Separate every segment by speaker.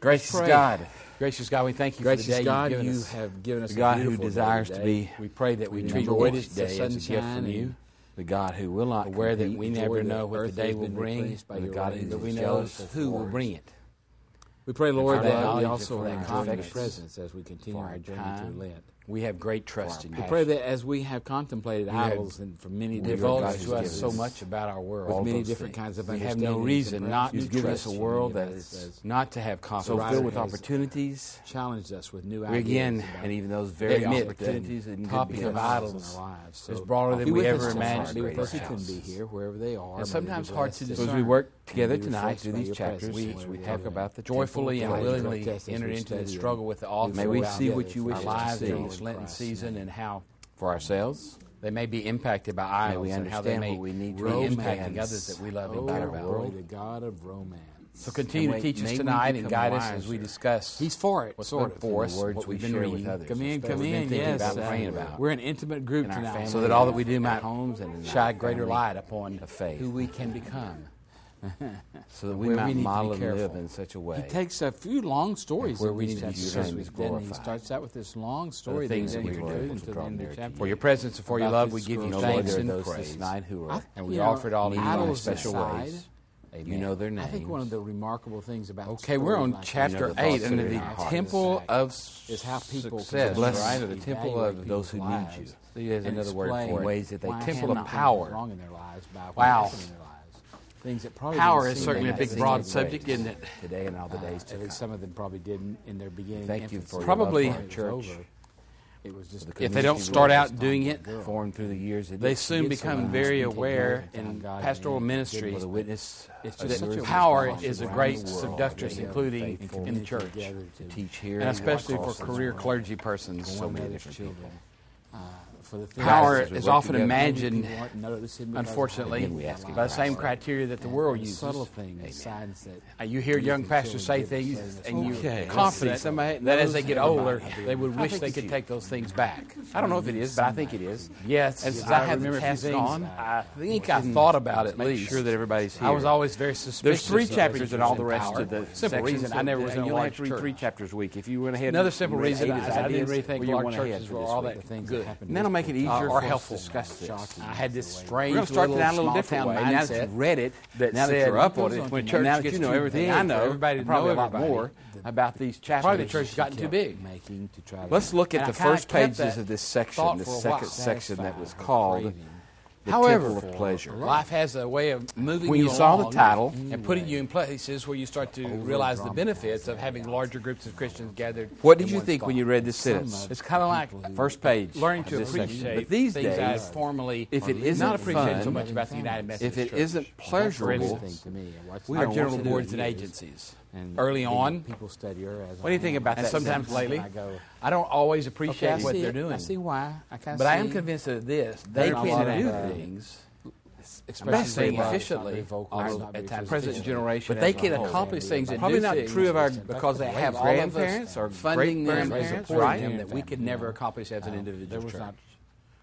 Speaker 1: Gracious
Speaker 2: pray.
Speaker 1: God,
Speaker 2: Gracious God, we thank you
Speaker 1: Gracious
Speaker 2: for the day
Speaker 1: God,
Speaker 2: you've given
Speaker 1: you
Speaker 2: us.
Speaker 1: have given us
Speaker 2: the
Speaker 1: a
Speaker 2: God who
Speaker 1: beautiful day
Speaker 2: desires to
Speaker 1: today.
Speaker 2: be. We pray that we
Speaker 1: We
Speaker 2: treat
Speaker 1: enjoy
Speaker 2: each
Speaker 1: the
Speaker 2: day as a gift
Speaker 1: sunshine
Speaker 2: from
Speaker 1: and
Speaker 2: you, the God who will not
Speaker 1: aware that
Speaker 2: compete,
Speaker 1: we
Speaker 2: enjoy
Speaker 1: never
Speaker 2: the
Speaker 1: know what the
Speaker 2: earth
Speaker 1: day
Speaker 2: has
Speaker 1: will
Speaker 2: been
Speaker 1: bring,
Speaker 2: replenished by
Speaker 1: but the
Speaker 2: your
Speaker 1: God
Speaker 2: rain
Speaker 1: who
Speaker 2: that
Speaker 1: we know
Speaker 2: jealous of
Speaker 1: who will
Speaker 2: ours.
Speaker 1: bring it.
Speaker 2: We pray,
Speaker 1: Lord, that
Speaker 2: knowledge
Speaker 1: we
Speaker 2: of
Speaker 1: also
Speaker 2: our
Speaker 1: enjoy your
Speaker 2: confidence,
Speaker 1: presence as we continue
Speaker 2: for
Speaker 1: our journey
Speaker 2: time,
Speaker 1: through Lent.
Speaker 2: We have great trust
Speaker 1: our
Speaker 2: in you.
Speaker 1: passion.
Speaker 2: We
Speaker 1: Pray
Speaker 2: pray
Speaker 1: that as we have contemplated
Speaker 2: have
Speaker 1: idols and from many
Speaker 2: that you
Speaker 1: different
Speaker 2: divulge
Speaker 1: kinds
Speaker 2: to
Speaker 1: of
Speaker 2: us so
Speaker 1: gifts,
Speaker 2: much about our world.
Speaker 1: with
Speaker 2: All
Speaker 1: many
Speaker 2: those
Speaker 1: different
Speaker 2: things.
Speaker 1: kinds of
Speaker 2: We have
Speaker 1: understanding
Speaker 2: no
Speaker 1: and
Speaker 2: reason not
Speaker 1: comprehension.
Speaker 2: to give us
Speaker 1: Trust
Speaker 2: a
Speaker 1: in
Speaker 2: world
Speaker 1: you,
Speaker 2: that
Speaker 1: as-
Speaker 2: is
Speaker 1: as
Speaker 2: not to have
Speaker 1: So
Speaker 2: confidence.
Speaker 1: writer
Speaker 2: filled with
Speaker 1: has
Speaker 2: opportunities.
Speaker 1: challenged us with new
Speaker 2: We
Speaker 1: ideas.
Speaker 2: again,
Speaker 1: about
Speaker 2: and even those very
Speaker 1: admit that
Speaker 2: opportunities and
Speaker 1: the
Speaker 2: good
Speaker 1: topic of
Speaker 2: gifts.
Speaker 1: idols in our lives.
Speaker 2: is broader than
Speaker 1: be
Speaker 2: we
Speaker 1: with
Speaker 2: ever
Speaker 1: us tonight.
Speaker 2: imagined
Speaker 1: Be
Speaker 2: it
Speaker 1: with us. He
Speaker 2: perhaps.
Speaker 1: couldn't be here, wherever they are.
Speaker 2: And
Speaker 1: May
Speaker 2: sometimes
Speaker 1: they be
Speaker 2: hard to
Speaker 1: blessed.
Speaker 2: discern. As we work
Speaker 1: May
Speaker 2: together
Speaker 1: be
Speaker 2: tonight
Speaker 1: refreshed
Speaker 2: through
Speaker 1: by
Speaker 2: these
Speaker 1: your
Speaker 2: chapters,
Speaker 1: presence
Speaker 2: we,
Speaker 1: wherever
Speaker 2: we
Speaker 1: they
Speaker 2: talk
Speaker 1: are.
Speaker 2: about the
Speaker 1: Temple
Speaker 2: joyfully and
Speaker 1: pleasure
Speaker 2: willingly
Speaker 1: contest as
Speaker 2: enter
Speaker 1: we
Speaker 2: into the
Speaker 1: study
Speaker 2: struggle with the all
Speaker 1: and
Speaker 2: throughout
Speaker 1: May we see what you
Speaker 2: our
Speaker 1: wish us to
Speaker 2: lives
Speaker 1: see.
Speaker 2: during this Lenten
Speaker 1: Christ's
Speaker 2: season and how
Speaker 1: for ourselves.
Speaker 2: they may be impacted by idols and how they
Speaker 1: understand
Speaker 2: may
Speaker 1: what we need
Speaker 2: be
Speaker 1: to
Speaker 2: impacting
Speaker 1: romance
Speaker 2: others that we love
Speaker 1: Oh,
Speaker 2: and care
Speaker 1: glory
Speaker 2: about.
Speaker 1: to God of romance.
Speaker 2: So continue to
Speaker 3: And
Speaker 2: teach
Speaker 3: may
Speaker 2: us
Speaker 3: we
Speaker 2: tonight and
Speaker 3: become
Speaker 2: guide us as
Speaker 3: wiser.
Speaker 2: we discuss
Speaker 1: He's for it,
Speaker 2: what's
Speaker 1: sort
Speaker 2: been
Speaker 1: of.
Speaker 2: for us,
Speaker 3: words
Speaker 2: what
Speaker 3: we
Speaker 2: we've been
Speaker 3: share
Speaker 2: reading,
Speaker 3: with others.
Speaker 2: come
Speaker 1: Come in,
Speaker 2: in,
Speaker 1: come in.
Speaker 2: yes,
Speaker 1: Yes,
Speaker 2: uh,
Speaker 1: we're an intimate group
Speaker 2: in our
Speaker 1: tonight,
Speaker 2: family, so that all that we do might
Speaker 3: homes and in
Speaker 2: shine
Speaker 3: our
Speaker 2: greater
Speaker 3: family,
Speaker 2: light upon
Speaker 3: of faith.
Speaker 2: who we can become.
Speaker 3: so that we
Speaker 2: where we
Speaker 3: might
Speaker 2: need to be
Speaker 3: model and
Speaker 2: careful.
Speaker 3: live in such a way.
Speaker 1: He takes a few long stories
Speaker 3: where
Speaker 1: in
Speaker 3: we
Speaker 1: these
Speaker 3: need to be
Speaker 1: chapters.
Speaker 3: using is
Speaker 1: Then he
Speaker 3: glorified.
Speaker 1: starts out with this long story that
Speaker 2: things that
Speaker 1: he's going
Speaker 2: we
Speaker 1: to
Speaker 2: were
Speaker 1: do
Speaker 2: able to
Speaker 1: until the
Speaker 3: draw
Speaker 1: end of
Speaker 3: near to
Speaker 1: chapter.
Speaker 3: you.
Speaker 2: For your presence and for your
Speaker 1: About
Speaker 2: love,
Speaker 1: this
Speaker 2: we give you
Speaker 1: scroll.
Speaker 3: you know, Lord,
Speaker 2: thanks
Speaker 3: there are
Speaker 2: and
Speaker 3: those
Speaker 2: praise.
Speaker 3: this night who are
Speaker 1: I-
Speaker 2: And we
Speaker 1: you know,
Speaker 2: offer it all in your
Speaker 1: idols
Speaker 2: special
Speaker 1: aside,
Speaker 2: ways.
Speaker 3: you know their names.
Speaker 1: I think one of the remarkable things about
Speaker 2: Okay, we're
Speaker 1: stories
Speaker 2: on
Speaker 1: like
Speaker 2: chapter
Speaker 3: You know the
Speaker 2: eight
Speaker 3: thoughts
Speaker 2: under
Speaker 3: that are
Speaker 2: the
Speaker 3: in our hearts.
Speaker 2: temple of s-
Speaker 1: is how people
Speaker 2: success,
Speaker 1: possess
Speaker 2: right? Or the
Speaker 1: and
Speaker 2: temple of
Speaker 1: evaluate
Speaker 3: those who
Speaker 1: people's
Speaker 3: need
Speaker 1: lives
Speaker 3: you.
Speaker 2: There's
Speaker 1: and
Speaker 2: another word for
Speaker 1: explain
Speaker 2: it.
Speaker 3: Ways that they-
Speaker 1: why
Speaker 2: Temple of
Speaker 1: nothing goes
Speaker 2: power.
Speaker 1: wrong in their lives by what
Speaker 2: Wow.
Speaker 1: happened in their lives. Things that probably
Speaker 2: Power
Speaker 1: didn't
Speaker 2: is
Speaker 1: seem
Speaker 2: certainly
Speaker 1: they
Speaker 2: a big,
Speaker 1: had
Speaker 2: broad
Speaker 1: seen
Speaker 2: subject, isn't it?
Speaker 3: today and all the days
Speaker 1: At
Speaker 3: to come.
Speaker 1: least some of them probably didn't in their beginning.
Speaker 3: Thank you for
Speaker 1: infancy.
Speaker 3: your
Speaker 2: Probably-
Speaker 3: love for our
Speaker 1: It was
Speaker 3: church.
Speaker 1: over. It was just
Speaker 2: If they don't start out doing it,
Speaker 3: Formed through the years, it
Speaker 2: they
Speaker 3: is.
Speaker 2: soon
Speaker 1: gets
Speaker 2: become
Speaker 1: around
Speaker 2: very
Speaker 1: and take
Speaker 2: aware
Speaker 1: glory
Speaker 2: in
Speaker 1: from God
Speaker 2: pastoral
Speaker 1: and
Speaker 2: ministry
Speaker 3: for the witness.
Speaker 1: It's
Speaker 3: of
Speaker 1: just
Speaker 3: yours
Speaker 1: such a
Speaker 2: that
Speaker 3: is
Speaker 2: power
Speaker 3: gone
Speaker 2: is a
Speaker 3: around
Speaker 2: great
Speaker 3: the world,
Speaker 2: seducting,
Speaker 3: together,
Speaker 2: including
Speaker 3: faithful
Speaker 2: in the church,
Speaker 3: to teach here
Speaker 2: and especially for
Speaker 3: across the
Speaker 2: career
Speaker 3: world.
Speaker 2: clergy persons. So many different people.
Speaker 1: children. Uh, for the things
Speaker 2: Power
Speaker 1: that
Speaker 3: we
Speaker 2: is
Speaker 3: work
Speaker 2: often
Speaker 3: together.
Speaker 2: imagined,
Speaker 1: people won't notice him because of how
Speaker 2: unfortunately,
Speaker 1: they
Speaker 3: we ask
Speaker 1: live
Speaker 2: by the
Speaker 1: their
Speaker 2: same
Speaker 1: lives.
Speaker 2: criteria that the
Speaker 1: And-
Speaker 2: world
Speaker 1: and
Speaker 2: uses.
Speaker 1: Subtle things, signs that
Speaker 2: Uh, You hear young
Speaker 1: the
Speaker 2: pastors say
Speaker 1: children give
Speaker 2: things,
Speaker 1: us
Speaker 2: and
Speaker 3: Okay,
Speaker 2: you're
Speaker 3: let's
Speaker 2: confident
Speaker 3: see.
Speaker 2: that as they
Speaker 1: Those
Speaker 2: get
Speaker 1: have
Speaker 2: older,
Speaker 1: an idea.
Speaker 2: they would
Speaker 3: I
Speaker 2: wish
Speaker 3: think
Speaker 2: they
Speaker 3: it's
Speaker 2: could
Speaker 3: you.
Speaker 2: take those things back. I don't know if it is, but I think it is.
Speaker 3: Yes,
Speaker 2: As
Speaker 3: I
Speaker 2: I have
Speaker 3: remember
Speaker 2: the
Speaker 3: a few
Speaker 2: past
Speaker 3: things
Speaker 2: gone,
Speaker 1: about
Speaker 2: I
Speaker 1: it.
Speaker 2: think I thought about it at
Speaker 3: Make
Speaker 2: least.
Speaker 3: sure that everybody's here.
Speaker 2: I was always very suspicious.
Speaker 3: There's three
Speaker 2: of those
Speaker 3: chapters
Speaker 2: issues
Speaker 3: and all
Speaker 2: in
Speaker 3: the rest
Speaker 2: power.
Speaker 3: of the
Speaker 2: simple
Speaker 3: sections
Speaker 2: reason I never
Speaker 3: that-
Speaker 2: was in
Speaker 3: and
Speaker 2: a
Speaker 3: you only have
Speaker 2: large
Speaker 3: to read three
Speaker 2: chapters.
Speaker 3: chapters a week. If you went ahead,
Speaker 2: Another
Speaker 3: and
Speaker 2: simple
Speaker 3: read
Speaker 2: reason
Speaker 3: eight
Speaker 2: I,
Speaker 3: as
Speaker 2: I didn't
Speaker 3: did,
Speaker 2: really think
Speaker 3: well, you
Speaker 2: large
Speaker 3: went ahead
Speaker 2: churches
Speaker 3: for
Speaker 2: were
Speaker 3: this
Speaker 2: all
Speaker 3: week.
Speaker 2: that
Speaker 1: things
Speaker 2: good.
Speaker 1: that happened
Speaker 3: And that'll make it
Speaker 2: Uh,
Speaker 3: easier
Speaker 2: or
Speaker 3: for us to
Speaker 2: helpful.
Speaker 3: discuss this.
Speaker 2: I had this
Speaker 3: We're
Speaker 2: strange
Speaker 3: going to start
Speaker 2: little
Speaker 3: it out a little
Speaker 2: small
Speaker 3: different
Speaker 2: town
Speaker 3: way. Now that
Speaker 2: mindset
Speaker 3: you've read it,
Speaker 2: that
Speaker 3: now that
Speaker 2: said,
Speaker 3: you're up on it,
Speaker 2: when
Speaker 3: and
Speaker 2: church
Speaker 3: now that
Speaker 2: gets
Speaker 3: you know
Speaker 2: too
Speaker 3: everything
Speaker 2: big
Speaker 3: I
Speaker 2: for
Speaker 3: know,
Speaker 2: everybody to
Speaker 3: probably
Speaker 2: know
Speaker 3: a lot
Speaker 2: everybody,
Speaker 3: more about these chapters.
Speaker 2: Probably the church has gotten too
Speaker 1: kept
Speaker 2: big.
Speaker 1: Making to try to
Speaker 3: Let's look at
Speaker 2: And
Speaker 3: the
Speaker 2: I kinda
Speaker 3: first
Speaker 2: kept
Speaker 3: pages
Speaker 2: that
Speaker 3: of this section,
Speaker 2: thought
Speaker 3: the
Speaker 2: for a
Speaker 3: second
Speaker 2: while.
Speaker 3: section that
Speaker 1: Satisfy
Speaker 3: was
Speaker 1: her
Speaker 3: called
Speaker 1: craving.
Speaker 3: the
Speaker 2: However,
Speaker 3: Temple of Pleasure.
Speaker 2: Life has a way of moving
Speaker 3: When
Speaker 2: you
Speaker 3: you saw the
Speaker 2: along
Speaker 3: title-
Speaker 2: and putting you in places where you start to realize the benefits of having larger groups of Christians gathered.
Speaker 3: What did
Speaker 2: in
Speaker 3: you
Speaker 2: one
Speaker 3: think when
Speaker 2: spot.
Speaker 3: you read this sentence?
Speaker 2: It's kind of like
Speaker 3: First page.
Speaker 2: learning
Speaker 3: of
Speaker 2: to
Speaker 3: this section.
Speaker 2: appreciate
Speaker 3: But these
Speaker 2: things I
Speaker 3: days,
Speaker 2: formerly
Speaker 3: if it isn't
Speaker 2: not appreciate so
Speaker 3: fun,
Speaker 2: much about the United Methodist
Speaker 3: if it
Speaker 2: Church.
Speaker 3: not pleasurable,
Speaker 1: thing to me. I watched
Speaker 3: we
Speaker 1: that
Speaker 2: our
Speaker 3: don't
Speaker 2: general
Speaker 3: want to do
Speaker 2: boards
Speaker 3: it.
Speaker 2: and agencies
Speaker 1: and
Speaker 2: early
Speaker 1: people-
Speaker 2: on.
Speaker 1: people study her as
Speaker 2: What do you think about
Speaker 1: and
Speaker 2: that? Sometimes
Speaker 1: sentence,
Speaker 2: lately,
Speaker 1: and I go,
Speaker 2: I don't always
Speaker 1: okay,
Speaker 2: appreciate
Speaker 1: I
Speaker 2: what
Speaker 1: see
Speaker 2: they're
Speaker 1: it.
Speaker 2: doing.
Speaker 1: I see why. I kind of
Speaker 2: But I am convinced that this, they
Speaker 1: There's a lot
Speaker 2: can
Speaker 1: of,
Speaker 2: do
Speaker 1: uh,
Speaker 2: things,
Speaker 1: not very
Speaker 2: especially
Speaker 1: loud,
Speaker 2: efficiently,
Speaker 1: it's not very vocal,
Speaker 2: our-
Speaker 1: it's not very
Speaker 2: at times present
Speaker 1: persistent.
Speaker 2: generation.
Speaker 3: But
Speaker 2: as
Speaker 3: they
Speaker 2: a
Speaker 3: can
Speaker 2: whole.
Speaker 3: accomplish things and
Speaker 2: Probably
Speaker 3: do
Speaker 2: not
Speaker 3: things.
Speaker 2: true of our
Speaker 1: That's
Speaker 2: because they
Speaker 1: the way
Speaker 2: have
Speaker 1: it's
Speaker 2: all of us
Speaker 3: grandparents or
Speaker 2: funding them and
Speaker 3: great-grandparents,
Speaker 2: supporting
Speaker 3: right?
Speaker 2: them that we
Speaker 1: Family,
Speaker 2: could
Speaker 1: you
Speaker 2: never
Speaker 1: know.
Speaker 2: accomplish as an
Speaker 1: there
Speaker 2: individual
Speaker 1: was not
Speaker 2: church.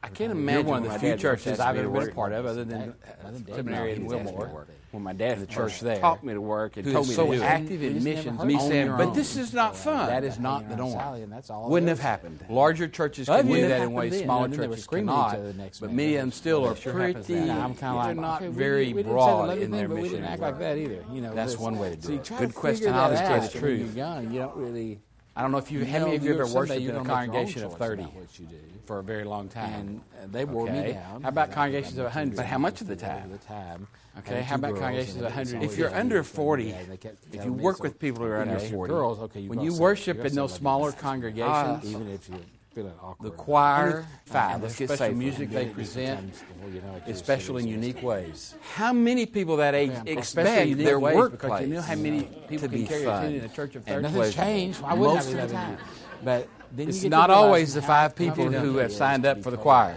Speaker 3: I can't
Speaker 2: You're
Speaker 3: imagine
Speaker 2: one of
Speaker 3: my
Speaker 2: the few
Speaker 3: dad
Speaker 2: churches
Speaker 3: asked
Speaker 2: I've
Speaker 3: me to
Speaker 2: ever been a
Speaker 3: work.
Speaker 2: part of, other than uh,
Speaker 1: Other than Dave
Speaker 2: seminary in
Speaker 1: Matthews asked me to
Speaker 2: Wilmore.
Speaker 1: work.
Speaker 3: When my dad at the
Speaker 2: church
Speaker 3: church
Speaker 2: there,
Speaker 3: taught me to work and
Speaker 2: who
Speaker 3: told
Speaker 2: is
Speaker 3: me
Speaker 2: so
Speaker 3: to do it.
Speaker 2: active in
Speaker 1: It's never
Speaker 2: missions,
Speaker 1: heard
Speaker 2: me
Speaker 1: of
Speaker 2: saying,
Speaker 1: your
Speaker 2: "But
Speaker 1: own."
Speaker 2: this is not fun."
Speaker 1: That
Speaker 2: That
Speaker 1: is
Speaker 2: is not the norm.
Speaker 3: Wouldn't have happened.
Speaker 2: Larger churches can
Speaker 1: Wouldn't
Speaker 2: do
Speaker 1: have
Speaker 2: that in ways
Speaker 1: happened then.
Speaker 2: smaller
Speaker 1: And then they were
Speaker 2: churches
Speaker 1: screaming at each
Speaker 2: cannot.
Speaker 1: other the next
Speaker 2: But
Speaker 1: minute.
Speaker 2: many of them still
Speaker 1: That
Speaker 2: are
Speaker 1: sure happens
Speaker 2: pretty.
Speaker 1: now. I'm kinda
Speaker 2: they're
Speaker 1: like,
Speaker 2: not
Speaker 1: okay, we
Speaker 2: very
Speaker 1: didn't- we didn't say the
Speaker 2: broad
Speaker 1: lovely
Speaker 2: in
Speaker 1: thing,
Speaker 2: their
Speaker 1: but We
Speaker 2: mission.
Speaker 1: didn't act like that either. You know,
Speaker 2: That's
Speaker 1: this-
Speaker 2: one way to do
Speaker 1: so you
Speaker 2: it.
Speaker 1: try
Speaker 2: Good
Speaker 1: figure
Speaker 2: question.
Speaker 1: that
Speaker 2: I'll just tell you
Speaker 1: out
Speaker 2: the
Speaker 1: when you're
Speaker 2: truth.
Speaker 1: young, you don't really.
Speaker 2: I don't know if you how
Speaker 1: know
Speaker 2: many of you
Speaker 1: you're
Speaker 2: ever
Speaker 1: someday
Speaker 2: worshiped
Speaker 1: you're
Speaker 2: in a
Speaker 1: gonna make your own
Speaker 2: congregation of
Speaker 1: choice about
Speaker 2: thirty
Speaker 1: what you do.
Speaker 2: for a very long time.
Speaker 1: And uh, they wore me
Speaker 2: Okay.
Speaker 1: down.
Speaker 2: How about
Speaker 1: I-
Speaker 2: congregations
Speaker 1: I-
Speaker 2: of 100?
Speaker 3: But how much of the time?
Speaker 1: Over the time.
Speaker 2: Okay,
Speaker 1: I had
Speaker 2: how
Speaker 1: two
Speaker 2: about
Speaker 1: girls,
Speaker 2: congregations
Speaker 1: and
Speaker 2: of
Speaker 1: it was
Speaker 2: 100?
Speaker 1: always
Speaker 3: If you're
Speaker 1: gonna be
Speaker 3: under
Speaker 1: the same day.
Speaker 3: 40,
Speaker 1: They kept
Speaker 3: if you
Speaker 1: telling me,
Speaker 3: work
Speaker 1: so
Speaker 3: with people who are under
Speaker 1: okay,
Speaker 3: 40,
Speaker 1: girls, okay,
Speaker 2: when
Speaker 1: got
Speaker 2: you
Speaker 1: some-
Speaker 2: worship
Speaker 1: you got
Speaker 2: in those
Speaker 1: some like
Speaker 2: smaller
Speaker 1: this.
Speaker 2: congregations,
Speaker 1: Ah. even if you're feeling awkward.
Speaker 2: the choir,
Speaker 3: Five,
Speaker 2: and the
Speaker 3: let's get
Speaker 2: special
Speaker 3: safer.
Speaker 2: music they present is special in unique ways.
Speaker 3: how many people that age
Speaker 1: Yeah,
Speaker 2: Especially
Speaker 3: expect
Speaker 2: in
Speaker 3: their
Speaker 2: their ways because
Speaker 3: workplace
Speaker 2: you knew how many people
Speaker 3: to
Speaker 2: can
Speaker 3: be
Speaker 2: carry a tune in a
Speaker 3: fun?
Speaker 2: church of
Speaker 1: And
Speaker 2: 30.
Speaker 1: nothing's
Speaker 3: pleasurable.
Speaker 1: changed. Why wouldn't
Speaker 2: Most
Speaker 1: I be
Speaker 2: of the time.
Speaker 1: loving it? But then you
Speaker 2: It's
Speaker 1: get to
Speaker 2: not
Speaker 1: realizing
Speaker 2: always the
Speaker 1: how
Speaker 2: five people
Speaker 1: confident
Speaker 2: who
Speaker 1: it
Speaker 2: have
Speaker 1: is
Speaker 2: signed
Speaker 1: to
Speaker 2: up
Speaker 1: be
Speaker 2: for the
Speaker 1: told
Speaker 2: choir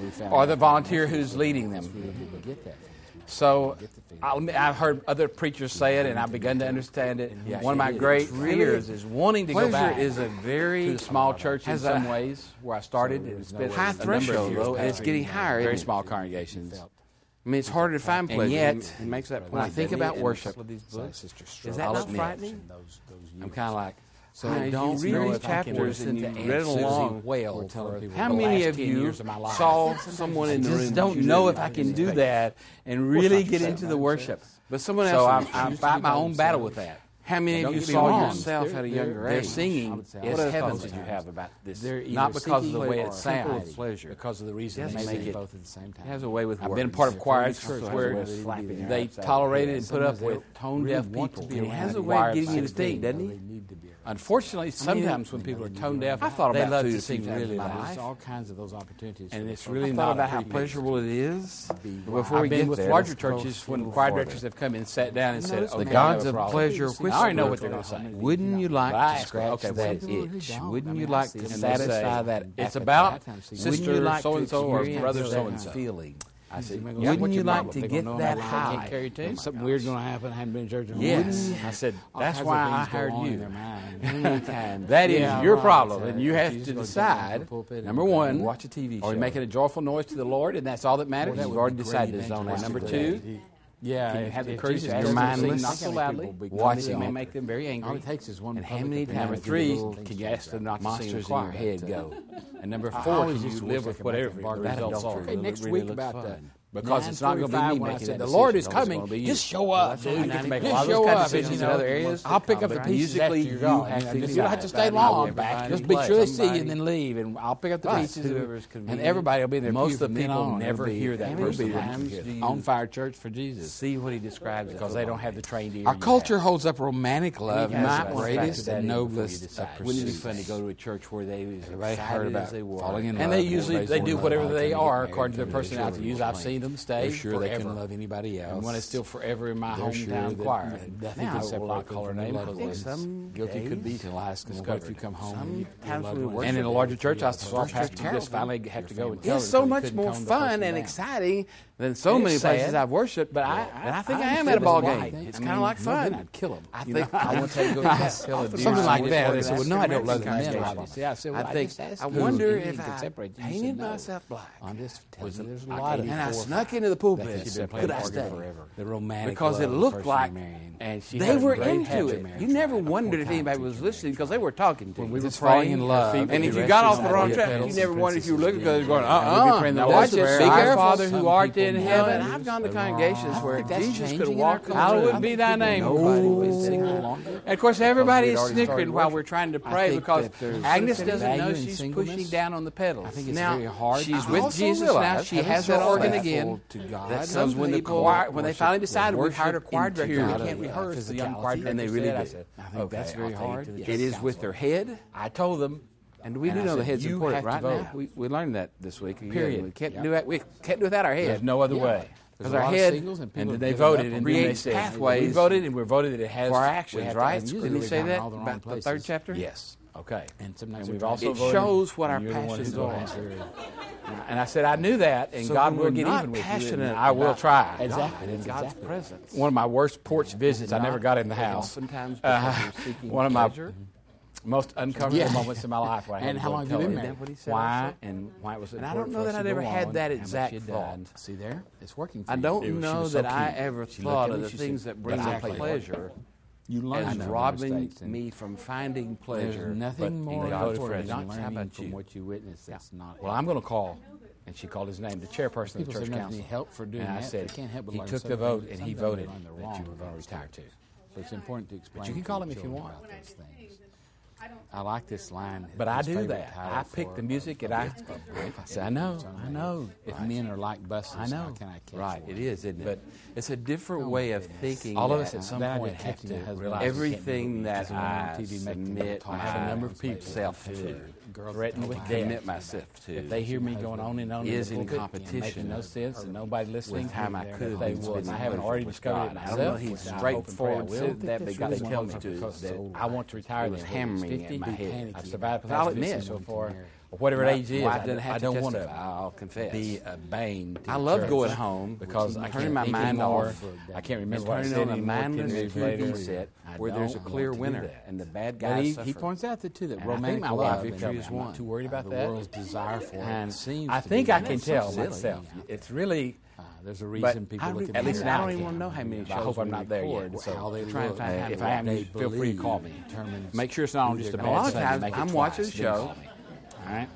Speaker 1: we found
Speaker 2: or
Speaker 1: out
Speaker 2: the
Speaker 1: that
Speaker 2: volunteer
Speaker 1: most
Speaker 2: who's
Speaker 1: people
Speaker 2: leading
Speaker 1: don't
Speaker 2: them.
Speaker 1: really get that from this.
Speaker 2: So I'll, admit, I've heard other preachers say it, and I've begun to understand it. One of my great fears is wanting to go
Speaker 3: Pleasure
Speaker 2: back
Speaker 3: is a
Speaker 2: to
Speaker 3: very
Speaker 2: the small church in
Speaker 3: has
Speaker 2: some
Speaker 3: a
Speaker 2: ways where I started and spent
Speaker 3: high
Speaker 2: a number of
Speaker 3: threshold,
Speaker 2: years
Speaker 3: though, and it's
Speaker 2: pastoring
Speaker 3: getting higher,
Speaker 2: Very
Speaker 3: isn't it?
Speaker 2: small congregations.
Speaker 3: I mean, it's harder to find
Speaker 2: And
Speaker 3: pleasure. He-
Speaker 2: yet,
Speaker 3: he makes that point.
Speaker 2: when I think
Speaker 3: doesn't he?
Speaker 2: about
Speaker 3: And
Speaker 2: worship,
Speaker 3: with these
Speaker 1: So
Speaker 3: books,
Speaker 1: Sister
Speaker 2: that
Speaker 1: Strokes
Speaker 2: not
Speaker 1: and
Speaker 2: frightening?
Speaker 1: Those, those
Speaker 2: I'm
Speaker 1: years.
Speaker 2: kind of like, so
Speaker 3: I
Speaker 2: I don't
Speaker 3: read
Speaker 2: know
Speaker 3: these
Speaker 2: if I can
Speaker 3: chapters
Speaker 2: listen
Speaker 3: and
Speaker 2: to
Speaker 3: you
Speaker 2: Aunt
Speaker 3: read
Speaker 2: Susie
Speaker 3: along.
Speaker 2: wail for
Speaker 1: people
Speaker 2: the
Speaker 3: how many
Speaker 2: last
Speaker 3: of
Speaker 2: 10
Speaker 3: you
Speaker 2: years of my life.
Speaker 3: saw someone
Speaker 2: I
Speaker 3: in the
Speaker 2: just
Speaker 3: room? that
Speaker 2: don't
Speaker 3: you
Speaker 2: know
Speaker 3: didn't
Speaker 2: if I
Speaker 3: like?
Speaker 2: can do that and really get into the worship.
Speaker 3: But someone
Speaker 2: So
Speaker 3: else.
Speaker 2: I, I fight my own battle with that.
Speaker 3: How many
Speaker 2: Don't
Speaker 3: of you
Speaker 2: get me
Speaker 3: saw
Speaker 2: wrong.
Speaker 3: yourself at a younger
Speaker 2: Their
Speaker 3: age?
Speaker 2: singing
Speaker 1: I would say I
Speaker 2: is
Speaker 1: would have
Speaker 2: heaven
Speaker 1: thought
Speaker 2: did you
Speaker 1: sometimes.
Speaker 2: have about this?
Speaker 1: They're either
Speaker 2: Not because of the
Speaker 1: seeking
Speaker 2: way
Speaker 1: or
Speaker 2: it sounds,
Speaker 1: temple
Speaker 3: pleasure.
Speaker 2: because of the reason
Speaker 3: Yes,
Speaker 2: they make
Speaker 1: They
Speaker 3: make
Speaker 1: sing
Speaker 2: it.
Speaker 3: it-
Speaker 1: both at the same time.
Speaker 3: It has a way with
Speaker 2: I've
Speaker 3: words.
Speaker 2: been a part of choirs
Speaker 1: Church has a way
Speaker 2: where
Speaker 1: of slapping their
Speaker 2: they
Speaker 1: arms out.
Speaker 2: tolerated and
Speaker 1: Yeah,
Speaker 2: put up
Speaker 1: sometimes
Speaker 2: with
Speaker 1: they'll
Speaker 3: tone
Speaker 2: deaf
Speaker 3: deaf
Speaker 2: people.
Speaker 3: people. It
Speaker 2: being
Speaker 3: has
Speaker 2: around
Speaker 3: a
Speaker 2: in
Speaker 3: way of
Speaker 2: choirs
Speaker 3: getting you to
Speaker 2: like that.
Speaker 3: think, doesn't he?
Speaker 1: They need to be around.
Speaker 2: Unfortunately, Uh, sometimes when people are tone deaf,
Speaker 3: I thought
Speaker 2: they
Speaker 3: about
Speaker 2: love
Speaker 3: food
Speaker 2: to
Speaker 3: a few
Speaker 2: sing
Speaker 3: times
Speaker 2: really
Speaker 3: in my
Speaker 2: loud.
Speaker 1: There's all kinds of those opportunities.
Speaker 2: And
Speaker 1: for
Speaker 2: it's
Speaker 1: the
Speaker 2: really
Speaker 1: folks.
Speaker 2: not
Speaker 3: thought about how
Speaker 2: pretty.
Speaker 3: pleasable it is. But Before
Speaker 2: I've
Speaker 3: we
Speaker 2: been
Speaker 3: get
Speaker 2: with
Speaker 3: there,
Speaker 2: larger
Speaker 3: let's go
Speaker 2: churches when
Speaker 3: forward.
Speaker 2: choir directors have come and sat down and said,
Speaker 1: it's
Speaker 2: "Okay,
Speaker 1: the
Speaker 3: gods
Speaker 2: that
Speaker 3: of
Speaker 2: was wrong."
Speaker 3: pleasure
Speaker 2: I already know
Speaker 3: whisper.
Speaker 2: what they're going to say.
Speaker 3: Wouldn't you like
Speaker 2: Right.
Speaker 3: to scratch
Speaker 2: Okay,
Speaker 3: that
Speaker 1: well,
Speaker 3: itch?
Speaker 1: I
Speaker 3: Wouldn't
Speaker 1: mean,
Speaker 3: you
Speaker 1: I
Speaker 3: like
Speaker 1: see
Speaker 3: to
Speaker 1: it.
Speaker 2: And they say,
Speaker 3: satisfy that?
Speaker 2: It's
Speaker 3: appetite?
Speaker 2: about
Speaker 3: Wouldn't you
Speaker 2: sister
Speaker 3: like to
Speaker 2: so-and-so or
Speaker 3: experience
Speaker 2: brother
Speaker 3: that
Speaker 2: so-and-so.
Speaker 3: Feeling. I see.
Speaker 1: Wouldn't
Speaker 3: Wouldn't you like
Speaker 1: They
Speaker 3: to
Speaker 1: gonna
Speaker 3: get
Speaker 1: know
Speaker 3: that
Speaker 1: how
Speaker 2: I
Speaker 1: high.
Speaker 2: can't carry two.
Speaker 1: If
Speaker 3: Oh
Speaker 1: something weird's going to happen. I hadn't been in church. in a
Speaker 3: Yes.
Speaker 1: while.
Speaker 2: I said,
Speaker 1: All
Speaker 2: "That's
Speaker 1: kinds of
Speaker 2: why I
Speaker 1: things go
Speaker 2: hired
Speaker 1: on in
Speaker 2: you."
Speaker 1: their mind.
Speaker 3: Anytime.
Speaker 2: That is
Speaker 1: Yeah,
Speaker 2: your
Speaker 1: right,
Speaker 2: problem,
Speaker 1: exactly.
Speaker 2: and you
Speaker 1: If
Speaker 2: have
Speaker 1: you
Speaker 2: to
Speaker 1: just go jump off the
Speaker 2: decide.
Speaker 1: pulpit and
Speaker 2: Number
Speaker 1: go
Speaker 2: one,
Speaker 3: watch a TV
Speaker 2: Are you
Speaker 3: show.
Speaker 2: making a joyful noise to the Lord, and that's all that matters?
Speaker 1: That
Speaker 2: You've
Speaker 1: would
Speaker 2: already
Speaker 1: be great
Speaker 2: decided to zone out.
Speaker 1: evangelism
Speaker 2: Number
Speaker 1: for
Speaker 2: two,
Speaker 1: that.
Speaker 2: yeah,
Speaker 1: Can
Speaker 2: if,
Speaker 1: you have
Speaker 2: if
Speaker 1: the
Speaker 2: it teaches
Speaker 1: courage
Speaker 2: your
Speaker 1: to do
Speaker 2: mindless,
Speaker 1: something?
Speaker 2: not so
Speaker 1: How many
Speaker 2: loudly,
Speaker 1: people become
Speaker 2: watching may
Speaker 1: adults?
Speaker 2: make them very
Speaker 1: All
Speaker 2: angry.
Speaker 1: it takes is one.
Speaker 3: And how
Speaker 1: puppet
Speaker 3: many
Speaker 1: to
Speaker 3: times
Speaker 2: Number
Speaker 1: do the
Speaker 2: three,
Speaker 1: little
Speaker 2: can
Speaker 1: things
Speaker 2: you
Speaker 1: to
Speaker 2: ask them
Speaker 1: drive.
Speaker 2: not to sing in the
Speaker 3: Monsters in your
Speaker 2: choir?
Speaker 3: head go.
Speaker 2: And number
Speaker 1: I
Speaker 2: four,
Speaker 1: always
Speaker 2: can you
Speaker 1: used to
Speaker 2: live
Speaker 1: wish I
Speaker 2: with
Speaker 1: could make that
Speaker 2: whatever the
Speaker 1: bargain.
Speaker 2: results
Speaker 3: Adults
Speaker 2: are?
Speaker 3: are
Speaker 1: Okay, next
Speaker 3: really
Speaker 1: week
Speaker 3: look
Speaker 1: about
Speaker 3: fun.
Speaker 1: that.
Speaker 2: Because it's not going to
Speaker 1: 9:45
Speaker 2: be me
Speaker 1: when I
Speaker 2: making
Speaker 1: said,
Speaker 2: that
Speaker 1: "The Lord is
Speaker 2: decision. It's
Speaker 1: coming.
Speaker 2: gonna be you."
Speaker 1: Just show
Speaker 2: Well,
Speaker 1: up,
Speaker 2: that's
Speaker 1: dude.
Speaker 2: fine. I make a
Speaker 1: Just
Speaker 2: lot of those
Speaker 1: show
Speaker 2: kinds of
Speaker 1: up,
Speaker 2: decisions
Speaker 1: you
Speaker 2: in
Speaker 1: know.
Speaker 2: other areas.
Speaker 1: I'll pick up the
Speaker 2: But
Speaker 1: pieces after
Speaker 2: musically,
Speaker 1: you're
Speaker 2: you
Speaker 1: gone.
Speaker 2: have to
Speaker 1: You don't have
Speaker 2: decide.
Speaker 1: to stay
Speaker 2: Everybody
Speaker 1: long. Just be
Speaker 2: plays.
Speaker 1: sure to see you
Speaker 2: Somebody-
Speaker 1: and then leave, and I'll pick up the
Speaker 2: Right.
Speaker 1: pieces.
Speaker 3: Whoever's
Speaker 1: and
Speaker 3: convenient.
Speaker 1: everybody will be in their
Speaker 2: Most
Speaker 1: pew
Speaker 2: of the
Speaker 1: from then
Speaker 2: people
Speaker 1: on.
Speaker 2: never
Speaker 1: It'll be-
Speaker 2: hear that
Speaker 1: it'll be
Speaker 2: person.
Speaker 1: the
Speaker 3: Times
Speaker 1: atmosphere.
Speaker 3: do you-
Speaker 1: on fire church for Jesus.
Speaker 3: See what he describes
Speaker 2: Because they don't have the trained ear.
Speaker 1: Our
Speaker 2: you
Speaker 1: culture holds up romantic love,
Speaker 2: has
Speaker 1: my
Speaker 2: that
Speaker 1: greatest
Speaker 2: factor
Speaker 1: and
Speaker 2: in before you
Speaker 1: noblest
Speaker 2: decide.
Speaker 1: of
Speaker 3: Wouldn't it be
Speaker 1: pursuits.
Speaker 3: fun to go to a church where they was
Speaker 1: Everybody heard
Speaker 3: excited as
Speaker 1: about
Speaker 3: they were,
Speaker 1: falling in
Speaker 2: And
Speaker 1: love.
Speaker 2: they usually
Speaker 1: Everybody's
Speaker 2: they do
Speaker 1: falling in
Speaker 2: whatever
Speaker 1: love, trying
Speaker 2: they
Speaker 1: to get
Speaker 2: are
Speaker 1: married,
Speaker 2: according to their
Speaker 1: trying get
Speaker 2: personalities.
Speaker 1: children.
Speaker 2: I've seen them stay
Speaker 1: They're sure
Speaker 2: forever.
Speaker 1: they can love anybody else.
Speaker 2: And when it's still forever in my
Speaker 1: They're sure
Speaker 2: hometown
Speaker 1: that
Speaker 2: choir.
Speaker 1: Nothing
Speaker 2: Now
Speaker 1: can
Speaker 2: I will
Speaker 1: separate
Speaker 2: not
Speaker 1: them
Speaker 2: call her
Speaker 1: from their
Speaker 2: name.
Speaker 1: loved
Speaker 2: because
Speaker 1: ones.
Speaker 3: some
Speaker 1: guilty could be till last What if you
Speaker 2: discovered.
Speaker 1: come home and your- your
Speaker 3: Sometimes
Speaker 1: loved
Speaker 3: we
Speaker 1: one-
Speaker 3: worship
Speaker 2: And in a larger church, I saw
Speaker 1: First
Speaker 2: pastors
Speaker 1: Church
Speaker 2: just finally have to go and tell
Speaker 1: It's
Speaker 2: them
Speaker 1: so
Speaker 2: they
Speaker 1: much
Speaker 2: couldn't
Speaker 1: more
Speaker 2: tone the
Speaker 1: fun
Speaker 2: person
Speaker 3: and
Speaker 2: down.
Speaker 3: exciting than so
Speaker 2: It's
Speaker 3: many places
Speaker 2: sad.
Speaker 3: I've worshipped. But I,
Speaker 2: But I think I,
Speaker 1: I
Speaker 2: am
Speaker 1: understand
Speaker 2: at a
Speaker 1: it's
Speaker 2: ball
Speaker 1: why.
Speaker 2: game.
Speaker 1: I
Speaker 2: It's
Speaker 1: mean,
Speaker 2: kind of like
Speaker 1: no, then
Speaker 2: fun.
Speaker 1: I'd kill 'em.
Speaker 2: I
Speaker 1: You
Speaker 2: think
Speaker 1: know,
Speaker 2: I want to go tell a dude
Speaker 1: Something like
Speaker 2: what-
Speaker 1: that.
Speaker 2: what
Speaker 1: They said,
Speaker 2: an
Speaker 1: well, no, I don't
Speaker 2: African-American
Speaker 1: love them
Speaker 2: congregation
Speaker 1: men like
Speaker 2: was.
Speaker 1: this. Yeah, I said, well, I,
Speaker 3: think
Speaker 1: just asked
Speaker 3: I
Speaker 1: you,
Speaker 3: wonder
Speaker 1: you
Speaker 3: if
Speaker 1: can
Speaker 3: I
Speaker 1: separate. You
Speaker 3: painted
Speaker 1: said no.
Speaker 3: myself black.
Speaker 1: I'm just telling you, there's a
Speaker 2: like
Speaker 1: lot of
Speaker 2: 84
Speaker 3: and I
Speaker 1: that
Speaker 3: snuck into the pulpit.
Speaker 1: you've been playing
Speaker 3: Could I
Speaker 1: organ
Speaker 3: stay?
Speaker 1: forever. The romantic
Speaker 3: Because
Speaker 1: love
Speaker 3: it
Speaker 1: of the
Speaker 3: looked
Speaker 1: person
Speaker 3: like,
Speaker 1: you're marrying.
Speaker 3: and she
Speaker 1: They
Speaker 3: had a
Speaker 1: were
Speaker 3: great
Speaker 1: into
Speaker 3: time.
Speaker 1: it.
Speaker 3: You
Speaker 1: Right.
Speaker 3: never
Speaker 1: Right.
Speaker 3: wondered if
Speaker 1: Right.
Speaker 3: anybody was
Speaker 1: Right.
Speaker 3: listening because they were talking to you.
Speaker 1: we were
Speaker 3: Just
Speaker 1: falling
Speaker 3: praying.
Speaker 1: in love,
Speaker 3: And if
Speaker 1: we
Speaker 3: you
Speaker 1: were
Speaker 3: got off the
Speaker 1: singing
Speaker 3: wrong
Speaker 1: like
Speaker 3: track, you
Speaker 1: petals
Speaker 3: never
Speaker 1: and
Speaker 3: wondered if you were
Speaker 1: princesses
Speaker 3: looking because
Speaker 1: and
Speaker 3: you're going, uh
Speaker 1: everything. And we'd be
Speaker 3: uh.
Speaker 1: praying the
Speaker 3: Now
Speaker 1: Lord's
Speaker 3: watch this.
Speaker 1: Prayer.
Speaker 3: Be
Speaker 1: Our
Speaker 3: careful.
Speaker 1: Father
Speaker 3: Some
Speaker 1: who art
Speaker 3: people
Speaker 1: in
Speaker 3: know
Speaker 1: heaven.
Speaker 3: that. I've gone to congregations
Speaker 1: I
Speaker 3: where
Speaker 1: think that's
Speaker 3: Jesus could
Speaker 1: changing in our
Speaker 3: walk
Speaker 1: culture. I
Speaker 3: Hallowed
Speaker 1: think
Speaker 3: be thy
Speaker 1: people
Speaker 3: name.
Speaker 1: nobody would
Speaker 3: Ooh.
Speaker 1: sing along.
Speaker 3: And of course, everybody
Speaker 2: we'd
Speaker 3: is
Speaker 2: already started
Speaker 3: snickering while
Speaker 2: worship.
Speaker 3: we're trying to
Speaker 1: I
Speaker 3: pray
Speaker 1: think
Speaker 3: because
Speaker 1: that there's
Speaker 3: Agnes
Speaker 1: something
Speaker 3: doesn't
Speaker 1: value
Speaker 3: know
Speaker 1: in
Speaker 3: she's
Speaker 1: singleness.
Speaker 3: pushing down on the pedals.
Speaker 1: I think it's
Speaker 3: now,
Speaker 1: very hard.
Speaker 3: She's
Speaker 1: I
Speaker 3: with
Speaker 1: also
Speaker 3: Jesus now.
Speaker 1: realize
Speaker 3: She
Speaker 1: having
Speaker 3: has her
Speaker 1: so
Speaker 3: organ
Speaker 1: faithful
Speaker 3: again.
Speaker 1: to God,
Speaker 3: That
Speaker 1: some
Speaker 3: comes when the
Speaker 1: people
Speaker 3: choir, when they
Speaker 1: worship
Speaker 3: finally decided we
Speaker 1: worship
Speaker 3: hired a choir
Speaker 1: into
Speaker 3: director, we
Speaker 1: God,
Speaker 3: can't
Speaker 1: uh,
Speaker 3: rehearse. The young choir
Speaker 1: physicality.
Speaker 3: director
Speaker 1: And
Speaker 2: they
Speaker 3: said,
Speaker 2: really
Speaker 3: I
Speaker 2: did.
Speaker 3: said,
Speaker 1: I think
Speaker 3: "Okay,
Speaker 1: that's
Speaker 3: I'll
Speaker 1: very
Speaker 3: take you
Speaker 1: hard.
Speaker 3: to the
Speaker 1: Yes.
Speaker 3: church." It is with their head.
Speaker 2: I told them,
Speaker 3: And we
Speaker 2: And
Speaker 3: do
Speaker 2: I
Speaker 3: know the
Speaker 2: said,
Speaker 3: head's
Speaker 2: "You
Speaker 3: important
Speaker 2: have to
Speaker 3: right
Speaker 2: vote."
Speaker 3: now. We, we learned that this week. again.
Speaker 2: Period.
Speaker 3: We can't
Speaker 1: Yeah.
Speaker 3: do it. We can't do it without our head.
Speaker 2: there's no other way.
Speaker 1: There's
Speaker 3: Because
Speaker 1: a
Speaker 3: our
Speaker 1: lot of
Speaker 3: head
Speaker 1: singles and people
Speaker 2: And
Speaker 1: have
Speaker 2: they
Speaker 1: given up
Speaker 2: voted,
Speaker 1: on
Speaker 2: and then
Speaker 1: creating
Speaker 2: they said,
Speaker 3: pathways
Speaker 2: "We voted, and we're voted. It has
Speaker 3: for our
Speaker 2: we have
Speaker 3: actions,
Speaker 2: to
Speaker 3: right?
Speaker 2: ask
Speaker 1: usually
Speaker 3: Didn't he
Speaker 1: we
Speaker 3: say
Speaker 1: got
Speaker 3: that
Speaker 1: all the wrong
Speaker 3: about the third
Speaker 1: places.
Speaker 3: chapter?
Speaker 2: Yes. Okay.
Speaker 1: And sometimes
Speaker 2: we've
Speaker 1: we're
Speaker 2: also
Speaker 1: driving.
Speaker 3: It
Speaker 2: voted,
Speaker 3: shows what our
Speaker 2: and you're the one who's
Speaker 3: passions
Speaker 2: gonna
Speaker 3: are.
Speaker 2: ask for it. And I said I knew that, and
Speaker 3: So
Speaker 2: God
Speaker 3: when
Speaker 2: will
Speaker 3: we're
Speaker 2: get
Speaker 3: not
Speaker 2: even with you.
Speaker 3: passionate
Speaker 2: and I will
Speaker 3: about
Speaker 2: try.
Speaker 1: Exactly.
Speaker 3: in
Speaker 1: That's
Speaker 3: God's
Speaker 1: exactly.
Speaker 3: presence.
Speaker 2: One of my worst porch visits. I never got in the
Speaker 3: And
Speaker 2: house.
Speaker 3: Oftentimes,
Speaker 2: Uh,
Speaker 3: because we're seeking
Speaker 2: one of my
Speaker 3: pleasure.
Speaker 2: most uncomfortable
Speaker 1: Yeah.
Speaker 2: moments in my life. When I had
Speaker 1: And
Speaker 2: to
Speaker 1: how
Speaker 2: go
Speaker 1: long have
Speaker 2: tell
Speaker 1: you been
Speaker 2: her
Speaker 1: married?
Speaker 3: Isn't that what he said
Speaker 2: Why
Speaker 3: also?
Speaker 2: and why it was
Speaker 3: I don't
Speaker 2: important
Speaker 3: know
Speaker 2: for
Speaker 3: that
Speaker 2: us
Speaker 3: I'd
Speaker 2: to go
Speaker 3: ever had
Speaker 2: on
Speaker 3: that
Speaker 2: and how much
Speaker 3: exact
Speaker 2: she'd
Speaker 3: thought.
Speaker 2: done.
Speaker 1: See there, it's working. For
Speaker 3: I
Speaker 1: you.
Speaker 3: don't
Speaker 1: It was- she
Speaker 3: know
Speaker 1: was so
Speaker 3: that I
Speaker 1: cute.
Speaker 3: ever
Speaker 1: She looked
Speaker 3: thought
Speaker 1: at
Speaker 3: of
Speaker 1: me,
Speaker 3: the
Speaker 1: she
Speaker 3: things
Speaker 1: said,
Speaker 3: that bring me
Speaker 1: "Exactly.
Speaker 3: pleasure
Speaker 1: You learn
Speaker 3: as
Speaker 1: from your
Speaker 3: robbing
Speaker 1: mistakes and-
Speaker 3: me from finding pleasure.
Speaker 1: There's nothing
Speaker 3: but
Speaker 1: more
Speaker 3: in God's
Speaker 1: important
Speaker 3: presence.
Speaker 1: than
Speaker 3: How
Speaker 1: learning
Speaker 3: about you?
Speaker 1: from what you witness. That's not.
Speaker 2: Well, I'm going to call. And she called his name, the chairperson of the
Speaker 1: People
Speaker 2: church
Speaker 1: say nothing
Speaker 2: council.
Speaker 1: to help for doing
Speaker 2: and I
Speaker 1: that.
Speaker 2: said,
Speaker 1: They can't help but
Speaker 2: he
Speaker 1: learn
Speaker 2: took the
Speaker 1: something.
Speaker 2: vote, and he
Speaker 1: Sometimes they
Speaker 2: voted
Speaker 1: learn the
Speaker 2: that
Speaker 1: wrong
Speaker 2: you were going to
Speaker 1: things
Speaker 2: retire
Speaker 1: too.
Speaker 2: too.
Speaker 1: But it's important to explain.
Speaker 2: can
Speaker 1: to
Speaker 2: call
Speaker 1: your
Speaker 2: him if you
Speaker 1: children
Speaker 2: want.
Speaker 1: about those things. I like this line.
Speaker 2: But I
Speaker 1: His
Speaker 2: do
Speaker 1: favorite
Speaker 2: that.
Speaker 1: title
Speaker 2: I
Speaker 1: for
Speaker 2: pick the
Speaker 1: it
Speaker 2: music, and I, I say, I know,
Speaker 1: was
Speaker 2: I
Speaker 1: Unmade.
Speaker 2: know.
Speaker 1: If
Speaker 2: Right.
Speaker 1: men are like buses,
Speaker 2: I know.
Speaker 1: how can I catch
Speaker 3: Right,
Speaker 1: one?
Speaker 3: it is, isn't it?
Speaker 2: But-
Speaker 3: it's a different way of thinking.
Speaker 2: All of
Speaker 3: that
Speaker 2: us at some
Speaker 1: That I
Speaker 2: point
Speaker 1: did
Speaker 2: have
Speaker 1: catching
Speaker 2: to
Speaker 1: my husband.
Speaker 2: realize
Speaker 3: everything that
Speaker 1: Because when I'm
Speaker 3: I
Speaker 1: on TV making
Speaker 3: submit
Speaker 1: people talk,
Speaker 2: I have a number of people
Speaker 3: myself
Speaker 2: that
Speaker 3: to,
Speaker 1: Girls
Speaker 2: threatened
Speaker 1: don't
Speaker 2: with
Speaker 1: like
Speaker 2: death.
Speaker 3: commit myself to.
Speaker 2: If they hear me going on and on in the
Speaker 3: Is in
Speaker 2: pulpit and
Speaker 3: competition
Speaker 2: making no sense and nobody listening,
Speaker 3: with time I
Speaker 2: they
Speaker 3: could
Speaker 2: they
Speaker 3: with
Speaker 2: would. I
Speaker 3: my
Speaker 2: haven't
Speaker 3: worship
Speaker 2: already
Speaker 3: with
Speaker 2: discovered it
Speaker 3: God. I
Speaker 2: myself.
Speaker 3: don't know he's
Speaker 2: which I hope and
Speaker 3: straightforward
Speaker 2: pray I
Speaker 3: said
Speaker 2: will.
Speaker 3: that, but God
Speaker 2: But
Speaker 3: tells me
Speaker 2: one
Speaker 3: to,
Speaker 2: because
Speaker 3: that
Speaker 2: I want to retire
Speaker 3: was
Speaker 2: at the age of
Speaker 3: hammering at
Speaker 2: 50.
Speaker 3: my head.
Speaker 2: I've survived
Speaker 3: I'll
Speaker 2: past
Speaker 3: admit.
Speaker 2: fifty so far, or whatever
Speaker 3: My-
Speaker 2: age it is.
Speaker 3: well, I
Speaker 2: I,
Speaker 3: didn't have
Speaker 2: I
Speaker 3: to
Speaker 2: don't want
Speaker 3: testify, I'll confess.
Speaker 2: be a bane. To
Speaker 3: I
Speaker 2: the
Speaker 3: love
Speaker 2: church
Speaker 3: going home
Speaker 2: because I
Speaker 3: turning
Speaker 2: can't
Speaker 3: my
Speaker 2: think
Speaker 3: mind
Speaker 2: anymore.
Speaker 3: off,
Speaker 2: I can't
Speaker 3: and
Speaker 2: remember what I
Speaker 3: turning
Speaker 2: said
Speaker 3: on a
Speaker 2: anymore. Ten
Speaker 3: mindless
Speaker 2: years
Speaker 3: TV
Speaker 2: later,
Speaker 3: set I
Speaker 2: where there's a
Speaker 3: don't want
Speaker 2: clear
Speaker 3: to do
Speaker 2: winner
Speaker 3: that.
Speaker 2: and the bad
Speaker 3: But
Speaker 2: guys
Speaker 3: he,
Speaker 2: suffer.
Speaker 3: he points out that too that
Speaker 2: And I think
Speaker 3: romantic
Speaker 1: my
Speaker 3: love
Speaker 1: wife is
Speaker 3: and
Speaker 1: is
Speaker 3: I'm
Speaker 2: one.
Speaker 3: not too worried about
Speaker 1: The
Speaker 3: that.
Speaker 1: world's
Speaker 3: desire for
Speaker 2: And seems
Speaker 1: I
Speaker 2: to
Speaker 1: think
Speaker 2: be
Speaker 1: I
Speaker 2: that.
Speaker 1: can tell
Speaker 2: Silly.
Speaker 1: myself. It's really
Speaker 3: Uh, there's a reason people
Speaker 2: I
Speaker 3: look
Speaker 2: re-
Speaker 3: at
Speaker 2: at
Speaker 3: me
Speaker 2: least
Speaker 3: the
Speaker 2: now I
Speaker 3: way
Speaker 2: don't even
Speaker 3: can,
Speaker 2: wanna know how many
Speaker 3: you
Speaker 1: I hope
Speaker 2: shows
Speaker 1: I'm
Speaker 2: we
Speaker 1: not there
Speaker 2: record,
Speaker 1: yet. So
Speaker 3: how they
Speaker 2: try and
Speaker 3: look,
Speaker 2: find out
Speaker 3: if
Speaker 2: what
Speaker 3: I am,
Speaker 2: they
Speaker 3: feel free to call me. Determines
Speaker 1: Make sure it's not on
Speaker 3: who
Speaker 1: just
Speaker 3: they're
Speaker 1: a
Speaker 3: gonna
Speaker 1: bad
Speaker 3: say,
Speaker 1: side.
Speaker 3: make it
Speaker 1: I'm watching
Speaker 3: twice,
Speaker 1: the
Speaker 3: then
Speaker 1: show.
Speaker 3: call me.
Speaker 1: All right.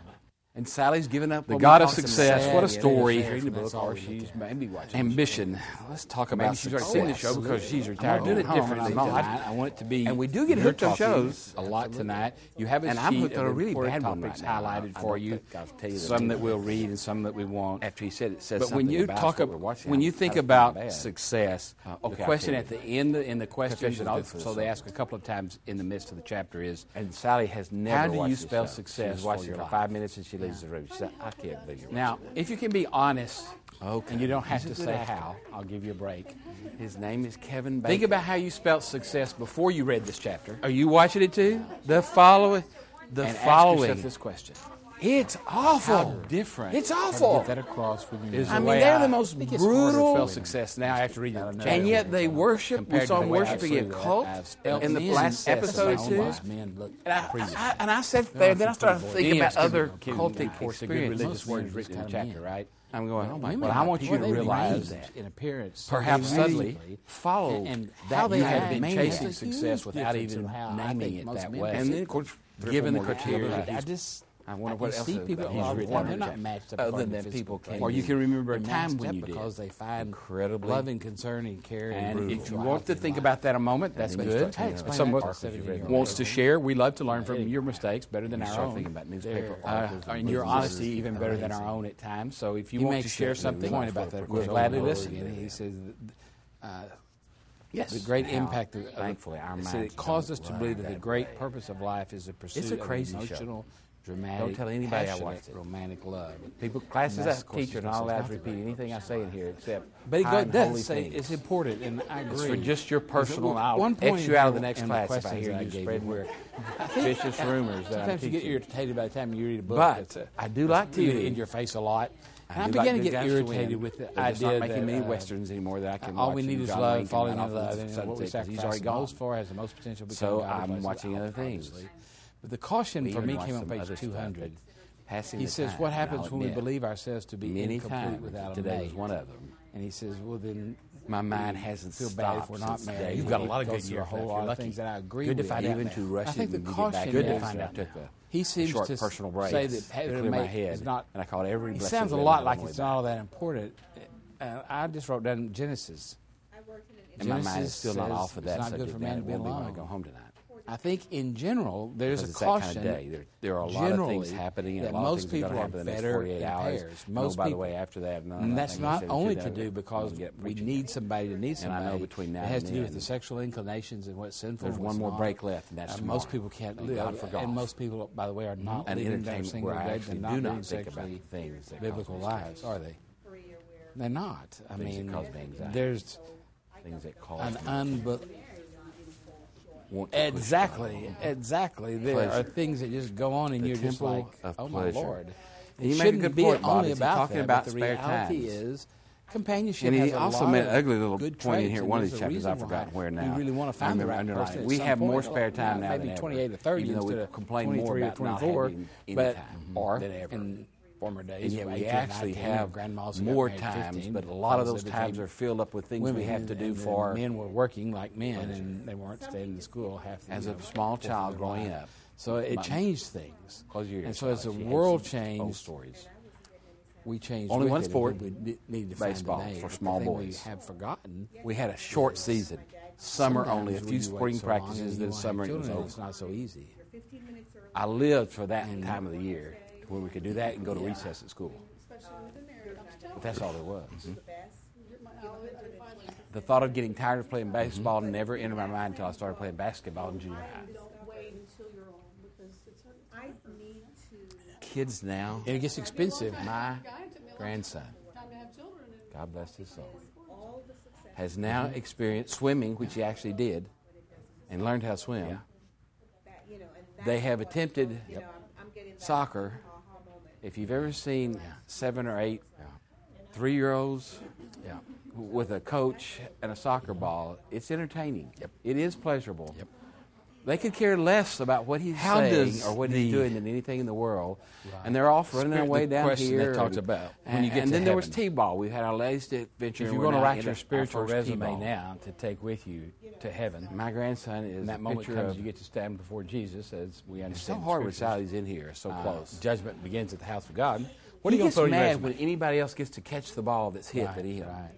Speaker 2: And Sally's given up.
Speaker 1: The
Speaker 2: on
Speaker 1: God of
Speaker 2: Wilcox and
Speaker 1: Success.
Speaker 2: sad,
Speaker 1: What a
Speaker 2: and then
Speaker 1: story.
Speaker 2: she's reading the
Speaker 3: That's
Speaker 2: book,
Speaker 3: all
Speaker 2: or
Speaker 3: we
Speaker 2: she's
Speaker 3: look
Speaker 2: maybe watching.
Speaker 1: Ambition. Let's talk about
Speaker 2: Maybe she's already seen the show because she's
Speaker 1: I'm
Speaker 2: retired.
Speaker 1: doing it
Speaker 3: Oh,
Speaker 1: differently.
Speaker 3: I'm not.
Speaker 1: tonight. I want it to be.
Speaker 2: And we do get
Speaker 1: your
Speaker 2: hooked on
Speaker 1: talking
Speaker 2: shows.
Speaker 1: a lot tonight. You have a
Speaker 2: And
Speaker 1: sheet
Speaker 2: I'm hooked on
Speaker 1: of
Speaker 2: a really
Speaker 1: important
Speaker 2: bad one
Speaker 1: topics
Speaker 2: right now.
Speaker 1: highlighted
Speaker 2: I
Speaker 1: for
Speaker 2: don't
Speaker 1: you.
Speaker 2: think I'll tell you the
Speaker 1: some that
Speaker 2: truth.
Speaker 1: we'll read and some that we won't.
Speaker 2: After he said it says
Speaker 1: But when
Speaker 2: something
Speaker 1: you
Speaker 2: about
Speaker 1: talk
Speaker 2: what we're
Speaker 1: ab-
Speaker 2: watching,
Speaker 1: when
Speaker 2: I-
Speaker 1: you
Speaker 2: I
Speaker 1: think
Speaker 2: don't feel
Speaker 1: about
Speaker 2: bad.
Speaker 1: success,
Speaker 2: Uh,
Speaker 1: the
Speaker 2: okay, I
Speaker 1: question
Speaker 2: feel
Speaker 1: at the end in the question,
Speaker 2: Confessions of Good for
Speaker 1: so
Speaker 2: the
Speaker 1: they
Speaker 2: Soul.
Speaker 1: ask a couple of times in the midst of the chapter is,
Speaker 2: And Sally has never.
Speaker 1: how do
Speaker 2: watched
Speaker 1: you
Speaker 2: this
Speaker 1: spell
Speaker 2: show.
Speaker 1: success
Speaker 2: She's
Speaker 1: for
Speaker 2: watched it
Speaker 1: your
Speaker 2: for
Speaker 1: life?
Speaker 2: five minutes and she leaves the room. She said, "I can't believe you."
Speaker 1: Now, if you can be honest,
Speaker 2: Okay.
Speaker 1: and you don't have
Speaker 2: He's
Speaker 1: to
Speaker 2: a good
Speaker 1: say
Speaker 2: actor.
Speaker 1: how, I'll give you a break.
Speaker 2: his name is Kevin Bacon.
Speaker 1: Think about how you spelled success before you read this chapter.
Speaker 2: Are you watching it too? The following. The
Speaker 1: and ask
Speaker 2: following.
Speaker 1: yourself this question.
Speaker 2: It's awful.
Speaker 3: How different.
Speaker 2: It's
Speaker 3: how to
Speaker 2: awful.
Speaker 3: Get that across when you
Speaker 1: Is
Speaker 3: know
Speaker 2: I
Speaker 1: the
Speaker 2: mean,
Speaker 1: way
Speaker 2: they're
Speaker 1: I
Speaker 2: the most
Speaker 1: think it's harder to
Speaker 2: brutal-
Speaker 1: spell success now after reading the
Speaker 3: And
Speaker 1: chapter.
Speaker 2: And yet they worship. We
Speaker 1: Compared
Speaker 2: saw
Speaker 1: to
Speaker 2: them
Speaker 1: the way I
Speaker 2: worshiping a
Speaker 1: see that,
Speaker 2: cult
Speaker 1: I've spelled
Speaker 2: in the
Speaker 1: men
Speaker 2: last
Speaker 1: success
Speaker 2: episode or
Speaker 1: alone
Speaker 2: two.
Speaker 1: by
Speaker 3: Men look
Speaker 2: And I, I, and I sat there, and then I started thinking about other cultic
Speaker 1: course, the good religious
Speaker 2: experiences.
Speaker 3: Most
Speaker 1: words
Speaker 3: men
Speaker 1: written in the
Speaker 3: just kinda
Speaker 1: chapter,
Speaker 3: men.
Speaker 1: right?
Speaker 2: I'm going, oh my
Speaker 3: Women
Speaker 1: Well,
Speaker 2: God.
Speaker 1: I want you
Speaker 3: well,
Speaker 1: to
Speaker 3: they
Speaker 1: realize
Speaker 3: remained
Speaker 1: that.
Speaker 3: in appearance,
Speaker 1: Perhaps
Speaker 3: They
Speaker 1: suddenly
Speaker 3: really
Speaker 1: follow
Speaker 3: and- and how
Speaker 1: that
Speaker 3: they
Speaker 1: you have
Speaker 3: act
Speaker 1: been
Speaker 3: makes
Speaker 1: chasing
Speaker 3: a huge
Speaker 1: success without
Speaker 3: difference
Speaker 1: even
Speaker 3: in how I
Speaker 1: naming
Speaker 3: think
Speaker 1: it
Speaker 3: most
Speaker 1: that
Speaker 3: men
Speaker 1: way.
Speaker 3: see
Speaker 2: And then, of course,
Speaker 1: given the
Speaker 2: more
Speaker 1: criteria
Speaker 2: vocabulary.
Speaker 1: that
Speaker 3: I just
Speaker 2: I wonder
Speaker 3: you
Speaker 2: what else
Speaker 3: see
Speaker 2: is-
Speaker 3: people
Speaker 2: he's
Speaker 3: a lot of
Speaker 2: written
Speaker 3: women,
Speaker 2: in
Speaker 3: they're
Speaker 2: the
Speaker 3: not
Speaker 2: chapter.
Speaker 3: matched up
Speaker 2: Other
Speaker 3: according
Speaker 2: than
Speaker 3: to
Speaker 2: people
Speaker 3: physical
Speaker 2: can.
Speaker 1: Or you can remember a
Speaker 3: They're
Speaker 1: time
Speaker 3: matched
Speaker 1: when
Speaker 3: up
Speaker 1: you did.
Speaker 3: because they find
Speaker 2: Incredibly
Speaker 3: love and concern and care and,
Speaker 1: And if you
Speaker 3: mutual
Speaker 1: want to
Speaker 3: help in
Speaker 1: think
Speaker 3: life.
Speaker 1: about that a moment, that's
Speaker 2: then
Speaker 1: good.
Speaker 2: start thinking
Speaker 1: If
Speaker 2: about
Speaker 1: someone
Speaker 3: Parker's you've read.
Speaker 1: wants to share, we love to learn from your mistakes better than
Speaker 2: You
Speaker 1: our
Speaker 2: start
Speaker 1: own.
Speaker 2: thinking about newspaper
Speaker 3: They're-
Speaker 1: Uh,
Speaker 2: articles.
Speaker 1: and your
Speaker 2: businesses
Speaker 1: honesty
Speaker 2: and
Speaker 1: even better than
Speaker 2: amazing.
Speaker 1: our own at times. So if you
Speaker 3: He
Speaker 1: want to
Speaker 3: makes
Speaker 1: share
Speaker 3: that
Speaker 1: something
Speaker 3: point
Speaker 1: about that,
Speaker 3: of
Speaker 1: we're
Speaker 3: course,
Speaker 1: glad to
Speaker 3: over and
Speaker 1: listen.
Speaker 3: over
Speaker 1: And he
Speaker 3: again.
Speaker 1: says, th-
Speaker 2: Yes.
Speaker 1: the great
Speaker 2: How,
Speaker 1: impact of, of
Speaker 2: Thankfully, our
Speaker 1: it
Speaker 2: minds.
Speaker 1: said it caused
Speaker 2: don't
Speaker 1: us to believe that
Speaker 2: run
Speaker 1: the great purpose of life is the pursuit
Speaker 2: crazy
Speaker 1: of
Speaker 2: show.
Speaker 1: emotional, dramatic,
Speaker 2: tell anybody I
Speaker 1: passionate,
Speaker 2: watched it.
Speaker 1: romantic love.
Speaker 2: People, classes,
Speaker 1: And that's,
Speaker 2: I
Speaker 1: of course,
Speaker 2: teacher,
Speaker 1: is
Speaker 2: and all
Speaker 1: what's
Speaker 2: that.
Speaker 1: out there.
Speaker 2: Repeat anything I say in here except.
Speaker 1: But it
Speaker 2: high
Speaker 1: go-
Speaker 2: and holy
Speaker 1: does say
Speaker 2: things.
Speaker 1: it's important, and I agree.
Speaker 2: for just your
Speaker 1: Is it-
Speaker 2: personal. I'll
Speaker 1: one
Speaker 2: X
Speaker 1: point
Speaker 2: you out of the next
Speaker 1: in
Speaker 2: class if I
Speaker 1: questions
Speaker 2: hear
Speaker 1: that
Speaker 2: you
Speaker 1: gave
Speaker 2: spreading
Speaker 1: were-
Speaker 2: your
Speaker 1: I think-
Speaker 2: vicious
Speaker 1: I-
Speaker 2: rumors that I'm
Speaker 1: Sometimes you get
Speaker 2: teaching.
Speaker 1: irritated by the time you read a book.
Speaker 2: But
Speaker 1: that's a-
Speaker 2: I do like
Speaker 1: that's really
Speaker 2: TV.
Speaker 1: in your face a lot. And I
Speaker 2: do
Speaker 1: began
Speaker 2: like
Speaker 1: to
Speaker 2: big
Speaker 1: get
Speaker 2: guys to
Speaker 1: irritated
Speaker 2: win.
Speaker 1: with the
Speaker 2: They're just
Speaker 1: idea
Speaker 2: not making
Speaker 1: that
Speaker 2: many
Speaker 1: uh,
Speaker 2: westerns anymore that I can
Speaker 1: all
Speaker 2: watch.
Speaker 1: we
Speaker 2: and
Speaker 1: need is
Speaker 2: John
Speaker 1: love,
Speaker 2: Lincoln
Speaker 1: falling
Speaker 2: right
Speaker 1: in
Speaker 2: off into
Speaker 1: love,
Speaker 2: the
Speaker 1: and what
Speaker 2: sunset
Speaker 1: we
Speaker 2: 'cause he's
Speaker 1: sacrifice
Speaker 2: already
Speaker 1: the
Speaker 2: gone.
Speaker 1: most for has the most potential. to become
Speaker 2: So
Speaker 1: God,
Speaker 2: I'm
Speaker 1: bless it,
Speaker 2: watching other things.
Speaker 1: obviously. But the caution for
Speaker 2: even
Speaker 1: me
Speaker 2: watch
Speaker 1: came on
Speaker 2: some
Speaker 1: page
Speaker 2: other stuff,
Speaker 1: 200.
Speaker 2: but passing
Speaker 1: He
Speaker 2: the
Speaker 1: says,
Speaker 2: time,
Speaker 1: "What
Speaker 2: and
Speaker 1: happens
Speaker 2: I'll
Speaker 1: when we
Speaker 2: admit,
Speaker 1: believe ourselves to be
Speaker 2: many
Speaker 1: incomplete
Speaker 2: times,
Speaker 1: without a
Speaker 2: today
Speaker 1: mate?"
Speaker 2: was one of them.
Speaker 1: And he says, "Well, then,
Speaker 2: My mind
Speaker 1: we
Speaker 2: hasn't
Speaker 1: feel bad if
Speaker 2: stopped
Speaker 1: we're not
Speaker 2: since
Speaker 1: married."
Speaker 2: day
Speaker 1: And
Speaker 2: one. You've got a
Speaker 1: he
Speaker 4: lot of
Speaker 1: goes
Speaker 4: good
Speaker 1: through a
Speaker 4: years
Speaker 1: whole
Speaker 4: left.
Speaker 1: lot
Speaker 4: You're
Speaker 1: of
Speaker 4: lucky.
Speaker 1: things that I agree
Speaker 2: Good
Speaker 1: with.
Speaker 2: if I
Speaker 1: Yeah.
Speaker 2: even to rush
Speaker 1: I think
Speaker 2: it
Speaker 1: the
Speaker 2: when we get back
Speaker 1: caution
Speaker 2: to
Speaker 1: you
Speaker 2: this,
Speaker 1: find
Speaker 2: and I
Speaker 1: out.
Speaker 2: took a
Speaker 1: He seems
Speaker 2: short
Speaker 1: to
Speaker 2: personal
Speaker 1: say
Speaker 2: breaks
Speaker 1: that having
Speaker 2: to
Speaker 1: a
Speaker 2: clear my
Speaker 1: mate
Speaker 2: head,
Speaker 1: is not.
Speaker 2: and I called every
Speaker 1: He
Speaker 2: blessed
Speaker 1: sounds a
Speaker 2: ribbon
Speaker 1: lot
Speaker 2: on
Speaker 1: like
Speaker 2: the way
Speaker 1: it's
Speaker 2: back.
Speaker 1: not all that important. Uh, I just wrote down Genesis.
Speaker 2: And my mind is
Speaker 1: Genesis
Speaker 2: still not
Speaker 1: says
Speaker 2: off of
Speaker 1: it's
Speaker 2: that
Speaker 1: not good
Speaker 2: subject.
Speaker 1: for man
Speaker 2: and
Speaker 1: to
Speaker 2: it
Speaker 1: be
Speaker 2: will when I
Speaker 1: alone.
Speaker 2: go home tonight.
Speaker 1: I think in general there's a
Speaker 2: Because it's that
Speaker 1: caution.
Speaker 2: kind of day. There- there are a lot of
Speaker 1: generally,
Speaker 2: things happening and a
Speaker 1: that
Speaker 2: lot of
Speaker 1: most
Speaker 2: things are gonna
Speaker 1: people
Speaker 2: happen in the next
Speaker 1: better
Speaker 2: 48
Speaker 1: in
Speaker 2: hours.
Speaker 1: pairs.
Speaker 2: Oh,
Speaker 1: Most
Speaker 2: by the
Speaker 1: people-
Speaker 2: way, after that, and
Speaker 1: and that's
Speaker 2: nothing
Speaker 1: not
Speaker 2: said that you
Speaker 1: only
Speaker 2: know
Speaker 1: to do
Speaker 2: that
Speaker 1: because
Speaker 2: we'll get
Speaker 1: we
Speaker 2: preaching.
Speaker 1: need somebody to need
Speaker 2: And I
Speaker 1: somebody.
Speaker 2: know between now
Speaker 1: it has
Speaker 2: and
Speaker 1: to do with
Speaker 2: then-
Speaker 1: the sexual inclinations and what's sinful.
Speaker 2: There's
Speaker 1: and
Speaker 2: one
Speaker 1: what's
Speaker 2: more
Speaker 1: not.
Speaker 2: break left, and that's
Speaker 1: Uh, most
Speaker 2: tomorrow.
Speaker 1: people can't
Speaker 2: Thank
Speaker 1: live,
Speaker 2: God for golf.
Speaker 1: and most people, by the way, are not
Speaker 2: and
Speaker 1: living their
Speaker 2: entertainment
Speaker 1: single
Speaker 2: where I
Speaker 1: day
Speaker 2: actually
Speaker 1: and
Speaker 2: do
Speaker 1: not being
Speaker 2: not think about
Speaker 1: sexually
Speaker 2: the things that
Speaker 1: biblical
Speaker 2: cause me
Speaker 1: lives, are they? They're not. I
Speaker 2: Things that
Speaker 1: mean,
Speaker 2: cause me anxiety.
Speaker 1: there's
Speaker 2: stress, things that cause
Speaker 1: an
Speaker 2: me
Speaker 1: unbelievable.
Speaker 2: to want to push
Speaker 1: Exactly, exactly. There
Speaker 2: Pleasure.
Speaker 1: are things that just go on, and
Speaker 2: The
Speaker 1: you're just
Speaker 2: temple
Speaker 1: like,
Speaker 2: of
Speaker 1: "Oh my
Speaker 2: pleasure."
Speaker 1: lord!"
Speaker 2: And you make a
Speaker 1: it shouldn't
Speaker 2: good
Speaker 1: be
Speaker 2: point, Bob,
Speaker 1: only
Speaker 2: is he
Speaker 1: about
Speaker 2: talking
Speaker 1: that,
Speaker 2: about
Speaker 1: but the
Speaker 2: spare
Speaker 1: reality
Speaker 2: times?
Speaker 1: is companionship.
Speaker 2: And he
Speaker 1: has a
Speaker 2: also
Speaker 1: lot
Speaker 2: made
Speaker 1: of
Speaker 2: an ugly little
Speaker 1: good
Speaker 2: point in
Speaker 1: traits,
Speaker 2: here,
Speaker 1: and
Speaker 2: one of
Speaker 1: there's
Speaker 2: these
Speaker 1: a
Speaker 2: chapters,
Speaker 1: reason
Speaker 2: I've forgotten
Speaker 1: why
Speaker 2: where now.
Speaker 1: You really want
Speaker 2: I
Speaker 1: to find the
Speaker 2: remember
Speaker 1: right
Speaker 2: underlining.
Speaker 1: person. at
Speaker 2: We
Speaker 1: some
Speaker 2: have more
Speaker 1: point.
Speaker 2: spare time now
Speaker 1: Maybe
Speaker 2: than ever,
Speaker 1: 28 to 30
Speaker 2: even though we
Speaker 1: instead of
Speaker 2: complain more
Speaker 1: 23 or
Speaker 2: about not
Speaker 1: 24,
Speaker 2: having any
Speaker 1: but
Speaker 2: time
Speaker 1: or
Speaker 2: than ever.
Speaker 1: in former days.
Speaker 2: And yet
Speaker 1: we
Speaker 2: we
Speaker 1: actually
Speaker 2: actually have
Speaker 1: grandmas who got
Speaker 2: more
Speaker 1: married at
Speaker 2: times,
Speaker 1: 15
Speaker 2: but a lot of
Speaker 1: because
Speaker 2: those
Speaker 1: they
Speaker 2: times
Speaker 1: became
Speaker 2: are filled up with things
Speaker 1: women
Speaker 2: we have
Speaker 1: and-
Speaker 2: to do
Speaker 1: and the
Speaker 2: for
Speaker 1: men were working like men and they weren't staying in school half the
Speaker 2: As
Speaker 1: you
Speaker 2: a
Speaker 1: know,
Speaker 2: small
Speaker 1: fourth of
Speaker 2: child
Speaker 1: their
Speaker 2: growing
Speaker 1: life.
Speaker 2: up.
Speaker 1: So it
Speaker 2: My-
Speaker 1: changed things.
Speaker 2: Close your ears,
Speaker 1: And so as the
Speaker 2: Charlie. She had
Speaker 1: world
Speaker 2: some old
Speaker 1: changed,
Speaker 2: stories.
Speaker 1: we changed.
Speaker 2: Only
Speaker 1: with
Speaker 2: one
Speaker 1: it, and
Speaker 2: sport,
Speaker 1: we ne- needed to find a
Speaker 2: baseball,
Speaker 1: name.
Speaker 2: for
Speaker 1: But the
Speaker 2: small
Speaker 1: thing
Speaker 2: boys.
Speaker 1: We have forgotten.
Speaker 2: We had a short season, summer
Speaker 1: sometimes
Speaker 2: only, a
Speaker 1: when
Speaker 2: few
Speaker 1: you wait
Speaker 2: spring
Speaker 1: so long
Speaker 2: practices,
Speaker 1: and
Speaker 2: then
Speaker 1: you
Speaker 2: summer
Speaker 1: have
Speaker 2: it was
Speaker 1: children,
Speaker 2: over.
Speaker 1: It's not so easy.
Speaker 2: I lived for that time of the year where we could do that and go to recess at school. But that's all there was.
Speaker 1: Mm-hmm.
Speaker 2: The thought of getting tired of playing
Speaker 1: Mm-hmm.
Speaker 2: baseball never entered my mind until I started playing basketball in junior high.
Speaker 5: Don't wait until you're on because it's. I need to.
Speaker 2: Kids now,
Speaker 1: And it gets expensive.
Speaker 2: my grandson,
Speaker 5: Time to have children and
Speaker 2: God bless his soul,
Speaker 5: all the success.
Speaker 2: has now
Speaker 3: Mm-hmm.
Speaker 2: experienced swimming, which he actually did, and learned how to swim.
Speaker 5: That, you know, and that's
Speaker 2: They have
Speaker 5: what,
Speaker 2: attempted
Speaker 5: You know, I'm, I'm getting that
Speaker 2: soccer.
Speaker 5: aha moment.
Speaker 2: If you've ever seen seven or eight three year olds
Speaker 1: Yeah.
Speaker 3: with a coach and a soccer ball, it's entertaining.
Speaker 2: Yep.
Speaker 3: It is pleasurable.
Speaker 2: Yep.
Speaker 3: They could care less about what he's
Speaker 2: How
Speaker 3: saying
Speaker 2: does
Speaker 3: or what he's
Speaker 2: the-
Speaker 3: doing than anything in the world, and they're off running their
Speaker 1: Spirit-
Speaker 3: way
Speaker 1: the
Speaker 3: down
Speaker 1: question
Speaker 3: here.
Speaker 1: they talked
Speaker 3: and,
Speaker 1: about, when
Speaker 3: and,
Speaker 1: you get
Speaker 3: and
Speaker 1: to
Speaker 3: then there was
Speaker 1: heaven.
Speaker 3: t-ball. We've had our latest adventure.
Speaker 1: If you're
Speaker 3: and we're
Speaker 1: going to
Speaker 3: now
Speaker 1: write
Speaker 3: in
Speaker 1: your
Speaker 3: our
Speaker 1: spiritual
Speaker 3: first
Speaker 1: resume
Speaker 3: t-ball.
Speaker 1: now to take with you to heaven,
Speaker 3: my grandson is
Speaker 1: and that
Speaker 3: a
Speaker 1: moment
Speaker 3: picture
Speaker 1: comes,
Speaker 3: of-
Speaker 1: you get to stand before Jesus as we
Speaker 3: It's so
Speaker 1: understand. the
Speaker 3: hard when
Speaker 1: scriptures.
Speaker 3: Sally's in here, so
Speaker 1: Uh,
Speaker 3: close.
Speaker 1: Judgment begins at the house of God. What are
Speaker 3: he
Speaker 1: you going
Speaker 3: gets
Speaker 1: to throw in your
Speaker 3: mad
Speaker 1: resume?
Speaker 3: when anybody else gets to catch the ball that's hit
Speaker 1: Right,
Speaker 3: that he hit.
Speaker 1: right.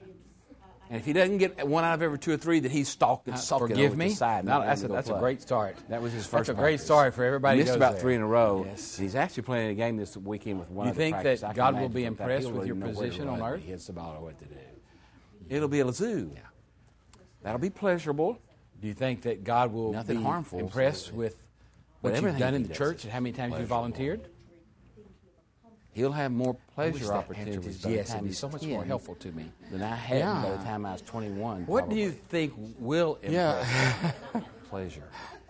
Speaker 3: And if he doesn't get one out of every two or three, that he's stalking,
Speaker 1: Uh,
Speaker 3: sulking over
Speaker 1: Forgive
Speaker 3: to
Speaker 1: me.
Speaker 3: the side. and
Speaker 1: No,
Speaker 3: not letting
Speaker 1: that's a,
Speaker 3: him go
Speaker 1: that's a
Speaker 3: play.
Speaker 1: great start.
Speaker 3: That was his
Speaker 1: That's
Speaker 3: first.
Speaker 1: a great
Speaker 3: practice.
Speaker 1: start for everybody.
Speaker 3: He missed
Speaker 1: goes
Speaker 3: about
Speaker 1: there.
Speaker 3: three in a row.
Speaker 1: Yes.
Speaker 3: And he's actually playing a game this weekend with one.
Speaker 1: You
Speaker 3: other
Speaker 1: think
Speaker 3: practice.
Speaker 1: that
Speaker 3: I can
Speaker 1: God will
Speaker 3: imagine
Speaker 1: be
Speaker 3: without-
Speaker 1: impressed
Speaker 3: he'll
Speaker 1: with
Speaker 3: really
Speaker 1: your
Speaker 3: know where to
Speaker 1: position on
Speaker 3: run,
Speaker 1: earth?
Speaker 3: He hits the ball or what to do. It'll be a zoo. That'll be pleasurable.
Speaker 1: Do you think that God will
Speaker 3: Nothing
Speaker 1: be
Speaker 3: harmful,
Speaker 1: impressed
Speaker 3: so-
Speaker 1: with what
Speaker 3: But
Speaker 1: you've
Speaker 3: everything
Speaker 1: done
Speaker 3: he
Speaker 1: in the
Speaker 3: does
Speaker 1: church
Speaker 3: is
Speaker 1: and how many times you
Speaker 3: pleasurable.
Speaker 1: volunteered?
Speaker 3: He'll have more
Speaker 1: I wish
Speaker 3: pleasure
Speaker 1: that answer
Speaker 3: opportunities.
Speaker 1: was
Speaker 3: by the
Speaker 1: yes.
Speaker 3: time
Speaker 1: It'd be
Speaker 3: he's
Speaker 1: so much more
Speaker 3: 10
Speaker 1: helpful to me.
Speaker 3: than I had by the
Speaker 1: Yeah.
Speaker 3: time I was 21.
Speaker 2: What do you
Speaker 3: probably.
Speaker 2: think will impress
Speaker 3: pleasure?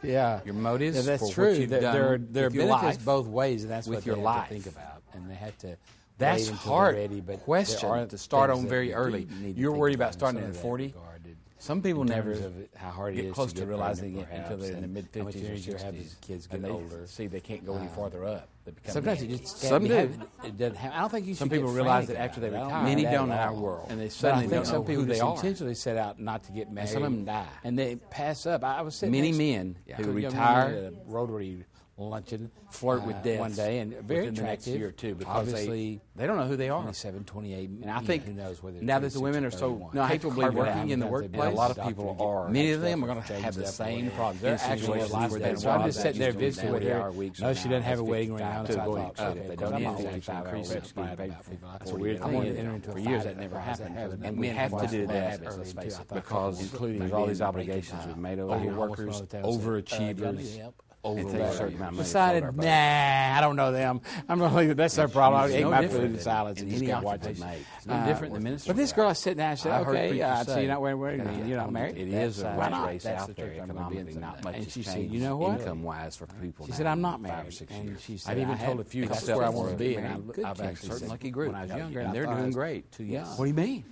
Speaker 1: Yeah.
Speaker 2: Your motives
Speaker 1: Yeah, that's
Speaker 2: for what
Speaker 1: true.
Speaker 2: you've
Speaker 1: There-
Speaker 2: done
Speaker 1: there are, there are
Speaker 2: with your
Speaker 1: benefits
Speaker 2: life,
Speaker 1: both ways, and that's
Speaker 2: with
Speaker 1: what
Speaker 2: your
Speaker 1: they
Speaker 2: life.
Speaker 1: have to think about. And they have to
Speaker 2: That's
Speaker 1: wait until
Speaker 2: hard
Speaker 1: they're ready. But there
Speaker 2: question
Speaker 1: are
Speaker 2: to start
Speaker 1: things
Speaker 2: on
Speaker 1: that
Speaker 2: very
Speaker 1: you do
Speaker 2: early.
Speaker 1: need to
Speaker 2: You're
Speaker 1: think
Speaker 2: worried about
Speaker 1: in
Speaker 2: starting
Speaker 1: some
Speaker 2: at
Speaker 1: of that
Speaker 2: 40?
Speaker 1: regard, in-
Speaker 2: Some people
Speaker 1: in
Speaker 2: never
Speaker 1: terms of how hard it
Speaker 2: get
Speaker 1: is
Speaker 2: close to
Speaker 1: get
Speaker 2: realizing
Speaker 1: pregnant,
Speaker 2: it until
Speaker 1: perhaps,
Speaker 2: they're in the
Speaker 1: and
Speaker 2: mid
Speaker 1: how much
Speaker 2: 50s or
Speaker 1: energy you have as
Speaker 2: 60s,
Speaker 1: Kids
Speaker 2: and
Speaker 1: get
Speaker 2: they
Speaker 1: older.
Speaker 2: see they can't go any farther up. They become
Speaker 1: Sometimes you
Speaker 2: dead.
Speaker 1: just
Speaker 3: Some
Speaker 1: can't
Speaker 3: do.
Speaker 1: have it. It doesn't happen. I don't think you should.
Speaker 2: Some people
Speaker 1: get
Speaker 2: realize
Speaker 1: frantic
Speaker 2: that after they
Speaker 1: about it. I
Speaker 2: retire.
Speaker 1: like
Speaker 2: Many
Speaker 1: that
Speaker 2: don't
Speaker 1: at
Speaker 2: in our
Speaker 1: all.
Speaker 2: world.
Speaker 1: and they
Speaker 2: But I
Speaker 1: suddenly
Speaker 2: think
Speaker 1: don't
Speaker 2: some
Speaker 1: know
Speaker 2: people
Speaker 1: who
Speaker 2: just
Speaker 1: they are.
Speaker 2: intentionally
Speaker 1: set out not to get married.
Speaker 3: some of them die.
Speaker 1: and they pass up. I I was sitting
Speaker 3: Many
Speaker 1: next
Speaker 3: men
Speaker 1: to
Speaker 3: who
Speaker 1: a young man
Speaker 3: retire-
Speaker 1: at a Rotary luncheon,
Speaker 3: Flirt with death
Speaker 1: one day, and very
Speaker 3: within the next
Speaker 1: attractive.
Speaker 3: year or two because they-
Speaker 1: obviously
Speaker 3: they don't know who they are.
Speaker 1: 27, 28,
Speaker 3: And I think
Speaker 1: who knows whether
Speaker 3: now that the
Speaker 1: 26
Speaker 3: women
Speaker 1: or
Speaker 3: are so
Speaker 1: 31.
Speaker 2: No, I hate to
Speaker 3: capably
Speaker 2: carve it out.
Speaker 3: working in the
Speaker 1: They
Speaker 3: workplace,
Speaker 1: do.
Speaker 3: a lot of people are.
Speaker 2: Many of them are going to
Speaker 1: Change
Speaker 2: have the
Speaker 1: up
Speaker 2: same
Speaker 1: whatever.
Speaker 2: problems.
Speaker 1: Yeah,
Speaker 2: They're actually
Speaker 1: situations
Speaker 2: lives
Speaker 1: where
Speaker 2: that
Speaker 1: they
Speaker 2: are
Speaker 1: don't
Speaker 2: just sitting there
Speaker 1: have to
Speaker 2: visiting
Speaker 1: do
Speaker 2: with
Speaker 1: that.
Speaker 2: her.
Speaker 1: No, she doesn't have a wedding ring now, so I
Speaker 3: going
Speaker 1: thought,
Speaker 3: up.
Speaker 1: okay,
Speaker 3: They
Speaker 1: of
Speaker 3: don't
Speaker 1: course,
Speaker 3: need
Speaker 1: I'm
Speaker 3: to
Speaker 1: always
Speaker 3: actually
Speaker 1: five
Speaker 3: increase
Speaker 1: hours
Speaker 3: it by
Speaker 1: behind
Speaker 3: about
Speaker 1: people.
Speaker 3: 50.
Speaker 1: That's
Speaker 3: That's a
Speaker 1: what
Speaker 3: weird
Speaker 1: it
Speaker 3: thing.
Speaker 1: is.
Speaker 3: I wanted to enter
Speaker 1: For
Speaker 3: into a
Speaker 1: years,
Speaker 3: five
Speaker 1: that never
Speaker 3: hour
Speaker 1: happened.
Speaker 3: habit.
Speaker 1: And
Speaker 3: And we
Speaker 1: men
Speaker 3: have
Speaker 1: and
Speaker 3: to do
Speaker 1: women
Speaker 3: that
Speaker 1: have it
Speaker 3: early,
Speaker 1: early,
Speaker 3: too,
Speaker 1: too.
Speaker 3: I
Speaker 1: thought
Speaker 3: because
Speaker 1: that was-
Speaker 3: including
Speaker 1: maybe
Speaker 3: all these
Speaker 1: breaking
Speaker 3: obligations
Speaker 1: time.
Speaker 3: we've made over
Speaker 1: Like,
Speaker 3: here,
Speaker 1: I almost
Speaker 3: workers,
Speaker 1: wrote down, said,
Speaker 3: overachievers,
Speaker 1: uh, do you need help?
Speaker 3: and take a
Speaker 1: Overrated.
Speaker 3: certain amount of money to
Speaker 1: Decided,
Speaker 3: float our boat.
Speaker 1: nah, I don't know them. I'm gonna leave it. That's their problem. I
Speaker 3: It's
Speaker 1: ate
Speaker 3: no
Speaker 1: my
Speaker 3: different
Speaker 1: food in
Speaker 3: than
Speaker 1: silence and
Speaker 3: any
Speaker 1: just got watching.
Speaker 3: occupation. It's no different than ministry.
Speaker 1: Uh, But this girl is sitting down. She
Speaker 3: I
Speaker 1: said,
Speaker 3: heard
Speaker 1: "Okay,
Speaker 3: preachers
Speaker 1: yeah, so
Speaker 3: say
Speaker 1: you're not wearing,
Speaker 3: that
Speaker 1: wearing
Speaker 3: I
Speaker 1: you're not
Speaker 3: don't-
Speaker 1: married."
Speaker 3: It is a
Speaker 1: Why
Speaker 3: rat
Speaker 1: not?
Speaker 3: race
Speaker 1: That's
Speaker 3: out
Speaker 1: the
Speaker 3: there
Speaker 1: church I'm gonna be in
Speaker 3: economically. Not
Speaker 1: someday.
Speaker 3: much
Speaker 1: And
Speaker 3: has
Speaker 1: she
Speaker 3: changed.
Speaker 1: said, "You know what?"
Speaker 3: Income wise for people.
Speaker 1: She said,
Speaker 3: now
Speaker 1: "I'm
Speaker 3: in
Speaker 1: not
Speaker 3: Five or
Speaker 1: married."
Speaker 3: six
Speaker 1: And
Speaker 3: years.
Speaker 1: she said,
Speaker 3: I've even
Speaker 1: "I
Speaker 3: told a
Speaker 1: had-
Speaker 3: few.
Speaker 1: that's
Speaker 3: couples
Speaker 1: where I
Speaker 3: that
Speaker 1: wanna
Speaker 3: were
Speaker 1: be, and
Speaker 3: married,
Speaker 1: I-
Speaker 3: good
Speaker 1: I've
Speaker 3: kids.
Speaker 1: actually
Speaker 3: They
Speaker 1: said,
Speaker 3: said, When I was younger, and they're
Speaker 1: I
Speaker 3: doing
Speaker 1: was-
Speaker 3: great. Too
Speaker 1: Yeah.
Speaker 3: young.
Speaker 1: What do
Speaker 3: you mean?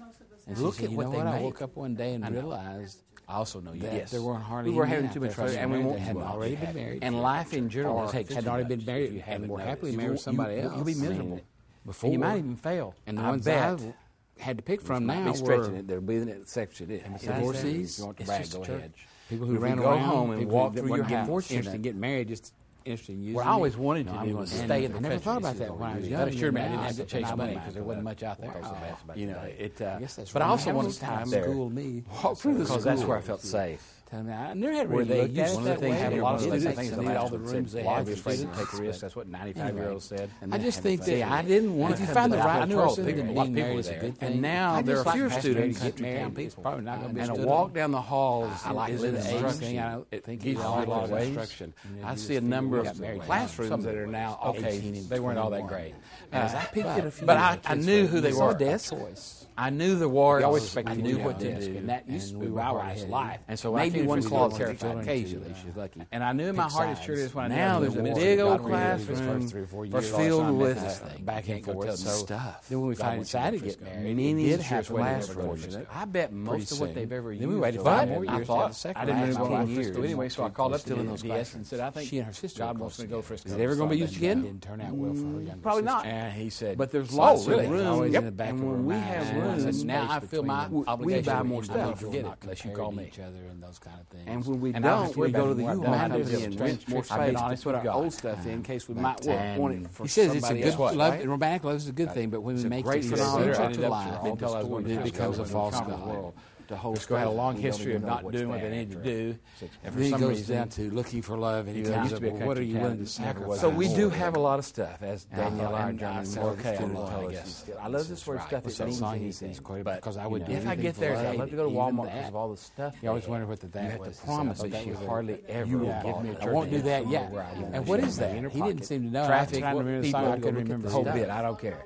Speaker 1: And
Speaker 3: Look
Speaker 1: she said,
Speaker 3: at
Speaker 1: "You
Speaker 3: what
Speaker 1: know
Speaker 3: they
Speaker 1: what? I
Speaker 3: made."
Speaker 1: woke up one day and
Speaker 3: I know.
Speaker 1: realized
Speaker 3: I also know you.
Speaker 1: that there weren't hardly
Speaker 3: we were
Speaker 1: any men
Speaker 3: having
Speaker 1: out
Speaker 3: too
Speaker 1: there
Speaker 3: much
Speaker 1: for us
Speaker 3: trouble, and we
Speaker 1: married
Speaker 3: won't
Speaker 1: that hadn't already been married.
Speaker 3: And life in general
Speaker 1: Or
Speaker 3: takes
Speaker 1: had
Speaker 3: too
Speaker 1: already
Speaker 3: much.
Speaker 1: been
Speaker 3: If
Speaker 1: married
Speaker 3: you
Speaker 1: and
Speaker 3: haven't
Speaker 1: were
Speaker 3: done it,
Speaker 1: happily
Speaker 3: you
Speaker 1: married
Speaker 3: will-
Speaker 1: with somebody
Speaker 3: you, will- You'll be
Speaker 1: else. I mean,
Speaker 3: miserable.
Speaker 1: before-
Speaker 3: And you might even fail.
Speaker 1: And the
Speaker 3: I
Speaker 1: ones
Speaker 3: bet.
Speaker 1: I've had to pick from
Speaker 3: Might
Speaker 1: now
Speaker 3: be stretching
Speaker 1: were
Speaker 3: it. There'll be the next section. It.
Speaker 1: divorcees.
Speaker 3: If you want to
Speaker 1: It's
Speaker 3: brag,
Speaker 1: just
Speaker 3: go
Speaker 1: a church.
Speaker 3: ahead.
Speaker 1: People who
Speaker 3: If we
Speaker 1: ran
Speaker 3: go
Speaker 1: around
Speaker 3: home and
Speaker 1: people
Speaker 3: walk
Speaker 1: that
Speaker 3: through
Speaker 1: weren't
Speaker 3: your
Speaker 1: getting
Speaker 3: house.
Speaker 1: Interested in
Speaker 3: Internet.
Speaker 1: getting married, just interested in using.
Speaker 2: What I always wanted to
Speaker 3: No, I'm
Speaker 2: do
Speaker 3: gonna
Speaker 2: was
Speaker 3: stay
Speaker 2: stay
Speaker 3: in
Speaker 2: in
Speaker 1: I
Speaker 2: the
Speaker 1: never
Speaker 2: country.
Speaker 1: thought about
Speaker 3: This is
Speaker 1: that
Speaker 3: what
Speaker 1: when I
Speaker 3: we
Speaker 1: was
Speaker 3: do.
Speaker 1: young.
Speaker 2: That assured me I
Speaker 1: Now
Speaker 2: didn't have to
Speaker 1: sit
Speaker 2: chase
Speaker 1: down and
Speaker 2: money
Speaker 1: think,
Speaker 2: 'cause there
Speaker 1: there wasn't much out there.
Speaker 3: Wow. Wow.
Speaker 1: You know, it.
Speaker 3: uh,
Speaker 1: I guess that's
Speaker 2: but I
Speaker 1: right.
Speaker 2: also
Speaker 1: How
Speaker 2: wanted
Speaker 1: many
Speaker 2: to
Speaker 1: times
Speaker 2: there.
Speaker 1: schooled me.
Speaker 3: Walk through the
Speaker 1: Because
Speaker 2: Because that's where I felt safe.
Speaker 1: Tell me, I never had
Speaker 2: Where
Speaker 1: really
Speaker 2: they
Speaker 1: looked at
Speaker 2: used
Speaker 1: it
Speaker 2: one of
Speaker 1: that
Speaker 2: the things
Speaker 1: way.
Speaker 2: had a lot of
Speaker 1: They
Speaker 2: students
Speaker 1: didn't
Speaker 2: things
Speaker 1: need
Speaker 2: that
Speaker 1: all
Speaker 2: all
Speaker 1: the
Speaker 2: the rooms they
Speaker 1: had
Speaker 2: had.
Speaker 1: for
Speaker 2: afraid to
Speaker 1: students.
Speaker 2: take risks. That's what 95 year
Speaker 1: Anyway,
Speaker 2: olds said.
Speaker 1: I just think that
Speaker 3: See, I didn't want
Speaker 1: if
Speaker 3: to
Speaker 1: you
Speaker 3: have
Speaker 1: find
Speaker 3: to
Speaker 1: the
Speaker 3: have
Speaker 1: right
Speaker 3: that
Speaker 1: person,
Speaker 3: control.
Speaker 1: then
Speaker 3: A
Speaker 1: being
Speaker 3: lot of people
Speaker 1: married
Speaker 3: were
Speaker 1: is a
Speaker 3: there.
Speaker 1: good thing.
Speaker 3: And now
Speaker 1: I
Speaker 3: there
Speaker 1: just
Speaker 3: are
Speaker 1: like
Speaker 3: fewer
Speaker 1: married
Speaker 3: students.
Speaker 1: country
Speaker 3: Get
Speaker 1: town.
Speaker 3: married.
Speaker 1: It's probably not going to be.
Speaker 3: And a
Speaker 1: stood
Speaker 3: walk
Speaker 1: on.
Speaker 3: down the halls
Speaker 1: I like
Speaker 3: is
Speaker 1: living
Speaker 3: an
Speaker 1: in
Speaker 3: instruction.
Speaker 1: instruction. I don't
Speaker 3: It
Speaker 1: think
Speaker 3: gives
Speaker 1: it's
Speaker 3: you a
Speaker 1: all
Speaker 3: lot of
Speaker 1: the ways.
Speaker 3: instruction.
Speaker 1: You know, you
Speaker 3: I see
Speaker 1: just
Speaker 3: a
Speaker 1: think
Speaker 3: number
Speaker 1: we
Speaker 3: of
Speaker 1: got married when I was
Speaker 3: classrooms that are now, okay,
Speaker 1: 18 and
Speaker 3: they weren't all that
Speaker 1: 21.
Speaker 3: great.
Speaker 1: And as
Speaker 3: Uh,
Speaker 1: I picked at a few
Speaker 3: But
Speaker 1: of
Speaker 3: I,
Speaker 1: the
Speaker 3: I
Speaker 1: kids
Speaker 3: knew
Speaker 1: that
Speaker 3: who they
Speaker 1: we
Speaker 3: were.
Speaker 1: saw desk choice.
Speaker 3: I knew the
Speaker 1: We always
Speaker 3: wards.
Speaker 1: expect
Speaker 3: I
Speaker 1: you to
Speaker 3: knew
Speaker 1: know
Speaker 3: what to
Speaker 1: desk,
Speaker 3: do.
Speaker 1: and that used to
Speaker 3: and
Speaker 1: be
Speaker 3: we
Speaker 1: where
Speaker 3: were
Speaker 1: I
Speaker 3: always
Speaker 1: had it.
Speaker 3: life.
Speaker 1: And so I
Speaker 3: Maybe
Speaker 1: knew
Speaker 3: one
Speaker 1: if we
Speaker 3: claw
Speaker 1: were going to
Speaker 3: terrified
Speaker 1: turn into,
Speaker 3: occasionally.
Speaker 1: uh,
Speaker 3: She's lucky. And I knew in my
Speaker 1: pick
Speaker 3: heart it
Speaker 1: sides.
Speaker 3: sure is when I
Speaker 1: Now
Speaker 3: now there's a
Speaker 1: there's a
Speaker 3: big
Speaker 1: war
Speaker 3: old
Speaker 1: going on these first
Speaker 3: classroom
Speaker 1: three or four years.
Speaker 3: filled
Speaker 1: I'm
Speaker 3: with
Speaker 1: this thing.
Speaker 3: back and
Speaker 1: Can't go
Speaker 3: forth
Speaker 1: tell no
Speaker 3: stuff.
Speaker 1: Then when we
Speaker 3: God
Speaker 1: finally
Speaker 3: wants you to
Speaker 1: decided to
Speaker 3: first
Speaker 1: get
Speaker 3: go.
Speaker 1: married, it
Speaker 3: Many
Speaker 1: did
Speaker 3: years
Speaker 1: happen
Speaker 3: went
Speaker 1: in
Speaker 3: in
Speaker 1: every
Speaker 3: every
Speaker 1: fortunate.
Speaker 3: fortunate. I bet most of what
Speaker 1: soon.
Speaker 3: they've ever used.
Speaker 1: Then we waited
Speaker 3: over
Speaker 1: five
Speaker 3: the
Speaker 1: more years to
Speaker 3: years, I
Speaker 1: have a
Speaker 3: thought
Speaker 1: second
Speaker 3: I didn't
Speaker 1: one.
Speaker 3: really
Speaker 1: That's
Speaker 3: want
Speaker 1: why
Speaker 3: my
Speaker 1: I
Speaker 3: first
Speaker 1: first
Speaker 3: do anyway,
Speaker 1: wanted
Speaker 3: so I
Speaker 1: to
Speaker 3: called
Speaker 1: do
Speaker 3: up to
Speaker 1: this.
Speaker 3: them and DS and said, I think
Speaker 1: She and her sister
Speaker 3: God
Speaker 1: were
Speaker 3: wants me to
Speaker 1: close
Speaker 3: go first.
Speaker 1: together.
Speaker 3: Is it ever going to be used
Speaker 1: Something
Speaker 3: again?
Speaker 1: Didn't turn out well for her younger
Speaker 3: Probably
Speaker 1: sister.
Speaker 3: not.
Speaker 1: And he said,
Speaker 3: But there's
Speaker 1: so I
Speaker 3: lots
Speaker 1: said,
Speaker 3: of
Speaker 1: "There's
Speaker 3: room.
Speaker 1: always
Speaker 3: Yep.
Speaker 1: in the back
Speaker 3: And
Speaker 1: of her
Speaker 3: when we
Speaker 1: mind,
Speaker 3: have
Speaker 1: and I said,
Speaker 3: room,
Speaker 1: now I feel my
Speaker 3: we- we
Speaker 1: obligation.
Speaker 3: buy
Speaker 1: to
Speaker 3: more stuff.
Speaker 1: individual,
Speaker 3: Forget
Speaker 1: not
Speaker 3: it, unless you
Speaker 1: compared
Speaker 3: call
Speaker 1: to
Speaker 3: me.
Speaker 1: each other and those kind of things.
Speaker 3: And when we
Speaker 1: And I don't have
Speaker 3: don't,
Speaker 1: to
Speaker 3: we
Speaker 1: go
Speaker 3: go to
Speaker 1: back
Speaker 3: the
Speaker 1: and
Speaker 3: U
Speaker 1: work
Speaker 3: Haul
Speaker 1: out how to
Speaker 3: company
Speaker 1: do
Speaker 3: and
Speaker 1: it.
Speaker 3: rent more
Speaker 1: I've been
Speaker 3: space to
Speaker 1: honest
Speaker 3: put
Speaker 1: with
Speaker 3: our
Speaker 1: God.
Speaker 3: old stuff in, in case we might wa- want it for
Speaker 1: he says it's a
Speaker 3: somebody
Speaker 1: good
Speaker 3: else,
Speaker 1: love.
Speaker 3: right?
Speaker 1: Romantic love is a good thing, but when we
Speaker 3: It's a
Speaker 1: make
Speaker 3: great
Speaker 1: it
Speaker 3: phenomenon.
Speaker 1: essential to
Speaker 3: Right.
Speaker 1: life,
Speaker 3: Been told I was one of the
Speaker 1: it
Speaker 3: first
Speaker 1: becomes a
Speaker 3: girls in
Speaker 1: false
Speaker 3: the
Speaker 1: god.
Speaker 3: world to hold
Speaker 2: This girl had a
Speaker 3: stuff
Speaker 2: long
Speaker 3: and don't
Speaker 2: history
Speaker 3: even
Speaker 2: of
Speaker 3: know
Speaker 2: not
Speaker 3: what's
Speaker 2: doing what
Speaker 3: there
Speaker 2: they needed to
Speaker 3: after it.
Speaker 2: do. And
Speaker 1: And
Speaker 2: for
Speaker 1: then it
Speaker 2: some
Speaker 1: goes down
Speaker 2: reason,
Speaker 1: to looking for love, and he
Speaker 2: Yeah, it
Speaker 1: comes
Speaker 2: used
Speaker 1: up,
Speaker 2: to be a
Speaker 1: well, what are
Speaker 2: country
Speaker 1: you
Speaker 2: town.
Speaker 1: willing to
Speaker 2: Never
Speaker 1: sacrifice?
Speaker 2: was
Speaker 3: So we
Speaker 1: for?
Speaker 3: do have a lot of stuff,
Speaker 1: And
Speaker 3: as
Speaker 1: I thought,
Speaker 3: Danielle and
Speaker 1: and I
Speaker 3: John
Speaker 1: said,
Speaker 3: Morgan
Speaker 1: okay,
Speaker 3: told
Speaker 1: well, I
Speaker 3: us.
Speaker 1: guess
Speaker 3: I love this word
Speaker 1: that's
Speaker 3: stuff.
Speaker 1: right.
Speaker 3: It
Speaker 1: So
Speaker 3: means
Speaker 1: Sonny
Speaker 3: anything.
Speaker 1: says, quite-
Speaker 3: But,
Speaker 1: because I
Speaker 3: you
Speaker 1: would
Speaker 3: know,
Speaker 1: do
Speaker 3: if I
Speaker 1: anything
Speaker 3: get
Speaker 1: for
Speaker 3: there,
Speaker 1: love,
Speaker 3: I love to go to
Speaker 1: even
Speaker 3: Walmart
Speaker 1: that.
Speaker 3: because of all the stuff.
Speaker 1: You always
Speaker 3: there.
Speaker 1: wonder what the
Speaker 3: You
Speaker 1: that
Speaker 3: have to
Speaker 1: was.
Speaker 3: promise
Speaker 1: I thought
Speaker 3: that you
Speaker 1: was a-
Speaker 3: hardly ever
Speaker 1: you
Speaker 3: will
Speaker 1: won't
Speaker 3: give
Speaker 1: give
Speaker 3: me a
Speaker 1: me. I
Speaker 3: church
Speaker 1: won't do
Speaker 3: dance
Speaker 1: that.
Speaker 3: somewhere
Speaker 1: Yeah.
Speaker 3: where I won't
Speaker 1: And what
Speaker 3: show
Speaker 1: is
Speaker 3: my
Speaker 1: that?
Speaker 3: inner
Speaker 1: He didn't
Speaker 3: pocket.
Speaker 1: seem to know. I was
Speaker 2: Traffic,
Speaker 1: trying to
Speaker 2: what
Speaker 1: remember the
Speaker 2: people
Speaker 1: song. I
Speaker 2: go
Speaker 1: couldn't
Speaker 2: look at
Speaker 1: remember
Speaker 2: the
Speaker 1: the
Speaker 3: whole
Speaker 1: stuff.
Speaker 3: bit. I don't care.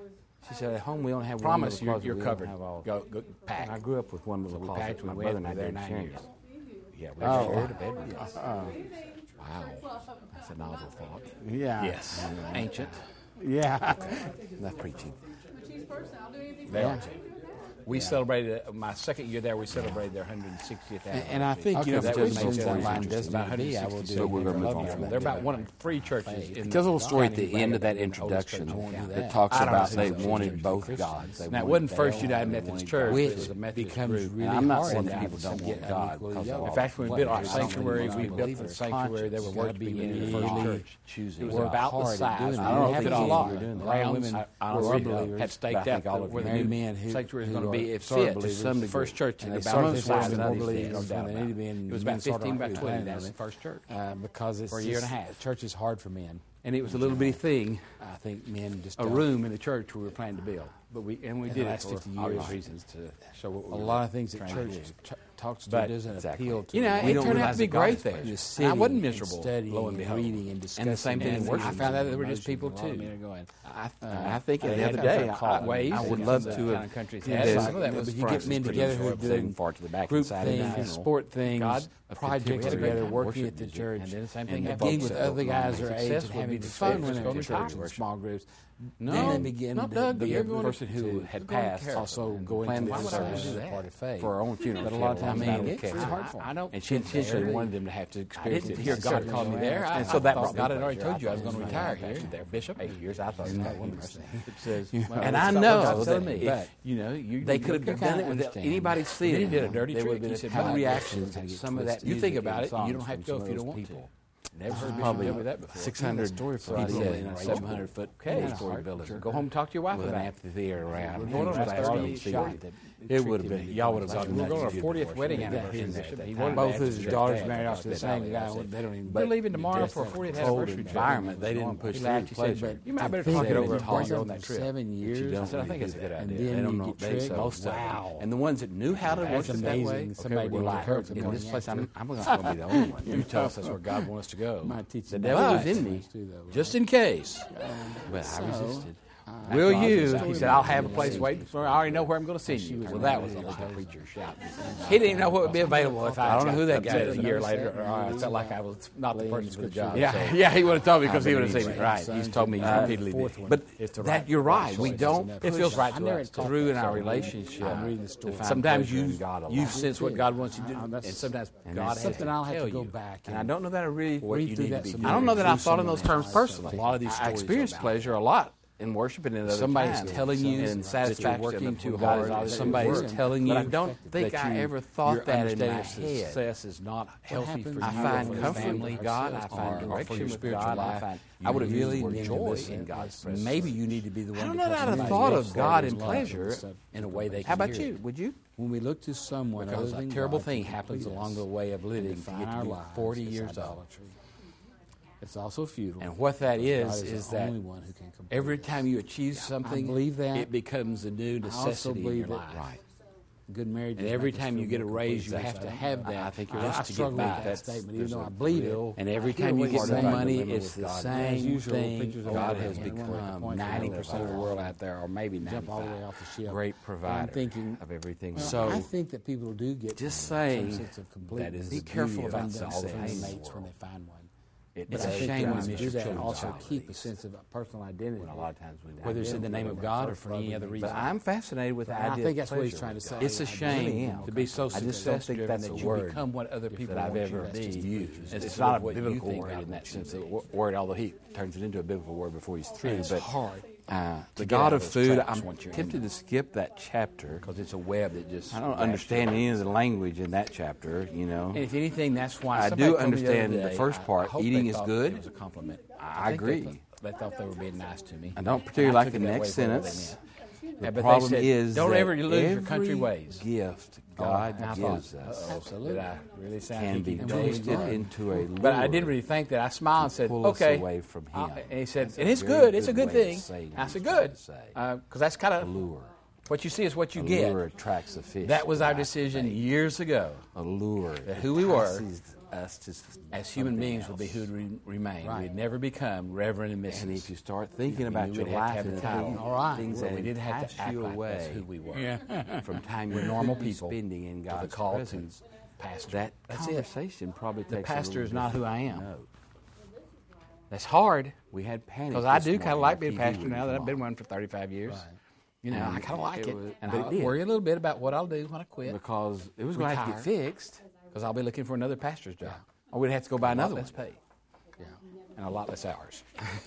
Speaker 3: She said, at home we only have one
Speaker 2: promise
Speaker 3: little
Speaker 2: you're, you're
Speaker 3: closet.
Speaker 2: covered.
Speaker 3: We don't have all-
Speaker 2: Go, go pack.
Speaker 3: I grew up with one little
Speaker 2: We
Speaker 3: closet.
Speaker 2: packed
Speaker 3: My
Speaker 2: when we
Speaker 3: brother
Speaker 2: were
Speaker 3: and I
Speaker 2: there
Speaker 3: didn't
Speaker 2: nine
Speaker 3: share
Speaker 2: years.
Speaker 3: it. Yeah, we oh. shared a bedroom. Wow, that's a novel thought.
Speaker 1: Yeah.
Speaker 2: Yes. Ancient.
Speaker 1: Yeah.
Speaker 3: Enough preaching.
Speaker 6: I'm a cheese person, I'll do anything.
Speaker 2: They
Speaker 6: for
Speaker 2: are
Speaker 6: you.
Speaker 2: cheap. We celebrated my second year there. We celebrated their 160th anniversary.
Speaker 1: And I think, you know,
Speaker 2: that
Speaker 1: if it
Speaker 2: was
Speaker 1: just makes
Speaker 2: something
Speaker 1: that line
Speaker 2: interesting.
Speaker 1: doesn't
Speaker 2: About
Speaker 1: need to be
Speaker 2: 160,
Speaker 1: 60,
Speaker 2: so we're
Speaker 1: but we're
Speaker 2: gonna
Speaker 1: gonna
Speaker 2: move
Speaker 1: move
Speaker 2: on.
Speaker 1: on.
Speaker 2: They're about one of the three churches. in
Speaker 1: Tells a little
Speaker 2: the
Speaker 1: story at
Speaker 2: county
Speaker 1: the end of that
Speaker 2: and the oldest church
Speaker 1: introduction
Speaker 2: in the
Speaker 1: that
Speaker 2: county.
Speaker 1: talks
Speaker 2: I don't
Speaker 1: about
Speaker 2: see
Speaker 1: they
Speaker 2: that.
Speaker 1: wanted both gods. They
Speaker 2: Now, it
Speaker 1: wanted
Speaker 2: wasn't
Speaker 1: the
Speaker 2: First
Speaker 1: Alamo,
Speaker 2: United
Speaker 1: they
Speaker 2: Methodist
Speaker 1: wanted
Speaker 2: Church,
Speaker 1: God.
Speaker 2: but it
Speaker 1: which
Speaker 2: was a Methodist
Speaker 1: becomes
Speaker 2: group.
Speaker 1: really
Speaker 2: And
Speaker 1: hard.
Speaker 3: I'm not saying
Speaker 1: when
Speaker 3: that
Speaker 1: people
Speaker 3: people
Speaker 1: don't get God. because of
Speaker 2: In
Speaker 1: all
Speaker 2: fact, when we
Speaker 1: what
Speaker 2: built our
Speaker 1: they're doing.
Speaker 2: sanctuary, we
Speaker 1: Most
Speaker 2: built the
Speaker 1: believers'
Speaker 2: sanctuary that
Speaker 1: conscience
Speaker 2: we're
Speaker 1: has gotta
Speaker 2: worshiping
Speaker 1: be
Speaker 2: in the
Speaker 1: really
Speaker 2: first
Speaker 1: hard.
Speaker 2: church. It was
Speaker 1: Well,
Speaker 2: about the
Speaker 1: hard at
Speaker 2: size.
Speaker 1: doing
Speaker 2: We
Speaker 1: that.
Speaker 3: I don't
Speaker 2: didn't have
Speaker 3: think
Speaker 2: it all
Speaker 3: all
Speaker 2: locked.
Speaker 3: of you were doing that.
Speaker 2: Round
Speaker 1: Rounds,
Speaker 2: women
Speaker 1: I
Speaker 2: were
Speaker 1: don't
Speaker 2: already
Speaker 1: think all of you-
Speaker 2: uh, had
Speaker 3: but
Speaker 2: staked
Speaker 3: I think
Speaker 2: out
Speaker 3: all of
Speaker 2: where
Speaker 3: you
Speaker 2: the
Speaker 1: married
Speaker 2: new
Speaker 1: men who-
Speaker 2: sanctuary was
Speaker 1: who
Speaker 2: going to
Speaker 1: are
Speaker 2: be. It
Speaker 1: sort of
Speaker 2: fit.
Speaker 1: believers to some
Speaker 2: The first
Speaker 1: degree.
Speaker 2: church and
Speaker 1: And they
Speaker 2: about the
Speaker 1: sort of
Speaker 2: size of
Speaker 1: more
Speaker 2: these
Speaker 1: believers
Speaker 2: days,
Speaker 1: than
Speaker 2: no doubt
Speaker 1: they need to
Speaker 2: about
Speaker 1: be
Speaker 2: it.
Speaker 1: in
Speaker 2: It was about
Speaker 1: men's order
Speaker 2: 15 by
Speaker 1: of
Speaker 2: 20.
Speaker 1: religion.
Speaker 2: That's the first church.
Speaker 1: uh, because it's
Speaker 2: For a year and a
Speaker 1: just-
Speaker 2: half.
Speaker 1: Church is hard for men.
Speaker 2: And it was a little bitty thing,
Speaker 1: I think men just
Speaker 2: a
Speaker 1: don't-
Speaker 2: room in the church we were planning to build. But we, and we
Speaker 1: In the
Speaker 2: did it
Speaker 1: last
Speaker 2: for
Speaker 1: 50
Speaker 2: obvious
Speaker 1: years,
Speaker 2: reasons to show what we
Speaker 1: a
Speaker 2: were
Speaker 1: lot of things that
Speaker 2: trying
Speaker 1: church
Speaker 2: to do.
Speaker 1: t- talks to
Speaker 2: But-
Speaker 1: doesn't
Speaker 3: Exactly.
Speaker 1: appeal to.
Speaker 2: You know,
Speaker 1: We
Speaker 2: it
Speaker 1: don't
Speaker 2: turned out
Speaker 1: realize
Speaker 2: to be
Speaker 1: that God
Speaker 2: great
Speaker 1: is
Speaker 2: there. And
Speaker 1: present.
Speaker 2: I wasn't
Speaker 1: Sitting and
Speaker 2: miserable,
Speaker 1: studying
Speaker 2: lo and
Speaker 1: and
Speaker 2: behold.
Speaker 1: reading and
Speaker 2: And the
Speaker 1: discussing
Speaker 2: same thing in
Speaker 1: and
Speaker 2: worship. I found out that
Speaker 1: emotions
Speaker 2: there were
Speaker 1: and
Speaker 2: just people,
Speaker 1: emotions. A lot of
Speaker 2: too.
Speaker 1: men are going,
Speaker 2: I,
Speaker 1: I think
Speaker 2: the
Speaker 1: it had
Speaker 2: other
Speaker 1: a
Speaker 2: day,
Speaker 1: different
Speaker 2: I,
Speaker 1: call.
Speaker 2: ways
Speaker 1: I would
Speaker 2: and
Speaker 1: love
Speaker 2: some
Speaker 1: to
Speaker 2: kind
Speaker 1: have
Speaker 2: of countries
Speaker 1: had
Speaker 2: had
Speaker 1: some
Speaker 2: some of that
Speaker 1: but
Speaker 2: was
Speaker 1: you get men together who do
Speaker 3: Same far to the back
Speaker 1: group
Speaker 3: and Saturday
Speaker 1: things,
Speaker 3: night.
Speaker 1: sport things,
Speaker 2: God, projects
Speaker 1: projects
Speaker 2: together,
Speaker 1: together,
Speaker 2: worship
Speaker 1: working at the
Speaker 3: music.
Speaker 1: church,
Speaker 2: And then the same thing
Speaker 1: and
Speaker 2: happens.
Speaker 1: being with other guys their age and
Speaker 2: Successful
Speaker 1: having
Speaker 2: would be the
Speaker 1: fun
Speaker 2: same.
Speaker 1: when they're
Speaker 2: Go
Speaker 1: in
Speaker 2: to
Speaker 1: church
Speaker 2: church
Speaker 1: in
Speaker 2: worship.
Speaker 1: small groups.
Speaker 2: No,
Speaker 1: then they begin
Speaker 2: not
Speaker 1: to-
Speaker 2: Doug,
Speaker 1: the
Speaker 2: everyone
Speaker 1: person who
Speaker 2: is
Speaker 1: had
Speaker 2: going to
Speaker 1: passed
Speaker 2: care.
Speaker 1: also
Speaker 2: And
Speaker 1: go
Speaker 2: plan
Speaker 1: into
Speaker 2: this
Speaker 1: this
Speaker 2: out.
Speaker 1: as a part of faith
Speaker 3: for our own funeral.
Speaker 1: But a lot of
Speaker 3: she had
Speaker 1: times,
Speaker 3: one
Speaker 1: I mean,
Speaker 3: battle
Speaker 1: it's
Speaker 3: with
Speaker 1: really
Speaker 3: cancer.
Speaker 1: hard for 'em.
Speaker 2: I, I don't.
Speaker 3: And she intentionally wanted them to have to
Speaker 2: I
Speaker 3: experience it.
Speaker 2: didn't hear God
Speaker 1: necessarily
Speaker 2: call me
Speaker 1: know
Speaker 2: there.
Speaker 1: that.
Speaker 2: I,
Speaker 3: And
Speaker 2: so that
Speaker 3: brought
Speaker 2: God
Speaker 3: me
Speaker 2: had already
Speaker 3: pleasure.
Speaker 2: told you I was going to
Speaker 3: thought it
Speaker 2: retire
Speaker 3: was my
Speaker 2: here,
Speaker 3: pastor.
Speaker 2: there, Bishop.
Speaker 3: Eight years, I thought it was my one person.
Speaker 2: It says, well,
Speaker 1: And
Speaker 2: it's
Speaker 1: I
Speaker 2: not what God's
Speaker 1: know
Speaker 2: telling
Speaker 1: that-
Speaker 2: me.
Speaker 1: but
Speaker 2: you know, you
Speaker 3: They could have done it without
Speaker 1: understand.
Speaker 3: anybody seeing
Speaker 2: Then
Speaker 3: it.
Speaker 2: he did a dirty
Speaker 3: There
Speaker 2: trick.
Speaker 3: would
Speaker 2: He
Speaker 3: have
Speaker 2: said,
Speaker 3: been
Speaker 2: "My
Speaker 3: a
Speaker 2: reaction
Speaker 3: reaction
Speaker 1: is
Speaker 3: to
Speaker 1: gonna get
Speaker 3: some of that.
Speaker 1: twisted.
Speaker 2: You think
Speaker 3: music
Speaker 2: about
Speaker 3: and
Speaker 2: it, you don't
Speaker 3: songs
Speaker 2: have to
Speaker 3: from
Speaker 2: go if
Speaker 3: some
Speaker 2: you
Speaker 3: of
Speaker 2: don't
Speaker 3: those
Speaker 2: want to.
Speaker 3: people. Never
Speaker 1: This
Speaker 3: heard
Speaker 1: is
Speaker 3: Bishop
Speaker 1: probably
Speaker 3: tell me that before.
Speaker 1: 600 story for
Speaker 3: People
Speaker 1: idea
Speaker 3: in a
Speaker 1: right?
Speaker 3: 700 foot,
Speaker 2: Okay,
Speaker 3: 4-story building.
Speaker 2: go home, talk to your wife
Speaker 3: With an
Speaker 2: about it.
Speaker 3: amphitheater around.
Speaker 2: We're going on
Speaker 3: and
Speaker 2: a
Speaker 3: glass dome
Speaker 2: 30
Speaker 3: seating.
Speaker 2: shot.
Speaker 3: It would have been, y'all would have gotten
Speaker 2: We're
Speaker 3: that
Speaker 2: going on our
Speaker 3: if you
Speaker 2: 40th
Speaker 3: divorced.
Speaker 2: wedding
Speaker 3: Yeah.
Speaker 2: anniversary. Bishop. He wanted
Speaker 1: Both
Speaker 2: to
Speaker 1: of
Speaker 2: ask
Speaker 1: his
Speaker 2: you.
Speaker 1: daughters
Speaker 2: Yeah.
Speaker 1: married off to the same guy.
Speaker 3: They
Speaker 1: They don't even.
Speaker 2: We're leaving tomorrow for a 40th
Speaker 1: cold
Speaker 2: anniversary.
Speaker 1: environment.
Speaker 3: They didn't push
Speaker 2: He
Speaker 3: through.
Speaker 2: laughed. He said,
Speaker 3: Pleasure.
Speaker 2: "You might better
Speaker 1: They
Speaker 2: talk it
Speaker 1: didn't
Speaker 2: over
Speaker 1: talk
Speaker 2: before you go on
Speaker 1: for
Speaker 2: that trip."
Speaker 1: seven
Speaker 3: But
Speaker 1: years.
Speaker 3: You
Speaker 2: I
Speaker 3: don't
Speaker 2: said, "I think
Speaker 3: do
Speaker 2: it's a good
Speaker 3: that.
Speaker 2: idea."
Speaker 1: And then
Speaker 3: they don't
Speaker 1: you
Speaker 3: know.
Speaker 1: get
Speaker 3: they
Speaker 1: tricked.
Speaker 3: so-
Speaker 1: Most of them.
Speaker 3: wow. And the ones that knew how to
Speaker 1: That's
Speaker 3: worship it that
Speaker 1: amazing.
Speaker 3: way,
Speaker 1: Somebody
Speaker 3: okay, we're
Speaker 1: will
Speaker 3: like,
Speaker 1: hurt them
Speaker 3: in
Speaker 1: on
Speaker 3: this
Speaker 1: the
Speaker 3: place, I'm, I'm going to be the only one. You tell us that's where God wants us to go.
Speaker 1: My teacher-
Speaker 3: the devil was
Speaker 1: But-
Speaker 3: in me,
Speaker 2: Just in case.
Speaker 3: but I resisted. I
Speaker 2: Will
Speaker 3: thought I was
Speaker 2: you?
Speaker 3: out
Speaker 2: He
Speaker 3: of
Speaker 2: said,
Speaker 3: my
Speaker 2: I'll have a
Speaker 3: mind.
Speaker 2: place waiting for me. I already know where I'm going to see you. Well, that was a lot. He didn't know what would be available if I.
Speaker 3: I don't know who that guy
Speaker 2: upset
Speaker 3: is.
Speaker 2: A year later, or I felt like I was not the
Speaker 1: Laying
Speaker 2: person for the
Speaker 1: scripture.
Speaker 2: job.
Speaker 1: Yeah,
Speaker 2: so. yeah, he would have told me because he would have seen me. Right,
Speaker 1: Right.
Speaker 2: he's told me
Speaker 1: Uh,
Speaker 2: repeatedly.
Speaker 1: fourth one.
Speaker 3: But
Speaker 2: It's the
Speaker 3: that
Speaker 2: right
Speaker 3: you're right.
Speaker 2: choice.
Speaker 3: We
Speaker 2: It's
Speaker 3: don't.
Speaker 1: enough.
Speaker 2: it feels right
Speaker 1: I
Speaker 2: to
Speaker 1: never
Speaker 2: us
Speaker 1: thought
Speaker 2: through
Speaker 1: that,
Speaker 2: in our
Speaker 1: so
Speaker 2: relationship.
Speaker 1: I'm reading the story.
Speaker 2: to find Sometimes
Speaker 3: pleasure in
Speaker 2: you
Speaker 3: God alone.
Speaker 2: you sense what God wants you to do,
Speaker 1: Uh,
Speaker 2: and
Speaker 1: that's-
Speaker 2: sometimes
Speaker 3: and
Speaker 2: God
Speaker 3: that's
Speaker 2: has
Speaker 1: something I'll have to
Speaker 2: tell
Speaker 1: go
Speaker 2: you.
Speaker 1: back
Speaker 3: And I don't know that I really. What
Speaker 1: Read
Speaker 3: you
Speaker 1: through
Speaker 3: need to
Speaker 1: that
Speaker 3: be
Speaker 1: some
Speaker 3: doing.
Speaker 1: more.
Speaker 2: I don't know that I
Speaker 1: Increasing
Speaker 2: thought in those
Speaker 1: in
Speaker 2: terms
Speaker 1: myself.
Speaker 2: personally.
Speaker 1: A lot of these
Speaker 2: I
Speaker 1: stories are
Speaker 2: experienced
Speaker 1: about-
Speaker 2: pleasure a lot in worshiping in other
Speaker 1: Somebody's
Speaker 2: times.
Speaker 1: telling you
Speaker 2: and
Speaker 1: that you're
Speaker 2: satisfaction
Speaker 1: working
Speaker 2: of
Speaker 1: too
Speaker 2: what God
Speaker 1: hard,
Speaker 2: is already
Speaker 1: that
Speaker 2: somebody's
Speaker 1: you're working.
Speaker 2: telling you.
Speaker 1: But
Speaker 3: I don't think
Speaker 2: that
Speaker 3: I
Speaker 2: you-
Speaker 3: ever thought
Speaker 2: your
Speaker 3: that in my
Speaker 2: understanding of
Speaker 3: head.
Speaker 2: Success is not healthy for you.
Speaker 1: happens?
Speaker 3: I
Speaker 1: you
Speaker 3: find
Speaker 1: for the
Speaker 3: comfort
Speaker 1: family,
Speaker 3: in God. I
Speaker 1: ourselves,
Speaker 3: find
Speaker 1: or for
Speaker 3: direction
Speaker 1: your
Speaker 3: with
Speaker 1: spiritual
Speaker 3: God. I
Speaker 1: life.
Speaker 3: find
Speaker 1: I would have really
Speaker 3: more
Speaker 1: needed
Speaker 3: joy
Speaker 1: this
Speaker 3: in
Speaker 1: in
Speaker 3: God's presence.
Speaker 1: Maybe you need to be the one.
Speaker 3: I
Speaker 1: to
Speaker 3: don't know
Speaker 1: touch
Speaker 3: that I
Speaker 1: somebody
Speaker 3: thought
Speaker 1: else's
Speaker 3: of God
Speaker 1: soul
Speaker 3: in
Speaker 1: with love and
Speaker 3: pleasure
Speaker 1: stuff in a way they. can
Speaker 3: How about
Speaker 1: hear
Speaker 3: you?
Speaker 1: it.
Speaker 3: Would you?
Speaker 1: When we look to someone
Speaker 2: because a
Speaker 1: other than
Speaker 2: terrible
Speaker 1: God
Speaker 2: thing
Speaker 1: to
Speaker 2: happens
Speaker 1: complete
Speaker 2: along
Speaker 1: us
Speaker 2: the way of
Speaker 1: and
Speaker 2: living to
Speaker 1: define
Speaker 2: get to
Speaker 1: our
Speaker 2: be
Speaker 1: lives,
Speaker 2: 40
Speaker 1: it's
Speaker 2: years old.
Speaker 1: idolatry. It's also futile.
Speaker 2: And what that is,
Speaker 1: because God
Speaker 2: is
Speaker 1: the
Speaker 2: that
Speaker 1: only one who can complete
Speaker 2: Every
Speaker 1: us.
Speaker 2: time you achieve something,
Speaker 1: believe that.
Speaker 2: it becomes a new
Speaker 1: also
Speaker 2: necessity in
Speaker 1: believe
Speaker 2: your
Speaker 1: that-
Speaker 2: life.
Speaker 1: Right. good marriage.
Speaker 2: And
Speaker 1: is
Speaker 2: every
Speaker 1: making us
Speaker 2: time
Speaker 1: feel
Speaker 2: you get a
Speaker 1: more
Speaker 2: raise, you
Speaker 1: complete.
Speaker 2: have to
Speaker 1: I-
Speaker 2: have that.
Speaker 3: I think you're
Speaker 1: I,
Speaker 3: right.
Speaker 1: I
Speaker 3: Just to get
Speaker 1: struggle with
Speaker 3: by.
Speaker 1: that
Speaker 3: That's-
Speaker 1: statement, even
Speaker 3: there's
Speaker 1: though
Speaker 3: a
Speaker 1: I believe
Speaker 3: real-
Speaker 1: it.
Speaker 2: And every
Speaker 1: I hear
Speaker 2: time you
Speaker 1: what
Speaker 2: get
Speaker 1: you're
Speaker 2: more
Speaker 1: saying.
Speaker 2: money,
Speaker 1: Fundamental
Speaker 2: it's
Speaker 1: with
Speaker 2: the
Speaker 1: God.
Speaker 2: same
Speaker 1: As usual,
Speaker 2: thing.
Speaker 1: pictures
Speaker 2: God
Speaker 1: of God
Speaker 2: has
Speaker 1: are one
Speaker 2: become
Speaker 1: point for another
Speaker 2: 90% of the
Speaker 1: point.
Speaker 2: world out there, or maybe
Speaker 1: jump all the way
Speaker 2: 95.
Speaker 1: off the ship.
Speaker 3: Great provider
Speaker 1: I'm thinking
Speaker 3: of everything.
Speaker 1: Well,
Speaker 3: So-
Speaker 1: I think that people do get
Speaker 3: Just
Speaker 1: some
Speaker 3: saying
Speaker 1: sense of completeness.
Speaker 3: that is
Speaker 1: Be
Speaker 3: the
Speaker 1: careful
Speaker 3: beauty of
Speaker 1: about
Speaker 3: it.
Speaker 1: themselves
Speaker 3: All
Speaker 1: and
Speaker 3: things in
Speaker 1: mates
Speaker 3: the
Speaker 1: when they
Speaker 3: world.
Speaker 1: find one.
Speaker 3: It
Speaker 1: But
Speaker 3: does
Speaker 1: I think
Speaker 3: change
Speaker 1: they
Speaker 3: when
Speaker 1: want to
Speaker 3: it's
Speaker 1: do
Speaker 3: your
Speaker 1: that
Speaker 3: true
Speaker 1: and also
Speaker 3: desires.
Speaker 1: keep a sense of personal identity.
Speaker 3: When a lot of times we
Speaker 1: whether it's in the name of God or for any other reason.
Speaker 3: But I'm fascinated with the
Speaker 1: And I
Speaker 3: idea.
Speaker 1: think that's
Speaker 3: of
Speaker 1: what he's
Speaker 3: pleasure
Speaker 1: trying to
Speaker 3: with
Speaker 1: say.
Speaker 3: God.
Speaker 2: It's a
Speaker 1: I really
Speaker 2: shame
Speaker 1: am.
Speaker 2: to be so
Speaker 3: I just don't
Speaker 2: success
Speaker 3: think
Speaker 2: driven
Speaker 3: that's a
Speaker 2: that you
Speaker 3: word
Speaker 2: become what other people
Speaker 3: that I've
Speaker 2: want you
Speaker 3: ever
Speaker 2: to be.
Speaker 3: used.
Speaker 2: It's,
Speaker 3: It's
Speaker 2: not
Speaker 3: not
Speaker 2: a
Speaker 3: a biblical word
Speaker 2: God
Speaker 3: in that
Speaker 2: wants you
Speaker 3: sense
Speaker 2: to
Speaker 3: of
Speaker 2: be.
Speaker 3: wo- word, although he turns it into a biblical word before he's through.
Speaker 1: It's
Speaker 3: But
Speaker 1: hard.
Speaker 3: uh, the
Speaker 2: get out
Speaker 3: God
Speaker 2: of
Speaker 3: of
Speaker 2: those
Speaker 3: food,
Speaker 2: traps
Speaker 3: I'm
Speaker 2: once you're in
Speaker 3: tempted to skip that chapter.
Speaker 2: Because it's a web that just.
Speaker 3: I don't understand any of the language in that chapter. You
Speaker 2: And
Speaker 3: know,
Speaker 2: if anything, that's why
Speaker 3: I
Speaker 2: somebody
Speaker 3: do
Speaker 2: told me other
Speaker 3: understand the
Speaker 2: day,
Speaker 3: first
Speaker 2: I- I
Speaker 3: part,
Speaker 2: hope they
Speaker 3: eating is
Speaker 2: thought
Speaker 3: good.
Speaker 2: It was a compliment. think
Speaker 3: I
Speaker 2: they
Speaker 3: agree.
Speaker 2: thought- They thought they were being nice to me.
Speaker 3: I don't particularly
Speaker 2: I
Speaker 3: like
Speaker 2: took
Speaker 3: the
Speaker 2: it that
Speaker 3: next
Speaker 2: way for what they
Speaker 3: sentence.
Speaker 2: meant.
Speaker 3: The
Speaker 2: But they
Speaker 3: problem
Speaker 2: said,
Speaker 3: is
Speaker 2: don't
Speaker 3: that
Speaker 2: ever lose your country
Speaker 3: every
Speaker 2: ways.
Speaker 3: Gift God
Speaker 2: And I thought,
Speaker 3: gives us
Speaker 2: uh-oh, did I really sound
Speaker 3: can be
Speaker 2: geeky? And we-
Speaker 3: twisted into a lure.
Speaker 2: But I didn't really think that. I smiled and said,
Speaker 3: pull us
Speaker 2: "Okay."
Speaker 3: away from Him.
Speaker 2: Uh, and he said,
Speaker 3: That's a
Speaker 2: "And it's
Speaker 3: very
Speaker 2: good. It's a
Speaker 3: good
Speaker 2: good
Speaker 3: way of
Speaker 2: thing."
Speaker 3: saying
Speaker 2: I
Speaker 3: what
Speaker 2: said,
Speaker 3: he's trying
Speaker 2: "Good,"
Speaker 3: to say.
Speaker 2: because that's kind of
Speaker 3: lure.
Speaker 2: What you see is what you
Speaker 3: A
Speaker 2: get.
Speaker 3: lure attracts the fish.
Speaker 2: That was
Speaker 3: to
Speaker 2: our
Speaker 3: bite the
Speaker 2: decision
Speaker 3: bait.
Speaker 2: years ago.
Speaker 3: A lure.
Speaker 2: who we were
Speaker 3: entices us to s-
Speaker 2: As human
Speaker 3: something
Speaker 2: beings, would
Speaker 3: else.
Speaker 2: be who we remain.
Speaker 1: Right.
Speaker 2: We'd never become Reverend and Mrs.
Speaker 3: And if you start
Speaker 2: We
Speaker 3: thinking about
Speaker 2: knew
Speaker 3: your
Speaker 2: we'd have to
Speaker 3: life
Speaker 2: have
Speaker 3: and
Speaker 2: the
Speaker 3: the
Speaker 2: title.
Speaker 3: things,
Speaker 1: All right.
Speaker 3: things
Speaker 2: Well,
Speaker 3: that
Speaker 2: we didn't have to
Speaker 3: entice
Speaker 2: act
Speaker 3: you
Speaker 2: like
Speaker 3: away
Speaker 2: that's who we were.
Speaker 3: from time
Speaker 2: We're
Speaker 3: you're
Speaker 2: normal people.
Speaker 3: spending in
Speaker 2: With a
Speaker 3: God's
Speaker 2: call to
Speaker 3: presence.
Speaker 2: pastor.
Speaker 3: That
Speaker 2: That's it.
Speaker 3: conversation probably
Speaker 2: The
Speaker 3: takes.
Speaker 2: pastor
Speaker 3: a little
Speaker 2: is not
Speaker 3: bit
Speaker 2: who
Speaker 3: of
Speaker 2: I am.
Speaker 3: note.
Speaker 2: That's hard
Speaker 3: We had panic
Speaker 2: because I
Speaker 3: this
Speaker 2: do kind of
Speaker 3: morning
Speaker 2: like
Speaker 3: if
Speaker 2: being
Speaker 3: he
Speaker 2: pastor
Speaker 3: wouldn't
Speaker 2: now that
Speaker 3: come
Speaker 2: I've been
Speaker 3: on.
Speaker 2: one for 35 years. You know,
Speaker 3: And
Speaker 2: I kind of like it,
Speaker 3: was-
Speaker 2: and
Speaker 3: but
Speaker 2: I
Speaker 3: it did.
Speaker 2: worry a little bit about what I'll do when I quit
Speaker 3: because it was going to have to get
Speaker 2: Retire.
Speaker 3: fixed
Speaker 2: because I'll be looking for another pastor's job. Or we'd have to go buy another one.
Speaker 3: less
Speaker 2: Pay. And a lot less hours.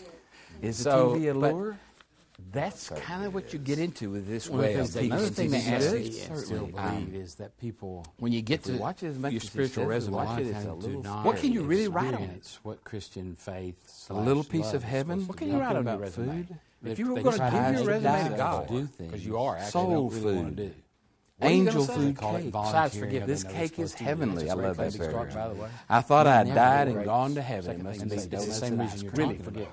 Speaker 3: Is
Speaker 2: So,
Speaker 3: the TV a
Speaker 2: but-
Speaker 3: lure?
Speaker 2: That's kind of what you get into with this
Speaker 1: One of
Speaker 2: way
Speaker 1: the
Speaker 2: of
Speaker 1: things that
Speaker 2: teaching.
Speaker 1: another thing that
Speaker 2: Teaching is
Speaker 1: has to
Speaker 2: good.
Speaker 1: be and still
Speaker 2: Certainly.
Speaker 1: believe
Speaker 2: Um,
Speaker 1: is that people
Speaker 2: when you get
Speaker 3: we
Speaker 2: to
Speaker 3: watch it as much
Speaker 2: your
Speaker 3: as it
Speaker 2: spiritual
Speaker 3: says, we
Speaker 2: resume,
Speaker 3: watch it as
Speaker 1: sometimes do
Speaker 3: a little-
Speaker 1: not
Speaker 2: What can you really write on it?
Speaker 1: experience What Christian faith?
Speaker 3: a
Speaker 1: slash
Speaker 3: little piece
Speaker 1: love
Speaker 3: of
Speaker 1: is
Speaker 3: heaven.
Speaker 1: supposed
Speaker 3: What
Speaker 1: to
Speaker 3: can
Speaker 1: be.
Speaker 3: you
Speaker 1: How
Speaker 3: write
Speaker 1: can
Speaker 3: on
Speaker 1: they
Speaker 3: your resume?
Speaker 1: hide
Speaker 3: If you were
Speaker 1: they
Speaker 3: going
Speaker 1: try
Speaker 3: to
Speaker 1: to
Speaker 3: give
Speaker 1: hide
Speaker 3: your resume to
Speaker 1: themselves
Speaker 3: God,
Speaker 1: to do
Speaker 3: because
Speaker 1: things.
Speaker 3: you are actually
Speaker 1: Soul
Speaker 3: don't really want
Speaker 1: food.
Speaker 3: to do.
Speaker 2: What are you gonna
Speaker 3: Angel
Speaker 2: say?
Speaker 3: food
Speaker 1: They call it
Speaker 3: cake.
Speaker 1: volunteering,
Speaker 2: Besides, forgive
Speaker 1: other
Speaker 2: this
Speaker 1: than
Speaker 2: cake
Speaker 1: they're
Speaker 2: is
Speaker 1: supposed to do.
Speaker 2: heavenly.
Speaker 1: It's
Speaker 2: I
Speaker 1: a
Speaker 2: love
Speaker 1: red
Speaker 2: that
Speaker 1: flag
Speaker 2: program.
Speaker 1: start, by the way.
Speaker 2: I thought I
Speaker 1: Now,
Speaker 2: had died and
Speaker 1: right,
Speaker 2: gone to heaven. It
Speaker 1: second
Speaker 2: must
Speaker 1: thing
Speaker 2: be
Speaker 1: is
Speaker 2: the
Speaker 1: donuts
Speaker 2: same
Speaker 1: and
Speaker 2: reason
Speaker 1: ice
Speaker 2: you're
Speaker 1: cream.
Speaker 2: really forget.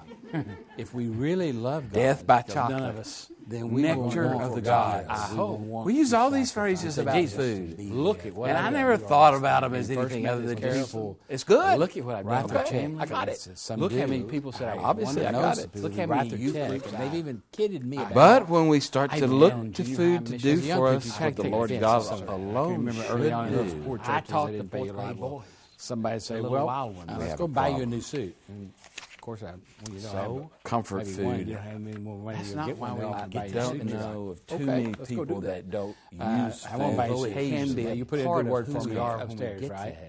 Speaker 1: If we really love God,
Speaker 2: Death by
Speaker 1: none
Speaker 2: chocolate.
Speaker 1: of us, then we
Speaker 2: Nectar
Speaker 1: will want
Speaker 2: of the
Speaker 1: to
Speaker 2: gods.
Speaker 1: sacrifice.
Speaker 2: I
Speaker 1: We
Speaker 2: hope.
Speaker 1: will want
Speaker 2: We
Speaker 1: to
Speaker 2: use all these
Speaker 1: sacrifice.
Speaker 2: phrases
Speaker 1: To
Speaker 2: about
Speaker 1: Jesus
Speaker 2: food.
Speaker 1: to be
Speaker 2: Look
Speaker 1: there.
Speaker 2: at what
Speaker 1: And
Speaker 2: I,
Speaker 1: I
Speaker 2: never
Speaker 1: did.
Speaker 2: thought about them as
Speaker 1: When we first
Speaker 2: anything
Speaker 1: met
Speaker 2: other
Speaker 1: this
Speaker 2: than just
Speaker 1: couple,
Speaker 2: it's good.
Speaker 1: look at what I've
Speaker 2: Right
Speaker 1: done for
Speaker 2: there.
Speaker 1: Chamberlain,
Speaker 2: I got
Speaker 1: for
Speaker 2: it.
Speaker 1: instance. Some
Speaker 2: look how many
Speaker 1: do.
Speaker 2: people said,
Speaker 1: I
Speaker 2: obviously I
Speaker 1: wonder
Speaker 2: got
Speaker 1: those
Speaker 2: it.
Speaker 1: people
Speaker 2: Look
Speaker 1: who
Speaker 2: how
Speaker 1: write
Speaker 2: many
Speaker 1: their
Speaker 2: youth
Speaker 1: check,
Speaker 2: groups.
Speaker 1: and they've
Speaker 2: I-
Speaker 1: even kidded me about. it.
Speaker 2: But when we start
Speaker 1: I
Speaker 2: to
Speaker 1: even
Speaker 2: look
Speaker 1: found
Speaker 2: to
Speaker 1: junior
Speaker 2: food
Speaker 1: high
Speaker 2: to do
Speaker 1: missions, young
Speaker 2: for
Speaker 1: people
Speaker 2: us,
Speaker 1: trying
Speaker 2: what
Speaker 1: to
Speaker 2: the
Speaker 1: take
Speaker 2: Lord
Speaker 1: advantage
Speaker 2: God
Speaker 1: of somebody.
Speaker 2: alone
Speaker 1: I can remember early on in
Speaker 2: should
Speaker 1: those
Speaker 2: do.
Speaker 1: poor churches,
Speaker 2: I taught
Speaker 1: they
Speaker 2: the
Speaker 1: didn't pay
Speaker 2: fourth
Speaker 1: you a lot
Speaker 2: grade
Speaker 1: of money.
Speaker 2: boys.
Speaker 1: Somebody say,
Speaker 2: little
Speaker 1: "Well,
Speaker 2: wild one. We
Speaker 1: let's
Speaker 2: have
Speaker 1: go
Speaker 2: a
Speaker 1: buy you a
Speaker 2: problem.
Speaker 1: new suit." And of course, I well, you don't have
Speaker 3: So?
Speaker 1: but
Speaker 2: Comfort
Speaker 1: maybe One,
Speaker 2: food.
Speaker 1: you don't have any more money.
Speaker 2: That's
Speaker 1: you'll
Speaker 2: not
Speaker 1: get
Speaker 2: why
Speaker 1: one,
Speaker 2: we
Speaker 1: they'll
Speaker 2: like
Speaker 1: buy
Speaker 2: it.
Speaker 1: you a
Speaker 2: Don't
Speaker 1: suit. You're
Speaker 2: know
Speaker 1: like,
Speaker 2: of too
Speaker 1: okay,
Speaker 2: many
Speaker 1: let's go do
Speaker 2: people that don't
Speaker 1: Uh,
Speaker 2: use
Speaker 1: I won't buy you
Speaker 2: food.
Speaker 1: suit.
Speaker 2: It can be
Speaker 1: You put in a
Speaker 2: part
Speaker 1: good
Speaker 2: of
Speaker 1: word
Speaker 2: who
Speaker 1: for
Speaker 2: we
Speaker 1: me
Speaker 2: are when we
Speaker 1: upstairs,
Speaker 2: get to
Speaker 1: right?
Speaker 2: heaven.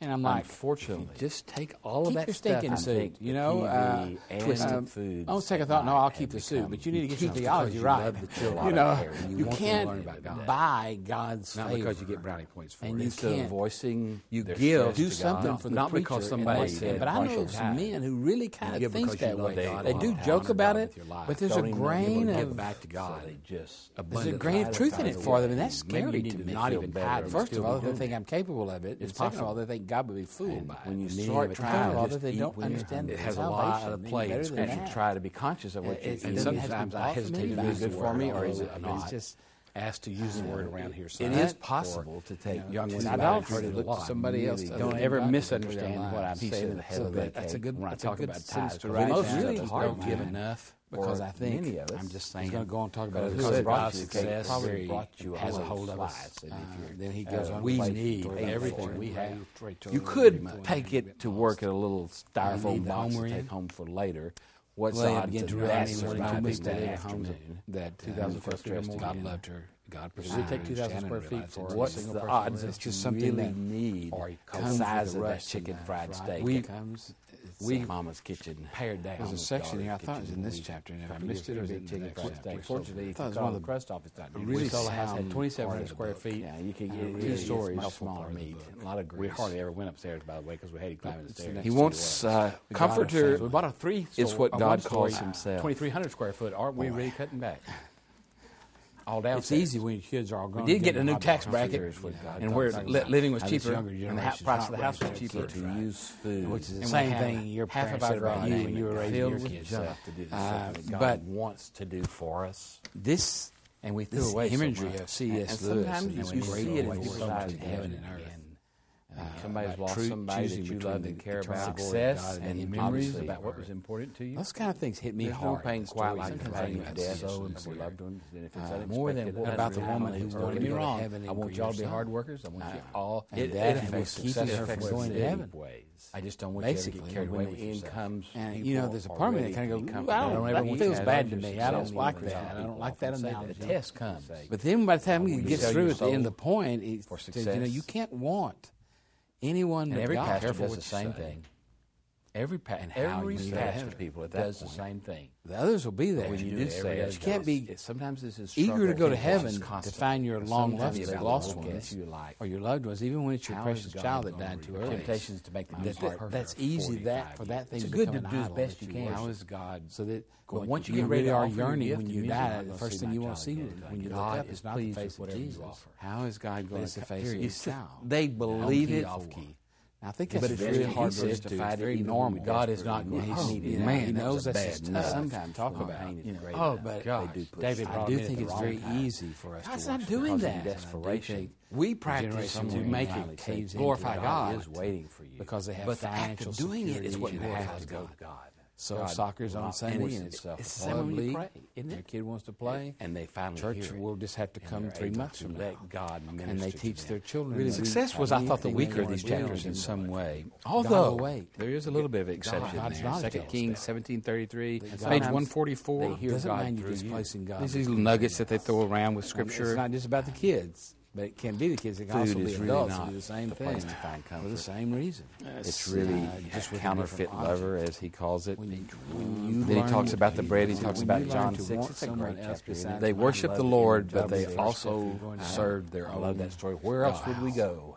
Speaker 1: And I'm like,
Speaker 2: Unfortunately, just take all
Speaker 1: keep
Speaker 2: of that
Speaker 1: your
Speaker 2: stuff.
Speaker 1: steak in
Speaker 2: I
Speaker 1: the suit.
Speaker 2: think
Speaker 1: You know,
Speaker 2: the
Speaker 1: uh,
Speaker 2: TV and twisted
Speaker 1: um,
Speaker 3: foods
Speaker 1: I don't take a thought. No, I'll keep the suit,
Speaker 3: become-
Speaker 1: but you need to get
Speaker 3: you
Speaker 1: your
Speaker 3: keep
Speaker 1: theology
Speaker 3: because you
Speaker 1: right.
Speaker 3: love the chill out
Speaker 1: You
Speaker 3: of
Speaker 1: know,
Speaker 3: there, and you
Speaker 1: you
Speaker 3: want to
Speaker 1: can't
Speaker 3: learn about God.
Speaker 1: buy God's
Speaker 3: Not
Speaker 1: favor.
Speaker 3: because you get brownie points for
Speaker 1: and
Speaker 3: it.
Speaker 1: You
Speaker 3: Instead of
Speaker 1: can't
Speaker 3: voicing
Speaker 1: you
Speaker 3: their
Speaker 1: give
Speaker 3: stress
Speaker 1: do
Speaker 3: to
Speaker 1: something
Speaker 3: God.
Speaker 1: for the
Speaker 3: Not
Speaker 1: preacher.
Speaker 3: because
Speaker 1: and
Speaker 3: somebody
Speaker 1: they-
Speaker 3: said
Speaker 1: but I know
Speaker 3: partial
Speaker 1: of
Speaker 3: time.
Speaker 1: some men who really kind
Speaker 3: give
Speaker 1: of think
Speaker 3: because you
Speaker 1: that
Speaker 3: love
Speaker 1: way.
Speaker 3: God
Speaker 1: They
Speaker 3: and
Speaker 1: do
Speaker 3: want to
Speaker 1: joke
Speaker 3: honor
Speaker 1: about
Speaker 3: God
Speaker 1: it,
Speaker 3: with your life.
Speaker 1: but there's a
Speaker 3: Don't even be able
Speaker 1: grain
Speaker 3: to give
Speaker 1: of
Speaker 3: back to God. So they just
Speaker 1: there's a
Speaker 3: abundantly
Speaker 1: grain of truth in
Speaker 3: prioritize
Speaker 1: it for them,
Speaker 3: the
Speaker 1: and that's
Speaker 3: way. Maybe
Speaker 1: scary
Speaker 3: you need
Speaker 1: to me.
Speaker 3: not even tithe and
Speaker 1: First of
Speaker 3: still be
Speaker 1: all, they
Speaker 3: doing
Speaker 1: think
Speaker 3: it.
Speaker 1: I'm capable of it. and second of all, they think God would be fooled by it.
Speaker 3: when you
Speaker 1: And
Speaker 3: start
Speaker 1: third of all,
Speaker 3: trying
Speaker 1: they
Speaker 3: to
Speaker 1: don't
Speaker 3: eat when you're-
Speaker 1: understand
Speaker 3: it
Speaker 1: that
Speaker 3: has a lot
Speaker 1: salvation
Speaker 3: of
Speaker 1: means
Speaker 3: play
Speaker 1: better than
Speaker 3: in scripture.
Speaker 1: that.
Speaker 3: Try to be conscious of what
Speaker 1: It-
Speaker 3: you
Speaker 1: it-
Speaker 3: eat.
Speaker 1: it
Speaker 3: And
Speaker 1: hasn't
Speaker 3: sometimes
Speaker 1: been
Speaker 3: I
Speaker 1: taught to me
Speaker 3: hesitate.
Speaker 1: by
Speaker 3: Is it
Speaker 1: the
Speaker 3: good for
Speaker 1: word.
Speaker 3: me or is it
Speaker 1: I mean,
Speaker 3: not?
Speaker 1: It's just
Speaker 3: asked to use the word around here.
Speaker 2: It
Speaker 3: Son.
Speaker 2: is
Speaker 3: Or
Speaker 2: possible to take young
Speaker 1: to
Speaker 2: ones
Speaker 1: not
Speaker 2: out and
Speaker 1: alter
Speaker 2: treat
Speaker 1: it,
Speaker 2: it
Speaker 1: look to
Speaker 2: lot.
Speaker 1: somebody else other
Speaker 2: Don't
Speaker 1: than
Speaker 2: ever
Speaker 1: God in
Speaker 2: misunderstand
Speaker 1: their lives.
Speaker 2: what I'm
Speaker 3: Piece
Speaker 2: saying.
Speaker 3: of
Speaker 2: in
Speaker 3: the
Speaker 2: so
Speaker 3: head of
Speaker 2: that-
Speaker 3: that
Speaker 2: That's a
Speaker 3: cake.
Speaker 2: good.
Speaker 3: When I
Speaker 2: That's
Speaker 3: talk
Speaker 2: a good
Speaker 3: about
Speaker 2: sentence
Speaker 3: tithes,
Speaker 2: to
Speaker 3: 'cause
Speaker 2: write
Speaker 1: most
Speaker 2: down.
Speaker 1: religions
Speaker 2: It's
Speaker 1: don't
Speaker 2: hard
Speaker 1: give
Speaker 2: given.
Speaker 1: enough
Speaker 2: because
Speaker 1: because
Speaker 2: I
Speaker 1: I think
Speaker 3: many of us.
Speaker 1: I'm just saying. He's going to go on talk
Speaker 3: But
Speaker 1: about
Speaker 3: it
Speaker 1: it. God's
Speaker 3: said God's
Speaker 1: success
Speaker 3: probably
Speaker 1: very-
Speaker 3: brought you
Speaker 1: has a
Speaker 3: all
Speaker 1: hold of us.
Speaker 3: slides, and if
Speaker 1: Uh,
Speaker 3: you're
Speaker 1: then he
Speaker 3: at
Speaker 1: goes
Speaker 3: a
Speaker 1: on.
Speaker 3: place
Speaker 1: We
Speaker 3: to
Speaker 1: need
Speaker 3: throw
Speaker 1: everything
Speaker 3: it
Speaker 1: we
Speaker 3: away.
Speaker 1: have.
Speaker 3: You could take it to work at a little styrofoam
Speaker 1: need the
Speaker 3: box to
Speaker 1: homework in.
Speaker 3: take home for later. What's
Speaker 1: Glad to
Speaker 3: odd
Speaker 1: get
Speaker 3: that
Speaker 1: to run
Speaker 3: that's
Speaker 1: anyone
Speaker 3: just
Speaker 1: who
Speaker 3: my
Speaker 1: missed
Speaker 3: people
Speaker 1: that
Speaker 3: in the
Speaker 1: afternoon.
Speaker 3: afternoon.
Speaker 1: That
Speaker 3: Yeah, it was frustrating.
Speaker 1: God loved her. God pursued
Speaker 3: we
Speaker 1: her.
Speaker 3: take
Speaker 1: and
Speaker 3: 2,000
Speaker 1: Shannon
Speaker 3: square feet
Speaker 1: realized
Speaker 3: for
Speaker 1: every
Speaker 3: what's
Speaker 1: single
Speaker 3: the
Speaker 1: person
Speaker 3: odds
Speaker 1: was.
Speaker 3: that
Speaker 1: It's
Speaker 3: you
Speaker 1: just something
Speaker 3: really
Speaker 1: that-
Speaker 3: need
Speaker 1: or
Speaker 3: the
Speaker 1: comes with
Speaker 3: size
Speaker 1: the
Speaker 3: of that
Speaker 1: rush
Speaker 3: chicken
Speaker 1: sometimes,
Speaker 3: fried
Speaker 1: right?
Speaker 3: steak
Speaker 1: We
Speaker 3: at
Speaker 1: comes. it's,
Speaker 3: we
Speaker 1: uh,
Speaker 3: mama's kitchen
Speaker 1: pared down.
Speaker 3: Mama's
Speaker 1: There's a section
Speaker 3: daughter's
Speaker 1: here. I thought it was
Speaker 3: kitchen.
Speaker 1: in this
Speaker 3: We
Speaker 1: chapter, and I
Speaker 3: probably
Speaker 1: missed
Speaker 3: did
Speaker 1: it or
Speaker 3: a
Speaker 1: was
Speaker 3: big
Speaker 1: it in the
Speaker 3: chicken
Speaker 1: next
Speaker 3: fried
Speaker 1: chapter?
Speaker 3: steak.
Speaker 1: Which
Speaker 3: Fortunately,
Speaker 1: I
Speaker 3: if
Speaker 1: thought
Speaker 3: you
Speaker 1: it was
Speaker 3: call
Speaker 1: one
Speaker 3: it
Speaker 1: of the-
Speaker 3: crust off, it's not.
Speaker 1: a
Speaker 3: We
Speaker 1: really
Speaker 3: sold a house had
Speaker 1: sound
Speaker 3: 2,700
Speaker 1: part
Speaker 3: square
Speaker 1: of the
Speaker 3: feet.
Speaker 1: book.
Speaker 3: Yeah, you could
Speaker 1: Uh,
Speaker 3: get
Speaker 1: really
Speaker 3: two
Speaker 1: is
Speaker 3: stories,
Speaker 1: helpful
Speaker 3: smaller
Speaker 1: part of the
Speaker 3: meat,
Speaker 1: book.
Speaker 3: a lot of grease.
Speaker 1: We hardly
Speaker 3: ever went upstairs, by the way, because we hated climbing the
Speaker 1: stairs.
Speaker 3: He
Speaker 1: next
Speaker 3: wants uh, comforter.
Speaker 2: We bought a three.
Speaker 3: It's
Speaker 2: store-
Speaker 3: what
Speaker 2: a
Speaker 3: God
Speaker 2: one story,
Speaker 3: calls himself.
Speaker 2: 2,300 square foot. Aren't we really cutting back? All down.
Speaker 1: It's easy when your kids are all grown.
Speaker 2: We did
Speaker 1: to
Speaker 2: get a
Speaker 1: them
Speaker 2: new
Speaker 1: hot
Speaker 2: tax
Speaker 1: dogs.
Speaker 2: bracket,
Speaker 1: There's what God
Speaker 2: and where
Speaker 1: talks
Speaker 2: li-
Speaker 1: about.
Speaker 2: living was
Speaker 1: How this
Speaker 2: cheaper,
Speaker 1: younger
Speaker 2: and the
Speaker 1: generation's
Speaker 2: ha- price of the
Speaker 1: not
Speaker 2: house
Speaker 1: raising
Speaker 2: was
Speaker 1: their
Speaker 2: cheaper.
Speaker 1: kids
Speaker 3: to
Speaker 1: right.
Speaker 3: use food.
Speaker 1: Which is the
Speaker 2: And we
Speaker 1: same
Speaker 2: have
Speaker 1: thing your
Speaker 2: half of
Speaker 1: parents
Speaker 2: our
Speaker 1: said about
Speaker 2: garage
Speaker 1: you
Speaker 2: ain't
Speaker 1: when you were raising
Speaker 2: filled
Speaker 1: your
Speaker 2: with
Speaker 1: kids.
Speaker 3: junk
Speaker 1: So,
Speaker 3: to do the
Speaker 1: uh,
Speaker 3: stuff that God
Speaker 1: but
Speaker 3: wants to do for us.
Speaker 1: this
Speaker 2: And we
Speaker 1: this
Speaker 2: threw away so
Speaker 1: imagery
Speaker 2: much.
Speaker 1: of C.S.
Speaker 3: And- and
Speaker 1: Lewis
Speaker 3: sometimes
Speaker 1: and
Speaker 3: you
Speaker 1: when he
Speaker 3: see
Speaker 1: wrote
Speaker 3: it in
Speaker 1: away
Speaker 3: people's
Speaker 1: so much
Speaker 3: eyes
Speaker 1: in
Speaker 3: and
Speaker 1: heaven and
Speaker 3: and-
Speaker 1: earth.
Speaker 3: Somebody's
Speaker 1: about
Speaker 3: lost
Speaker 1: true-
Speaker 3: somebody that
Speaker 1: choosing
Speaker 3: you
Speaker 1: between
Speaker 3: love
Speaker 1: the
Speaker 3: and care
Speaker 1: eternal
Speaker 3: about.
Speaker 1: glory of God
Speaker 2: Success
Speaker 1: and
Speaker 2: and
Speaker 1: the
Speaker 2: memories
Speaker 1: obviously
Speaker 2: about what
Speaker 1: are-
Speaker 2: was important to you.
Speaker 1: Those kind of things hit me
Speaker 3: There's no
Speaker 1: hard.
Speaker 3: pain
Speaker 1: the
Speaker 3: quite
Speaker 1: stories
Speaker 3: like the
Speaker 1: sometimes
Speaker 3: pain
Speaker 1: I
Speaker 3: of
Speaker 1: get
Speaker 3: death
Speaker 1: so
Speaker 3: and
Speaker 1: inspired.
Speaker 3: we loved ones. And if it's
Speaker 1: Uh,
Speaker 3: unexpected,
Speaker 2: More than
Speaker 3: it
Speaker 2: what
Speaker 1: about the
Speaker 3: doesn't
Speaker 1: woman
Speaker 3: really
Speaker 1: who
Speaker 3: hurt.
Speaker 1: wanted
Speaker 2: Don't
Speaker 1: to
Speaker 2: get me
Speaker 1: go to
Speaker 2: wrong.
Speaker 1: heaven and
Speaker 2: I want
Speaker 1: for
Speaker 2: y'all to be
Speaker 1: yourself.
Speaker 2: hard workers. I want you all.
Speaker 1: And
Speaker 2: it, it
Speaker 1: that is
Speaker 2: affects
Speaker 1: what keeps
Speaker 2: success
Speaker 1: her from
Speaker 2: affects
Speaker 1: going to
Speaker 2: deep
Speaker 1: heaven.
Speaker 2: ways. I just don't want you to ever
Speaker 1: Basically,
Speaker 2: get carried
Speaker 1: when
Speaker 2: away
Speaker 1: the
Speaker 2: with
Speaker 1: end
Speaker 2: yourself.
Speaker 3: comes,
Speaker 1: And
Speaker 3: people
Speaker 1: you know, there's a
Speaker 3: are
Speaker 1: part of me
Speaker 3: ready
Speaker 1: that kind
Speaker 3: to
Speaker 1: of goes,
Speaker 3: be
Speaker 1: "Ooh, I
Speaker 3: comforted. They
Speaker 1: don't,
Speaker 3: don't
Speaker 1: that
Speaker 3: ever want
Speaker 1: feels
Speaker 3: to
Speaker 1: bad
Speaker 3: challenge
Speaker 1: to me. I
Speaker 3: yourself.
Speaker 1: don't like
Speaker 3: People
Speaker 1: that. I don't like
Speaker 3: often
Speaker 1: that
Speaker 3: say that.
Speaker 1: analogy.
Speaker 2: The test comes.
Speaker 1: But then by the time
Speaker 3: When
Speaker 1: you
Speaker 3: you
Speaker 1: get
Speaker 3: sell
Speaker 1: through
Speaker 3: your
Speaker 1: at the end of the
Speaker 3: soul
Speaker 1: point, it
Speaker 3: for
Speaker 1: says, you know,
Speaker 3: success.
Speaker 1: you can't want anyone
Speaker 2: And
Speaker 1: but
Speaker 2: every
Speaker 1: God.
Speaker 2: pastor
Speaker 1: Careful
Speaker 2: does
Speaker 1: what
Speaker 2: the
Speaker 1: you
Speaker 2: same
Speaker 1: say.
Speaker 2: thing. Every pa- and
Speaker 1: how
Speaker 2: every
Speaker 1: you say
Speaker 2: pastor
Speaker 1: it.
Speaker 2: people
Speaker 1: At that
Speaker 2: does the
Speaker 1: point.
Speaker 2: same thing.
Speaker 1: The others will be there.
Speaker 2: When you
Speaker 1: You
Speaker 2: do
Speaker 1: know,
Speaker 2: say
Speaker 1: but
Speaker 2: it,
Speaker 1: you can't
Speaker 2: it's-
Speaker 1: be
Speaker 2: it's- sometimes this is
Speaker 1: eager to go to heaven to
Speaker 2: constant.
Speaker 1: find your long
Speaker 2: Sometimes
Speaker 1: lost,
Speaker 2: it's about
Speaker 1: lost
Speaker 2: looking at
Speaker 1: ones
Speaker 2: you like,
Speaker 1: or your loved ones, even when it's your
Speaker 2: how
Speaker 1: precious
Speaker 2: is God
Speaker 1: child that
Speaker 2: gonna
Speaker 1: died too
Speaker 2: read
Speaker 1: early.
Speaker 2: temptations to make my
Speaker 1: That-
Speaker 2: heart
Speaker 1: that- That's
Speaker 2: hurt
Speaker 1: easy.
Speaker 2: 45
Speaker 1: That for that thing
Speaker 2: years.
Speaker 1: to
Speaker 2: It's good
Speaker 1: become
Speaker 2: to
Speaker 1: an
Speaker 2: do as
Speaker 1: idol
Speaker 2: best
Speaker 1: that
Speaker 2: you can.
Speaker 1: worship.
Speaker 2: How is God-
Speaker 1: So that
Speaker 2: going
Speaker 1: once
Speaker 2: to
Speaker 1: you get
Speaker 2: use
Speaker 1: ready
Speaker 2: it?
Speaker 1: to
Speaker 2: Offer
Speaker 1: are
Speaker 2: your
Speaker 1: yearning
Speaker 2: gift
Speaker 1: when
Speaker 2: to
Speaker 1: you
Speaker 2: me, I'm
Speaker 1: die,
Speaker 2: not
Speaker 1: the
Speaker 2: gonna
Speaker 1: first
Speaker 2: see
Speaker 1: thing
Speaker 2: my
Speaker 1: you want to
Speaker 2: child
Speaker 1: see
Speaker 2: go to
Speaker 1: when you look
Speaker 2: God
Speaker 1: up
Speaker 2: is
Speaker 1: is not the
Speaker 2: pleased
Speaker 1: face
Speaker 2: with
Speaker 1: of
Speaker 2: whatever you
Speaker 1: Jesus.
Speaker 2: offer.
Speaker 1: How is God going
Speaker 2: it's
Speaker 1: to
Speaker 2: the
Speaker 1: face
Speaker 2: face
Speaker 1: of
Speaker 2: of
Speaker 1: your
Speaker 2: Jesus.
Speaker 1: child?
Speaker 2: They
Speaker 1: And on
Speaker 2: believe
Speaker 1: key,
Speaker 2: it
Speaker 1: off
Speaker 2: for-
Speaker 1: key. And I think that's
Speaker 2: But it's
Speaker 1: very
Speaker 2: really hard
Speaker 1: hard
Speaker 2: for us to fight it,
Speaker 1: very
Speaker 2: even
Speaker 1: normal.
Speaker 2: when
Speaker 1: God
Speaker 2: we're
Speaker 1: is not
Speaker 2: going,
Speaker 1: going.
Speaker 2: "Oh,
Speaker 1: you
Speaker 2: man,
Speaker 1: know,
Speaker 2: that
Speaker 1: he
Speaker 2: was
Speaker 1: knows
Speaker 2: a
Speaker 1: that's
Speaker 2: bad
Speaker 1: just
Speaker 2: nut."
Speaker 1: tough. Sometimes
Speaker 2: Talk
Speaker 1: Well,
Speaker 2: about,
Speaker 1: pain is
Speaker 2: you know,
Speaker 1: great
Speaker 2: oh,
Speaker 1: enough.
Speaker 2: but
Speaker 1: They
Speaker 2: gosh,
Speaker 1: do put
Speaker 2: David
Speaker 1: some- I
Speaker 2: brought
Speaker 1: do
Speaker 2: him in at
Speaker 1: think
Speaker 2: the
Speaker 1: it's
Speaker 2: wrong
Speaker 1: very
Speaker 2: time.
Speaker 1: easy for us.
Speaker 2: God's
Speaker 1: to
Speaker 2: not
Speaker 1: worship
Speaker 2: doing
Speaker 1: because of
Speaker 2: that.
Speaker 1: the
Speaker 2: Desperation.
Speaker 1: desperation.
Speaker 2: We
Speaker 1: The
Speaker 2: practice
Speaker 1: generation
Speaker 2: to
Speaker 1: we're in
Speaker 2: make
Speaker 1: now
Speaker 2: it
Speaker 1: that caves into
Speaker 2: glorify God.
Speaker 1: is waiting for you because they have financial
Speaker 2: But the act of doing it is
Speaker 1: security
Speaker 2: what
Speaker 1: and
Speaker 2: glorifies
Speaker 1: have to go
Speaker 2: God.
Speaker 1: to God. So
Speaker 3: God
Speaker 1: soccer's
Speaker 3: will
Speaker 1: on
Speaker 3: not
Speaker 1: Sunday,
Speaker 3: force
Speaker 1: and it's,
Speaker 3: itself
Speaker 1: it's the
Speaker 3: upon
Speaker 1: same when
Speaker 3: you.
Speaker 1: you
Speaker 3: League,
Speaker 1: pray, isn't it? Your kid wants to play.
Speaker 3: And they finally
Speaker 1: church
Speaker 3: hear it.
Speaker 1: will just have to
Speaker 3: And
Speaker 1: come
Speaker 3: they're
Speaker 1: three
Speaker 3: able
Speaker 1: months
Speaker 3: to
Speaker 1: from
Speaker 3: let
Speaker 1: now.
Speaker 3: God
Speaker 1: and they
Speaker 3: minister to
Speaker 1: teach
Speaker 3: them.
Speaker 1: their children.
Speaker 3: Really,
Speaker 1: and
Speaker 3: success
Speaker 1: read
Speaker 3: was, I thought, the
Speaker 1: anything they
Speaker 3: weaker of
Speaker 1: wanna
Speaker 3: these
Speaker 1: do
Speaker 3: chapters in
Speaker 1: and
Speaker 3: some way.
Speaker 1: God will
Speaker 3: Although
Speaker 1: wait.
Speaker 3: there is a little bit of exception
Speaker 1: God's
Speaker 3: there.
Speaker 1: knowledge
Speaker 3: Second
Speaker 1: is
Speaker 3: Kings
Speaker 1: there.
Speaker 2: seventeen thirty three,
Speaker 1: That
Speaker 2: page
Speaker 1: sometimes
Speaker 2: one forty four.
Speaker 3: they hear
Speaker 1: doesn't
Speaker 3: God
Speaker 1: mean you're
Speaker 3: through you.
Speaker 1: displacing God.
Speaker 2: These these little nuggets that they throw around with
Speaker 1: And
Speaker 2: scripture.
Speaker 1: It's not just about the kids, but it can be the kids. It can
Speaker 3: Food
Speaker 1: also be
Speaker 3: is really
Speaker 1: adults.
Speaker 3: not
Speaker 1: who do the same
Speaker 3: the
Speaker 1: thing
Speaker 3: place to find
Speaker 1: for the
Speaker 3: comfort.
Speaker 1: same reason.
Speaker 3: It's really
Speaker 1: uh,
Speaker 3: just
Speaker 1: just with a
Speaker 3: counterfeit
Speaker 1: different
Speaker 3: lover, as he calls it.
Speaker 1: When you-
Speaker 3: then
Speaker 1: when
Speaker 3: he
Speaker 1: you
Speaker 3: talks
Speaker 1: learn-
Speaker 3: about the bread. He
Speaker 1: when
Speaker 3: talks
Speaker 1: you
Speaker 3: about
Speaker 1: learn
Speaker 3: John
Speaker 1: to
Speaker 3: 6.
Speaker 1: want
Speaker 3: It's a
Speaker 1: someone
Speaker 3: great
Speaker 1: else
Speaker 3: chapter. isn't
Speaker 1: besides
Speaker 3: it?
Speaker 2: They
Speaker 1: I
Speaker 2: worship
Speaker 1: love
Speaker 2: the
Speaker 1: you,
Speaker 2: Lord,
Speaker 1: John
Speaker 2: but they
Speaker 1: says.
Speaker 2: also
Speaker 1: Going to hell.
Speaker 2: served their
Speaker 3: I
Speaker 2: own.
Speaker 3: love that story. Where else would we go?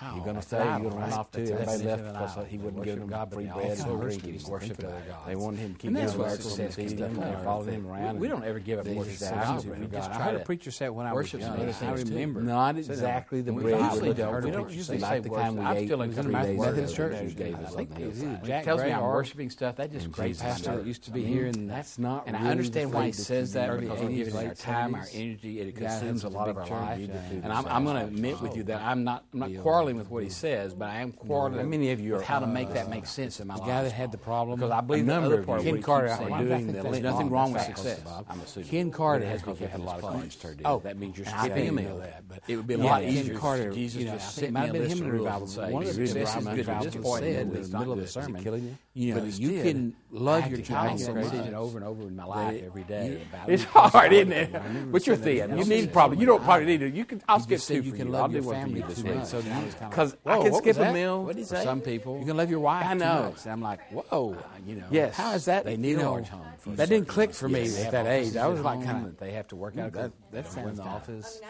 Speaker 1: Wow,
Speaker 3: You're going
Speaker 1: that's
Speaker 3: to say
Speaker 1: an
Speaker 3: you're
Speaker 1: idol,
Speaker 3: going to run
Speaker 1: right?
Speaker 3: off to
Speaker 1: That's the
Speaker 3: everybody
Speaker 1: definition
Speaker 3: left
Speaker 1: of an
Speaker 3: because
Speaker 1: idol.
Speaker 3: he
Speaker 1: They
Speaker 3: wouldn't give
Speaker 1: worship
Speaker 3: them
Speaker 1: God, but
Speaker 3: free
Speaker 1: they
Speaker 3: bread
Speaker 1: also
Speaker 3: and
Speaker 1: worship
Speaker 3: drink. He
Speaker 1: these
Speaker 3: worship
Speaker 1: particular
Speaker 3: them.
Speaker 1: gods.
Speaker 3: They wanted him to keep
Speaker 1: And that's
Speaker 3: doing
Speaker 1: what
Speaker 3: miracles
Speaker 1: success
Speaker 3: and
Speaker 1: is,
Speaker 3: feeding
Speaker 1: definitely.
Speaker 3: them.
Speaker 1: Follow them around
Speaker 2: We
Speaker 1: and
Speaker 2: don't ever give up
Speaker 1: they
Speaker 2: worship.
Speaker 1: just
Speaker 2: to
Speaker 1: say,
Speaker 2: God.
Speaker 1: "Jesus,
Speaker 2: We
Speaker 1: God."
Speaker 2: just
Speaker 1: I
Speaker 2: try
Speaker 1: heard
Speaker 2: to
Speaker 1: a preacher say it when I was
Speaker 2: worship
Speaker 1: young,
Speaker 2: some other
Speaker 1: and I
Speaker 2: things too.
Speaker 1: remember.
Speaker 3: Not exactly the
Speaker 2: We
Speaker 3: bread.
Speaker 2: usually
Speaker 3: but
Speaker 2: don't.
Speaker 3: heard
Speaker 2: We
Speaker 3: a
Speaker 2: don't
Speaker 3: preacher
Speaker 2: usually
Speaker 3: say,
Speaker 2: say
Speaker 3: not the
Speaker 2: words.
Speaker 3: kind we
Speaker 2: I'm
Speaker 3: ate
Speaker 2: still in
Speaker 3: three
Speaker 2: Compromise
Speaker 3: days
Speaker 1: Methodist
Speaker 3: ago that
Speaker 1: Church.
Speaker 3: you gave us
Speaker 1: I
Speaker 3: on
Speaker 1: think
Speaker 3: the
Speaker 1: it was
Speaker 3: hillside.
Speaker 1: either Jack
Speaker 2: tells me
Speaker 1: Gray
Speaker 2: I'm
Speaker 1: or-
Speaker 2: worshiping stuff. That just
Speaker 3: And
Speaker 2: great
Speaker 3: Jesus
Speaker 2: pastor
Speaker 3: knows.
Speaker 2: that used to
Speaker 1: I
Speaker 2: be
Speaker 1: mean,
Speaker 2: here, and
Speaker 1: that's not
Speaker 2: And I
Speaker 1: really
Speaker 2: understand
Speaker 1: the
Speaker 2: why he
Speaker 1: thing that
Speaker 2: says
Speaker 1: you
Speaker 2: that
Speaker 1: do
Speaker 2: because
Speaker 1: in
Speaker 2: we give it
Speaker 1: the
Speaker 2: our time, our
Speaker 1: 70s.
Speaker 2: energy, and it
Speaker 1: Yeah,
Speaker 2: consumes
Speaker 1: it's
Speaker 2: a
Speaker 1: a
Speaker 2: lot of
Speaker 1: big
Speaker 2: our
Speaker 1: church,
Speaker 2: life.
Speaker 1: yeah.
Speaker 2: And I'm, I'm going to admit with you that I'm not I'm not quarreling with what he says, but I am quarreling.
Speaker 3: How many of you
Speaker 2: with
Speaker 3: are,
Speaker 2: how to make
Speaker 3: uh,
Speaker 2: that make sense in my
Speaker 1: The
Speaker 2: life?
Speaker 1: guy that had the problem.
Speaker 2: because I believe
Speaker 3: a
Speaker 2: the
Speaker 3: number
Speaker 2: other
Speaker 3: of
Speaker 2: part.
Speaker 3: you-
Speaker 2: where
Speaker 1: Ken
Speaker 2: he
Speaker 1: Carter
Speaker 2: keeps
Speaker 1: out
Speaker 2: saying,
Speaker 1: there.
Speaker 3: doing
Speaker 1: I
Speaker 3: the
Speaker 1: think that's
Speaker 3: list.
Speaker 2: Nothing
Speaker 1: wrong.
Speaker 2: wrong with
Speaker 1: That's facts,
Speaker 2: success.
Speaker 1: Bob.
Speaker 3: I'm assuming.
Speaker 1: Ken Carter
Speaker 3: That's
Speaker 1: has
Speaker 3: because you had a lot of cards turned in.
Speaker 1: Oh,
Speaker 3: that means you're
Speaker 1: and I
Speaker 3: skipping
Speaker 1: didn't
Speaker 3: a
Speaker 1: know
Speaker 3: meal.
Speaker 1: that, but-
Speaker 3: it would be a
Speaker 1: Yeah,
Speaker 3: lot
Speaker 1: Ken
Speaker 3: easier.
Speaker 1: Carter,
Speaker 3: if Jesus
Speaker 1: you know, I
Speaker 3: just
Speaker 1: think
Speaker 3: sent
Speaker 1: might
Speaker 3: me a
Speaker 1: have been
Speaker 3: list
Speaker 1: him
Speaker 3: of
Speaker 1: in revival.
Speaker 3: rules and say,
Speaker 1: One of the
Speaker 3: "Here's
Speaker 1: success
Speaker 3: what
Speaker 1: is
Speaker 3: I'm
Speaker 1: good at this
Speaker 3: going to
Speaker 1: point
Speaker 3: say,
Speaker 1: in
Speaker 3: but
Speaker 1: the
Speaker 3: it's not
Speaker 1: middle of
Speaker 3: good.
Speaker 1: the
Speaker 3: Is it
Speaker 1: sermon.
Speaker 3: killing you?
Speaker 1: You know,
Speaker 3: But it's
Speaker 1: you
Speaker 3: still-
Speaker 1: can love your
Speaker 3: I
Speaker 1: child
Speaker 3: can
Speaker 1: so
Speaker 3: make
Speaker 1: much.
Speaker 3: decisions
Speaker 1: over and over in my life every day. about
Speaker 2: It's
Speaker 1: it.
Speaker 2: hard, isn't it?
Speaker 1: I "Oh remember
Speaker 2: But you're
Speaker 1: saying that
Speaker 2: thin. You
Speaker 1: to
Speaker 2: need
Speaker 1: myself.
Speaker 2: probably. You don't probably need to. You can. I'll
Speaker 1: You
Speaker 2: skip
Speaker 1: just said
Speaker 2: two
Speaker 1: you
Speaker 2: for
Speaker 1: can
Speaker 2: you. I'll
Speaker 1: love your
Speaker 2: do one for
Speaker 1: family
Speaker 2: you.
Speaker 1: too
Speaker 3: week.
Speaker 1: much.
Speaker 2: So
Speaker 1: And I was kinda like,
Speaker 2: Because I
Speaker 1: whoa,
Speaker 2: can
Speaker 1: what
Speaker 2: skip
Speaker 1: was
Speaker 2: a
Speaker 1: that?
Speaker 2: meal
Speaker 1: What'd he
Speaker 2: for
Speaker 1: say?
Speaker 2: some people.
Speaker 1: You can love your wife.
Speaker 2: I
Speaker 1: too
Speaker 2: know.
Speaker 1: much. And I'm like, whoa, you know.
Speaker 2: Yes.
Speaker 1: How is that?
Speaker 3: They need
Speaker 1: you
Speaker 3: a
Speaker 1: know,
Speaker 3: large home for
Speaker 1: That didn't click for me
Speaker 3: Yes. They
Speaker 1: at
Speaker 3: have
Speaker 1: that age.
Speaker 3: offices
Speaker 1: I was
Speaker 3: at
Speaker 1: like,
Speaker 3: home
Speaker 1: kind
Speaker 3: that
Speaker 1: of. They have to work
Speaker 3: out
Speaker 1: out.
Speaker 3: of their-
Speaker 1: That that sounds
Speaker 3: the
Speaker 1: tough.
Speaker 3: office.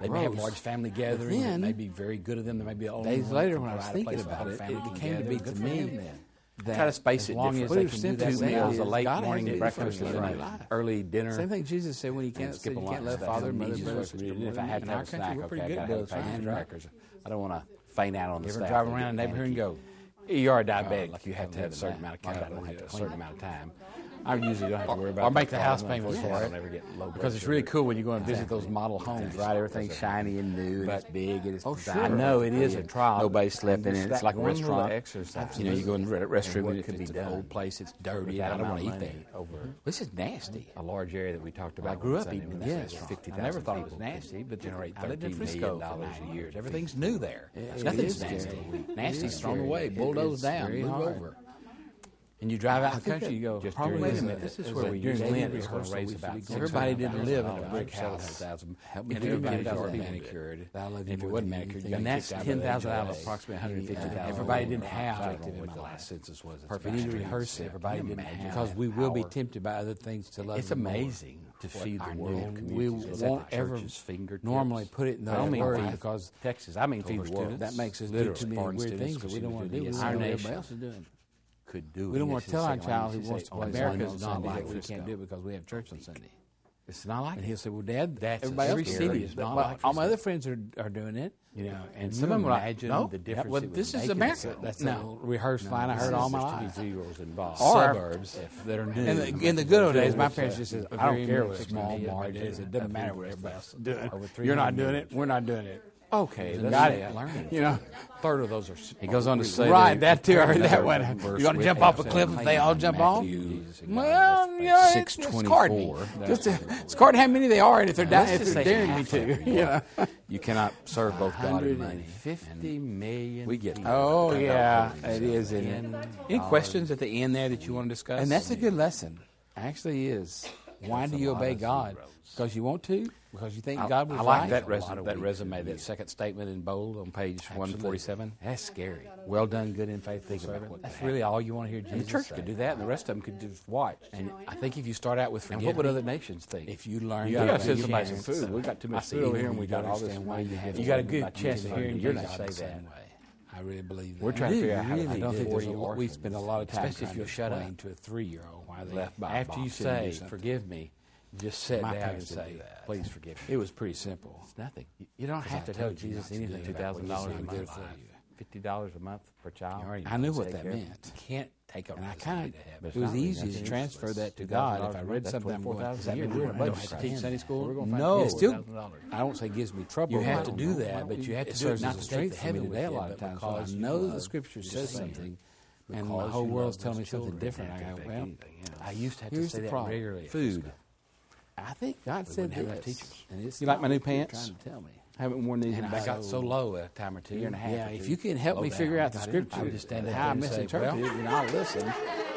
Speaker 1: They may have large
Speaker 3: family
Speaker 1: gatherings,
Speaker 3: It
Speaker 1: it
Speaker 3: may
Speaker 1: may "Oh,
Speaker 3: be very good of them. There may be a
Speaker 1: Days later, when I was thinking about it, it came to be to me that
Speaker 2: Try to space
Speaker 1: as
Speaker 2: it
Speaker 1: long as
Speaker 2: differently.
Speaker 1: they
Speaker 2: What if
Speaker 1: can do that,
Speaker 2: Simpson's
Speaker 1: two meals,
Speaker 2: is
Speaker 1: a late
Speaker 2: God has
Speaker 1: morning
Speaker 2: it
Speaker 1: and
Speaker 2: for
Speaker 1: breakfast,
Speaker 2: us
Speaker 1: and
Speaker 2: in
Speaker 1: early
Speaker 2: our
Speaker 1: life.
Speaker 3: early dinner.
Speaker 1: Same thing Jesus said when he can't,
Speaker 3: skip
Speaker 1: said you
Speaker 3: a lot
Speaker 1: can't
Speaker 3: of
Speaker 1: love
Speaker 3: stuff.
Speaker 1: father,
Speaker 3: Something
Speaker 1: mother,
Speaker 3: easy
Speaker 1: brother.
Speaker 3: supposed to be doing.
Speaker 1: sister,
Speaker 3: If I
Speaker 1: brother.
Speaker 3: had to
Speaker 1: In our
Speaker 3: have a
Speaker 1: country,
Speaker 3: snack,
Speaker 1: we're
Speaker 3: okay,
Speaker 1: pretty
Speaker 3: I
Speaker 1: good
Speaker 3: gotta
Speaker 1: at
Speaker 3: have a
Speaker 1: those,
Speaker 3: package
Speaker 1: right?
Speaker 3: of crackers. I don't want to faint out on the
Speaker 2: You ever
Speaker 3: staff.
Speaker 2: drive
Speaker 3: They
Speaker 2: around a
Speaker 3: get
Speaker 2: neighborhood and
Speaker 3: panicky.
Speaker 2: go, "You are diabetic.
Speaker 3: Like you have to have a certain amount of calories. I don't have to clean them out of time. I usually don't have to worry about.
Speaker 2: or make the house
Speaker 3: problem.
Speaker 2: payment for
Speaker 3: Unfortunately,
Speaker 2: it.
Speaker 3: I don't ever get low blood
Speaker 2: Because it's
Speaker 3: sugar.
Speaker 2: really cool when you go and visit those model homes, right? Everything's shiny and new, and it's big, and it's designed. I know it is a trial.
Speaker 3: Nobody slept in
Speaker 2: Just
Speaker 3: it.
Speaker 2: that
Speaker 3: It's like a
Speaker 2: one little
Speaker 3: restaurant.
Speaker 2: Exercise.
Speaker 3: You know, you go in the re- restroom
Speaker 2: what
Speaker 3: and if
Speaker 2: could be
Speaker 3: it's an
Speaker 2: done
Speaker 3: old place. It's dirty.
Speaker 2: that
Speaker 3: I don't
Speaker 2: amount
Speaker 3: want
Speaker 2: of
Speaker 3: to eat
Speaker 2: money
Speaker 3: that. Over
Speaker 2: This is nasty.
Speaker 3: a large area that we talked about.
Speaker 2: I grew
Speaker 3: on
Speaker 2: up
Speaker 3: Sunday
Speaker 2: eating
Speaker 3: when
Speaker 2: in
Speaker 3: they
Speaker 2: that
Speaker 3: said
Speaker 2: restaurant.
Speaker 3: 50,000
Speaker 2: I never thought it was
Speaker 3: people
Speaker 2: nasty, but
Speaker 3: generate
Speaker 2: I lived in
Speaker 3: 13 million
Speaker 2: Frisco for
Speaker 3: dollars a
Speaker 2: nine
Speaker 3: year.
Speaker 2: years. Everything's new there.
Speaker 1: it
Speaker 2: Nothing's
Speaker 1: is
Speaker 2: nasty.
Speaker 1: scary.
Speaker 2: Nasty's
Speaker 1: is
Speaker 2: thrown
Speaker 1: scary.
Speaker 2: away,
Speaker 1: It
Speaker 2: bulldozed
Speaker 1: is
Speaker 2: down,
Speaker 1: very
Speaker 2: moved
Speaker 1: hard.
Speaker 2: over. And you drive out in the
Speaker 1: think
Speaker 2: country, you go,
Speaker 1: that-
Speaker 3: Just
Speaker 2: probably
Speaker 3: during
Speaker 2: wait a
Speaker 3: the-
Speaker 2: minute, this is
Speaker 3: as
Speaker 2: where
Speaker 3: a-
Speaker 2: we
Speaker 3: during
Speaker 2: usually
Speaker 3: Lent,
Speaker 2: end
Speaker 3: it's gonna
Speaker 2: rehearsal.
Speaker 3: raise
Speaker 2: We
Speaker 3: about
Speaker 2: should be
Speaker 3: 600,000
Speaker 2: Everybody didn't live in a
Speaker 3: dollars.
Speaker 2: brick
Speaker 3: Seven
Speaker 2: house.
Speaker 3: thousand.
Speaker 1: Help me
Speaker 3: If
Speaker 1: do
Speaker 3: everybody
Speaker 1: that.
Speaker 3: was
Speaker 1: That.
Speaker 3: manicured,
Speaker 1: That I love you
Speaker 3: if it
Speaker 1: more
Speaker 3: wasn't
Speaker 1: than
Speaker 3: manicured, you
Speaker 1: anything.
Speaker 3: got
Speaker 1: And that's
Speaker 3: kicked out of the
Speaker 1: 10,000
Speaker 3: HOA.
Speaker 1: out of approximately 150,000
Speaker 3: Everybody didn't
Speaker 1: overall. I don't
Speaker 3: have. I don't
Speaker 1: know
Speaker 3: know
Speaker 1: what the
Speaker 3: what the
Speaker 1: last
Speaker 3: last census was. It's
Speaker 1: Perfect.
Speaker 3: about
Speaker 1: We need to
Speaker 3: 100%.
Speaker 1: rehearse it. Everybody
Speaker 3: Can you
Speaker 1: didn't have
Speaker 3: imagine
Speaker 1: because
Speaker 3: that
Speaker 1: we will be
Speaker 3: power?
Speaker 1: tempted by other things to love.
Speaker 3: It's
Speaker 1: you more.
Speaker 3: amazing to feed
Speaker 1: our
Speaker 3: the
Speaker 1: new-
Speaker 3: world.
Speaker 1: We
Speaker 3: communities. It's at
Speaker 1: won't
Speaker 3: the
Speaker 1: ever
Speaker 3: church's fingertips.
Speaker 1: normally put it in
Speaker 3: I
Speaker 1: the
Speaker 3: don't mean
Speaker 1: word
Speaker 3: feed
Speaker 1: because
Speaker 3: Texas. I mean feed the world.
Speaker 1: that makes us do
Speaker 3: Literally.
Speaker 1: too many
Speaker 3: Foreign
Speaker 1: weird
Speaker 3: students,
Speaker 1: things that we don't want to do. We
Speaker 3: because
Speaker 1: want
Speaker 3: Our
Speaker 1: to do what
Speaker 3: nation
Speaker 1: everybody else is doing.
Speaker 3: could do.
Speaker 1: We don't
Speaker 3: it.
Speaker 1: want
Speaker 3: It's
Speaker 1: to tell
Speaker 3: the
Speaker 1: our
Speaker 3: same
Speaker 1: child who
Speaker 3: language
Speaker 1: wants to
Speaker 3: they
Speaker 1: play
Speaker 3: say
Speaker 1: America
Speaker 3: on
Speaker 1: is "Oh, not
Speaker 3: Sunday
Speaker 1: like
Speaker 3: that
Speaker 1: we
Speaker 3: we
Speaker 1: can't
Speaker 3: go.
Speaker 1: do it because we have church on Sunday.
Speaker 2: It's not like
Speaker 1: And
Speaker 2: it.
Speaker 1: he'll say, "Well, Dad,
Speaker 3: That's a
Speaker 1: everybody else
Speaker 2: scary
Speaker 1: is doing
Speaker 2: city.
Speaker 1: it.
Speaker 2: It's
Speaker 1: But-
Speaker 2: not
Speaker 1: but
Speaker 2: like
Speaker 1: all
Speaker 2: we
Speaker 1: my
Speaker 2: said.
Speaker 1: other friends are, are doing it."
Speaker 3: You know, and
Speaker 1: And
Speaker 3: some
Speaker 1: some
Speaker 3: of them
Speaker 1: of 'em are like,
Speaker 3: imagine
Speaker 1: "No,
Speaker 3: the
Speaker 1: yeah,
Speaker 3: difference.
Speaker 1: well,
Speaker 3: it would
Speaker 1: this is
Speaker 3: make in
Speaker 1: America."
Speaker 3: itself.
Speaker 1: That's a little rehearsed line I heard all my
Speaker 3: There's
Speaker 1: life.
Speaker 3: too many zeros involved.
Speaker 1: Or-
Speaker 3: Suburbs that are new.
Speaker 1: In the, in the good old days, my
Speaker 3: It's a-
Speaker 1: parents just said,
Speaker 2: a
Speaker 1: "I
Speaker 2: very
Speaker 1: don't care what
Speaker 2: mixed
Speaker 1: small
Speaker 2: media
Speaker 1: market is. It doesn't matter what everybody else is doing.
Speaker 3: Over
Speaker 1: You're not
Speaker 3: 300
Speaker 1: doing it. We're not doing it.
Speaker 3: Okay,
Speaker 1: You
Speaker 3: that's
Speaker 1: got
Speaker 3: it.
Speaker 1: it.
Speaker 3: Learning.
Speaker 1: You know."
Speaker 3: third of those are. s-
Speaker 2: He goes on to say,
Speaker 1: Right,
Speaker 2: they-
Speaker 1: that too. I heard that
Speaker 3: Another
Speaker 1: one.
Speaker 3: verse
Speaker 1: You want to
Speaker 3: with
Speaker 1: jump off a
Speaker 3: Adam
Speaker 1: cliff if they all
Speaker 3: Clayton,
Speaker 1: jump off?
Speaker 3: Matthew, Jesus, and
Speaker 1: Well,
Speaker 3: God,
Speaker 1: yeah, it's, it's
Speaker 3: 624.
Speaker 1: cardinal.
Speaker 3: That's
Speaker 1: Just uh, it's cardinal how many they are, and if they're dying,
Speaker 3: Let's
Speaker 1: if
Speaker 3: just
Speaker 1: they're
Speaker 3: say
Speaker 1: daring me
Speaker 3: half
Speaker 1: to.
Speaker 3: of it.
Speaker 1: You know?
Speaker 3: You cannot serve both God and money.
Speaker 2: 150 million.
Speaker 3: We get.
Speaker 1: Oh
Speaker 3: that.
Speaker 1: yeah, it is. Isn't it?
Speaker 2: Any questions at the end there that you want to discuss?
Speaker 1: And that's a good lesson. Actually, is why do you obey God? Because you want to? Because you think
Speaker 2: I,
Speaker 1: God was
Speaker 2: I like
Speaker 1: right?
Speaker 2: that, res- that resume, that second statement in bold on page 147.
Speaker 3: That's scary.
Speaker 2: Well done, good and faithful
Speaker 3: about
Speaker 2: servant.
Speaker 3: what
Speaker 2: That's
Speaker 3: that
Speaker 2: really all you want to hear
Speaker 3: And
Speaker 2: Jesus
Speaker 3: the church
Speaker 2: say.
Speaker 3: could do that, and the rest of them could just watch.
Speaker 2: And I think if you start out with
Speaker 3: And
Speaker 2: forgiveness,
Speaker 3: what would other nations think?
Speaker 1: If you learn,
Speaker 3: You
Speaker 1: to
Speaker 3: gotta
Speaker 1: obey
Speaker 3: send
Speaker 1: your
Speaker 3: somebody some
Speaker 1: parents,
Speaker 3: food. We got too much
Speaker 1: I see
Speaker 3: food over
Speaker 1: even
Speaker 3: here, and
Speaker 1: when
Speaker 3: we
Speaker 1: you
Speaker 3: got all this
Speaker 1: understand why
Speaker 3: money.
Speaker 1: you have
Speaker 3: You
Speaker 1: to
Speaker 3: got a
Speaker 1: learn
Speaker 3: good
Speaker 1: not to
Speaker 3: chance
Speaker 1: use
Speaker 3: of
Speaker 1: money
Speaker 3: hearing
Speaker 1: to
Speaker 3: your
Speaker 1: obey
Speaker 3: God
Speaker 1: God
Speaker 3: say
Speaker 1: the same
Speaker 3: that.
Speaker 1: way. I really believe that.
Speaker 3: We're trying
Speaker 1: I
Speaker 3: to
Speaker 1: do.
Speaker 3: figure out how to
Speaker 1: I
Speaker 3: feed
Speaker 1: don't think
Speaker 3: 40
Speaker 1: there's a lot. We
Speaker 3: orphans,
Speaker 1: spend a lot of time
Speaker 2: especially if
Speaker 1: trying
Speaker 2: you'll
Speaker 1: to
Speaker 2: shut
Speaker 1: explain
Speaker 2: up.
Speaker 1: to a three-year-old why they
Speaker 3: Left by a
Speaker 2: after you
Speaker 3: box shouldn't do
Speaker 2: say,
Speaker 3: something.
Speaker 2: forgive me, just sit
Speaker 1: My
Speaker 2: down and
Speaker 1: parents didn't
Speaker 2: say,
Speaker 1: do that.
Speaker 2: please forgive me.
Speaker 1: It was pretty simple.
Speaker 2: Nothing. You- You don't have to tell Jesus anything.
Speaker 1: do
Speaker 2: Two
Speaker 1: that.
Speaker 2: thousand dollars a
Speaker 1: It's not good
Speaker 2: month.
Speaker 1: for you.
Speaker 3: Fifty dollars a month per child.
Speaker 2: already
Speaker 1: I knew what
Speaker 2: Take
Speaker 1: that
Speaker 2: care.
Speaker 1: meant.
Speaker 2: You can't take a.
Speaker 1: And I
Speaker 2: recipe
Speaker 1: kind
Speaker 2: to
Speaker 1: of,
Speaker 2: heaven.
Speaker 1: it was
Speaker 2: It's not
Speaker 1: easy to
Speaker 2: useless.
Speaker 1: transfer that to
Speaker 3: $2,000
Speaker 1: God. If I
Speaker 3: a
Speaker 1: read
Speaker 3: month,
Speaker 1: something, I'm going,
Speaker 3: $24,000
Speaker 1: does that
Speaker 3: a
Speaker 1: mean we're
Speaker 3: year. I
Speaker 1: going
Speaker 3: don't
Speaker 1: to have to
Speaker 3: understand
Speaker 1: teach Sunday
Speaker 3: that. We're
Speaker 1: school?
Speaker 3: gonna find
Speaker 1: No.
Speaker 3: out.
Speaker 1: It still,
Speaker 3: $4,000.
Speaker 1: I don't say gives me trouble.
Speaker 2: You have
Speaker 1: but
Speaker 2: to
Speaker 1: I
Speaker 2: do
Speaker 1: don't know.
Speaker 2: that, but you have
Speaker 1: It
Speaker 2: to do it
Speaker 1: serves
Speaker 2: not
Speaker 1: as a
Speaker 2: to take
Speaker 1: strength
Speaker 2: the
Speaker 1: for me
Speaker 2: heaven with
Speaker 1: today a
Speaker 2: it,
Speaker 1: lot of
Speaker 2: but
Speaker 1: times. when I
Speaker 2: because you
Speaker 1: know the
Speaker 2: love
Speaker 1: Scripture
Speaker 2: your
Speaker 1: says
Speaker 2: Savior.
Speaker 1: something, and
Speaker 3: because
Speaker 1: the whole
Speaker 3: you
Speaker 1: world's
Speaker 3: love
Speaker 1: telling me
Speaker 3: those
Speaker 1: something
Speaker 3: children, that
Speaker 1: different. I
Speaker 3: can
Speaker 1: go,
Speaker 3: affect
Speaker 1: well,
Speaker 3: anything else.
Speaker 2: I used to have to
Speaker 1: Here's
Speaker 2: say
Speaker 1: the
Speaker 2: that
Speaker 1: problem.
Speaker 2: regularly. at
Speaker 3: Food.
Speaker 2: school.
Speaker 1: I think God said
Speaker 3: wouldn't have
Speaker 1: this.
Speaker 3: our teachers.
Speaker 1: And it's
Speaker 3: You like
Speaker 1: not
Speaker 3: my new
Speaker 1: what you're
Speaker 3: pants?
Speaker 1: Trying to tell me.
Speaker 3: I haven't worn these
Speaker 1: And
Speaker 3: in
Speaker 1: I
Speaker 3: about
Speaker 2: I got so low a time or two, year and a half.
Speaker 1: Yeah,
Speaker 2: or
Speaker 1: if
Speaker 2: two.
Speaker 1: you can help
Speaker 2: Low
Speaker 1: me
Speaker 2: down.
Speaker 1: figure out the
Speaker 2: I didn't-
Speaker 1: scripture,
Speaker 2: I would just stand
Speaker 1: and
Speaker 2: there
Speaker 1: how I
Speaker 2: and say,
Speaker 1: misinterpreted
Speaker 2: well,
Speaker 1: it, and I'll listen.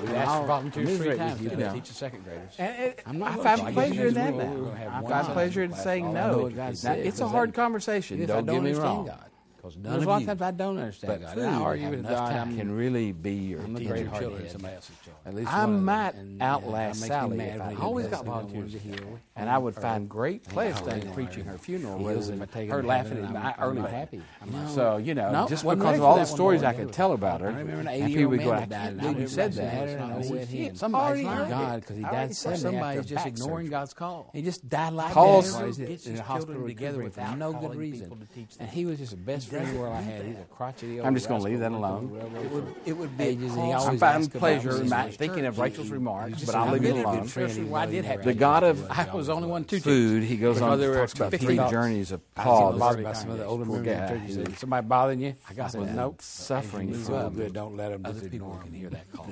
Speaker 2: we
Speaker 1: and
Speaker 2: asked
Speaker 1: I'll
Speaker 2: for volunteers three
Speaker 1: commiserate
Speaker 2: times.
Speaker 1: with you.
Speaker 2: You
Speaker 1: Yeah.
Speaker 2: know, teach the second graders.
Speaker 1: I'm not
Speaker 2: I
Speaker 1: voting.
Speaker 2: find
Speaker 1: I guess
Speaker 2: pleasure
Speaker 1: it's
Speaker 2: in that
Speaker 1: what we're
Speaker 2: now.
Speaker 1: gonna have
Speaker 2: I
Speaker 1: one
Speaker 2: find
Speaker 1: Sunday
Speaker 2: pleasure in
Speaker 1: class.
Speaker 2: saying
Speaker 1: All I know
Speaker 2: no.
Speaker 1: is God
Speaker 2: Now,
Speaker 1: said,
Speaker 2: it's a
Speaker 1: because
Speaker 2: hard
Speaker 1: that-
Speaker 2: conversation.
Speaker 1: if I
Speaker 2: Don't get me
Speaker 1: understand
Speaker 2: wrong.
Speaker 1: God.
Speaker 2: Because
Speaker 1: There's
Speaker 2: none
Speaker 1: a
Speaker 2: of
Speaker 1: lot of
Speaker 2: you
Speaker 1: times I don't understand
Speaker 2: but
Speaker 1: God.
Speaker 2: food
Speaker 1: and I argue
Speaker 2: have
Speaker 1: with
Speaker 2: enough
Speaker 1: God.
Speaker 2: time
Speaker 1: I'm-
Speaker 2: can really be your
Speaker 1: I'm a
Speaker 2: teacher
Speaker 1: great
Speaker 2: children,
Speaker 1: head.
Speaker 2: somebody else's children.
Speaker 1: At least
Speaker 2: I
Speaker 1: one of them.
Speaker 2: might
Speaker 1: And, yeah,
Speaker 2: outlast
Speaker 1: that makes me
Speaker 2: Sally.
Speaker 1: mad
Speaker 2: if
Speaker 1: when
Speaker 2: I
Speaker 1: he
Speaker 2: always
Speaker 1: does
Speaker 2: got
Speaker 1: that. I wanted
Speaker 2: volunteers
Speaker 1: to hear.
Speaker 2: and I would find great pleasure
Speaker 1: I
Speaker 2: in
Speaker 1: don't
Speaker 2: preaching
Speaker 1: know.
Speaker 2: her funeral
Speaker 1: He
Speaker 2: rather
Speaker 1: doesn't
Speaker 2: than
Speaker 1: take
Speaker 2: her
Speaker 1: them to
Speaker 2: laughing
Speaker 1: heaven.
Speaker 2: at
Speaker 1: I'm-
Speaker 2: my
Speaker 1: I'm
Speaker 2: early
Speaker 1: not
Speaker 2: happy.
Speaker 1: happy. I'm not-
Speaker 2: So you know,
Speaker 1: No,
Speaker 2: just
Speaker 1: wasn't
Speaker 2: because
Speaker 1: ready
Speaker 2: of
Speaker 1: for
Speaker 2: all
Speaker 1: that
Speaker 2: the
Speaker 1: one
Speaker 2: stories I
Speaker 1: morning.
Speaker 2: could tell about her,
Speaker 1: I remember an
Speaker 2: and
Speaker 1: 80
Speaker 2: people
Speaker 1: year
Speaker 2: would
Speaker 1: old
Speaker 2: go, "I
Speaker 1: man died,
Speaker 2: can't
Speaker 1: and
Speaker 2: believe you
Speaker 1: I
Speaker 2: said
Speaker 1: had it,
Speaker 2: that."
Speaker 1: and I said,
Speaker 2: It's
Speaker 1: "Him."
Speaker 2: Somebody's
Speaker 1: My
Speaker 2: lying.
Speaker 1: God, because he
Speaker 2: I
Speaker 1: died
Speaker 2: already said
Speaker 1: suddenly
Speaker 2: somebody's
Speaker 1: after
Speaker 2: just
Speaker 1: back
Speaker 2: ignoring
Speaker 1: surgery.
Speaker 2: God's call.
Speaker 1: He just died like
Speaker 2: Calls-
Speaker 1: that. Why is it
Speaker 2: Gets
Speaker 1: in
Speaker 2: his
Speaker 1: the hospital
Speaker 2: children together
Speaker 1: recovering for
Speaker 2: without
Speaker 1: no good
Speaker 2: calling
Speaker 1: reason.
Speaker 2: people to teach them.
Speaker 1: And he was just the best friend in the world I had. He's a crotchety old.
Speaker 2: I'm just gonna leave that
Speaker 1: rascal who
Speaker 2: alone.
Speaker 1: went to
Speaker 2: It would-
Speaker 1: railroad
Speaker 2: it would be
Speaker 1: ages, and he
Speaker 2: I'm
Speaker 1: always
Speaker 2: finding
Speaker 1: asked about
Speaker 2: pleasure
Speaker 1: me.
Speaker 2: in my- thinking of Rachel's
Speaker 1: He-
Speaker 2: remarks,
Speaker 1: he's
Speaker 2: but
Speaker 1: just
Speaker 2: I'll
Speaker 1: a
Speaker 2: leave it
Speaker 1: really good
Speaker 2: alone.
Speaker 1: friend, even
Speaker 2: Why
Speaker 1: though
Speaker 2: did
Speaker 1: he
Speaker 2: have-
Speaker 1: was
Speaker 2: The
Speaker 1: raised
Speaker 2: God
Speaker 1: as he
Speaker 2: of-
Speaker 1: was. He
Speaker 2: I was
Speaker 1: always
Speaker 2: the only one to
Speaker 3: food. He goes
Speaker 2: Because
Speaker 3: on
Speaker 2: there
Speaker 3: to
Speaker 2: were
Speaker 3: talk about
Speaker 2: 50
Speaker 3: three
Speaker 2: dollars.
Speaker 3: journeys
Speaker 1: I was
Speaker 3: of
Speaker 1: getting
Speaker 3: Paul.
Speaker 1: bothered by some of the older
Speaker 3: Poor
Speaker 1: members of
Speaker 3: guy.
Speaker 1: the church. He
Speaker 3: He
Speaker 1: said,
Speaker 3: was
Speaker 1: "Somebody bothering you?" I got
Speaker 3: was
Speaker 1: said, "Nope."
Speaker 3: suffering
Speaker 1: He's
Speaker 3: from
Speaker 1: well
Speaker 3: it.
Speaker 1: good. Don't let him.
Speaker 2: Other
Speaker 1: just
Speaker 2: people
Speaker 1: ignore
Speaker 2: can
Speaker 1: him.
Speaker 2: hear that call.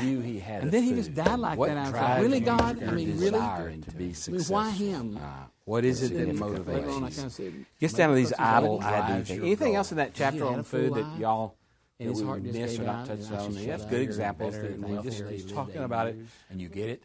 Speaker 3: view he had.
Speaker 1: And
Speaker 3: of
Speaker 1: then he
Speaker 3: food.
Speaker 1: just died like
Speaker 3: What
Speaker 1: that. I was like,
Speaker 3: drives
Speaker 1: "Really,
Speaker 3: you,
Speaker 1: God?
Speaker 3: your
Speaker 1: I mean, really?
Speaker 3: desire to be
Speaker 1: I mean, why
Speaker 3: successful.
Speaker 1: him?"
Speaker 2: What is it that
Speaker 1: Later on, I
Speaker 2: motivates
Speaker 1: kinda
Speaker 2: you?
Speaker 1: said,
Speaker 3: Gets down to these
Speaker 1: "Because he
Speaker 3: idle
Speaker 1: wasn't
Speaker 3: ID
Speaker 1: alive,
Speaker 3: things.
Speaker 1: sure."
Speaker 3: Anything
Speaker 2: else in that
Speaker 1: He
Speaker 2: chapter
Speaker 1: had
Speaker 2: on
Speaker 1: a
Speaker 2: food
Speaker 1: full
Speaker 2: that
Speaker 1: life,
Speaker 2: y'all
Speaker 1: and
Speaker 2: that
Speaker 1: his
Speaker 3: we
Speaker 1: heart just
Speaker 2: missed
Speaker 1: gave
Speaker 2: or not
Speaker 1: out, and
Speaker 2: touched
Speaker 1: I
Speaker 2: on?
Speaker 1: should
Speaker 2: That's
Speaker 1: shut
Speaker 2: good
Speaker 1: up.
Speaker 2: examples.
Speaker 1: Better
Speaker 2: that
Speaker 1: than
Speaker 2: we
Speaker 1: nothing.
Speaker 2: just
Speaker 1: They
Speaker 2: just
Speaker 1: lived
Speaker 2: talking
Speaker 1: that
Speaker 2: about
Speaker 1: way.
Speaker 2: it, and you get it.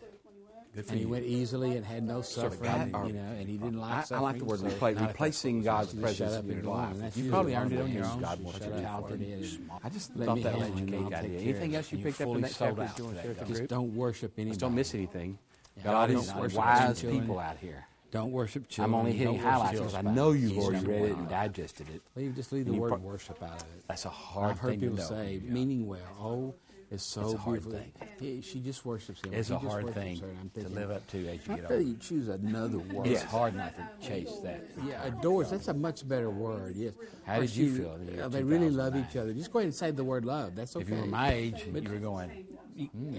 Speaker 2: Good for
Speaker 1: And he went
Speaker 2: you.
Speaker 1: easily and had no suffering,
Speaker 2: God-
Speaker 1: you know, and he didn't
Speaker 2: I,
Speaker 1: like
Speaker 2: I
Speaker 1: suffering.
Speaker 2: like the word
Speaker 1: so
Speaker 2: replace,
Speaker 1: not a-
Speaker 2: replacing God's
Speaker 1: just shut
Speaker 2: presence
Speaker 1: up
Speaker 2: in your
Speaker 1: and go
Speaker 2: life.
Speaker 1: on. That's
Speaker 2: You
Speaker 1: usually
Speaker 2: probably
Speaker 1: one
Speaker 2: earned
Speaker 1: of
Speaker 2: it
Speaker 1: the
Speaker 2: on your
Speaker 1: things
Speaker 2: own.
Speaker 1: God
Speaker 2: so
Speaker 1: wants
Speaker 2: shut
Speaker 1: you to
Speaker 2: up.
Speaker 1: help in it.
Speaker 2: I just
Speaker 1: Let
Speaker 2: thought
Speaker 1: me
Speaker 2: that
Speaker 1: handle
Speaker 2: was
Speaker 1: it,
Speaker 2: a
Speaker 1: and
Speaker 2: cake
Speaker 1: I'll
Speaker 2: idea.
Speaker 1: take
Speaker 2: Anything
Speaker 1: care
Speaker 2: else you
Speaker 1: of it.
Speaker 2: picked up
Speaker 1: You're
Speaker 2: in
Speaker 1: fully
Speaker 2: that
Speaker 1: sold
Speaker 2: chapter
Speaker 1: out.
Speaker 2: you want to share with the
Speaker 1: Just
Speaker 2: group?
Speaker 1: don't worship anybody.
Speaker 2: Just don't miss anything.
Speaker 1: Yeah,
Speaker 2: God
Speaker 1: don't
Speaker 2: is
Speaker 1: worship
Speaker 2: wise
Speaker 1: children.
Speaker 2: people out here.
Speaker 1: Don't worship children.
Speaker 2: I'm only hitting
Speaker 1: Don't worship
Speaker 2: highlights because I
Speaker 1: spouses.
Speaker 2: know you've
Speaker 1: He's
Speaker 2: already
Speaker 1: number
Speaker 2: read
Speaker 1: one.
Speaker 2: it and digested it.
Speaker 1: Leave, just leave the
Speaker 2: And you
Speaker 1: word
Speaker 2: pro-
Speaker 1: worship out of it.
Speaker 2: That's a hard
Speaker 1: I've heard
Speaker 2: thing to
Speaker 1: people
Speaker 2: know.
Speaker 1: say, meaning well. Oh, it's so
Speaker 2: It's a hard
Speaker 1: beautiful.
Speaker 2: thing.
Speaker 1: He- she just worships him.
Speaker 2: It's
Speaker 1: He
Speaker 2: a
Speaker 1: just
Speaker 2: hard
Speaker 1: worships
Speaker 2: thing
Speaker 1: her. And I'm
Speaker 2: to
Speaker 1: thinking,
Speaker 2: live up to as you
Speaker 1: I
Speaker 2: get
Speaker 1: feel
Speaker 2: older.
Speaker 1: you choose another word.
Speaker 2: It's hard not to chase that.
Speaker 1: Yeah, adores. That's a much better word. Yes.
Speaker 2: How did you feel in the year
Speaker 1: Uh, they really love
Speaker 2: 2009?
Speaker 1: each other. Just go ahead and say the word love. That's okay. Mm,
Speaker 2: If you were my age, you were going.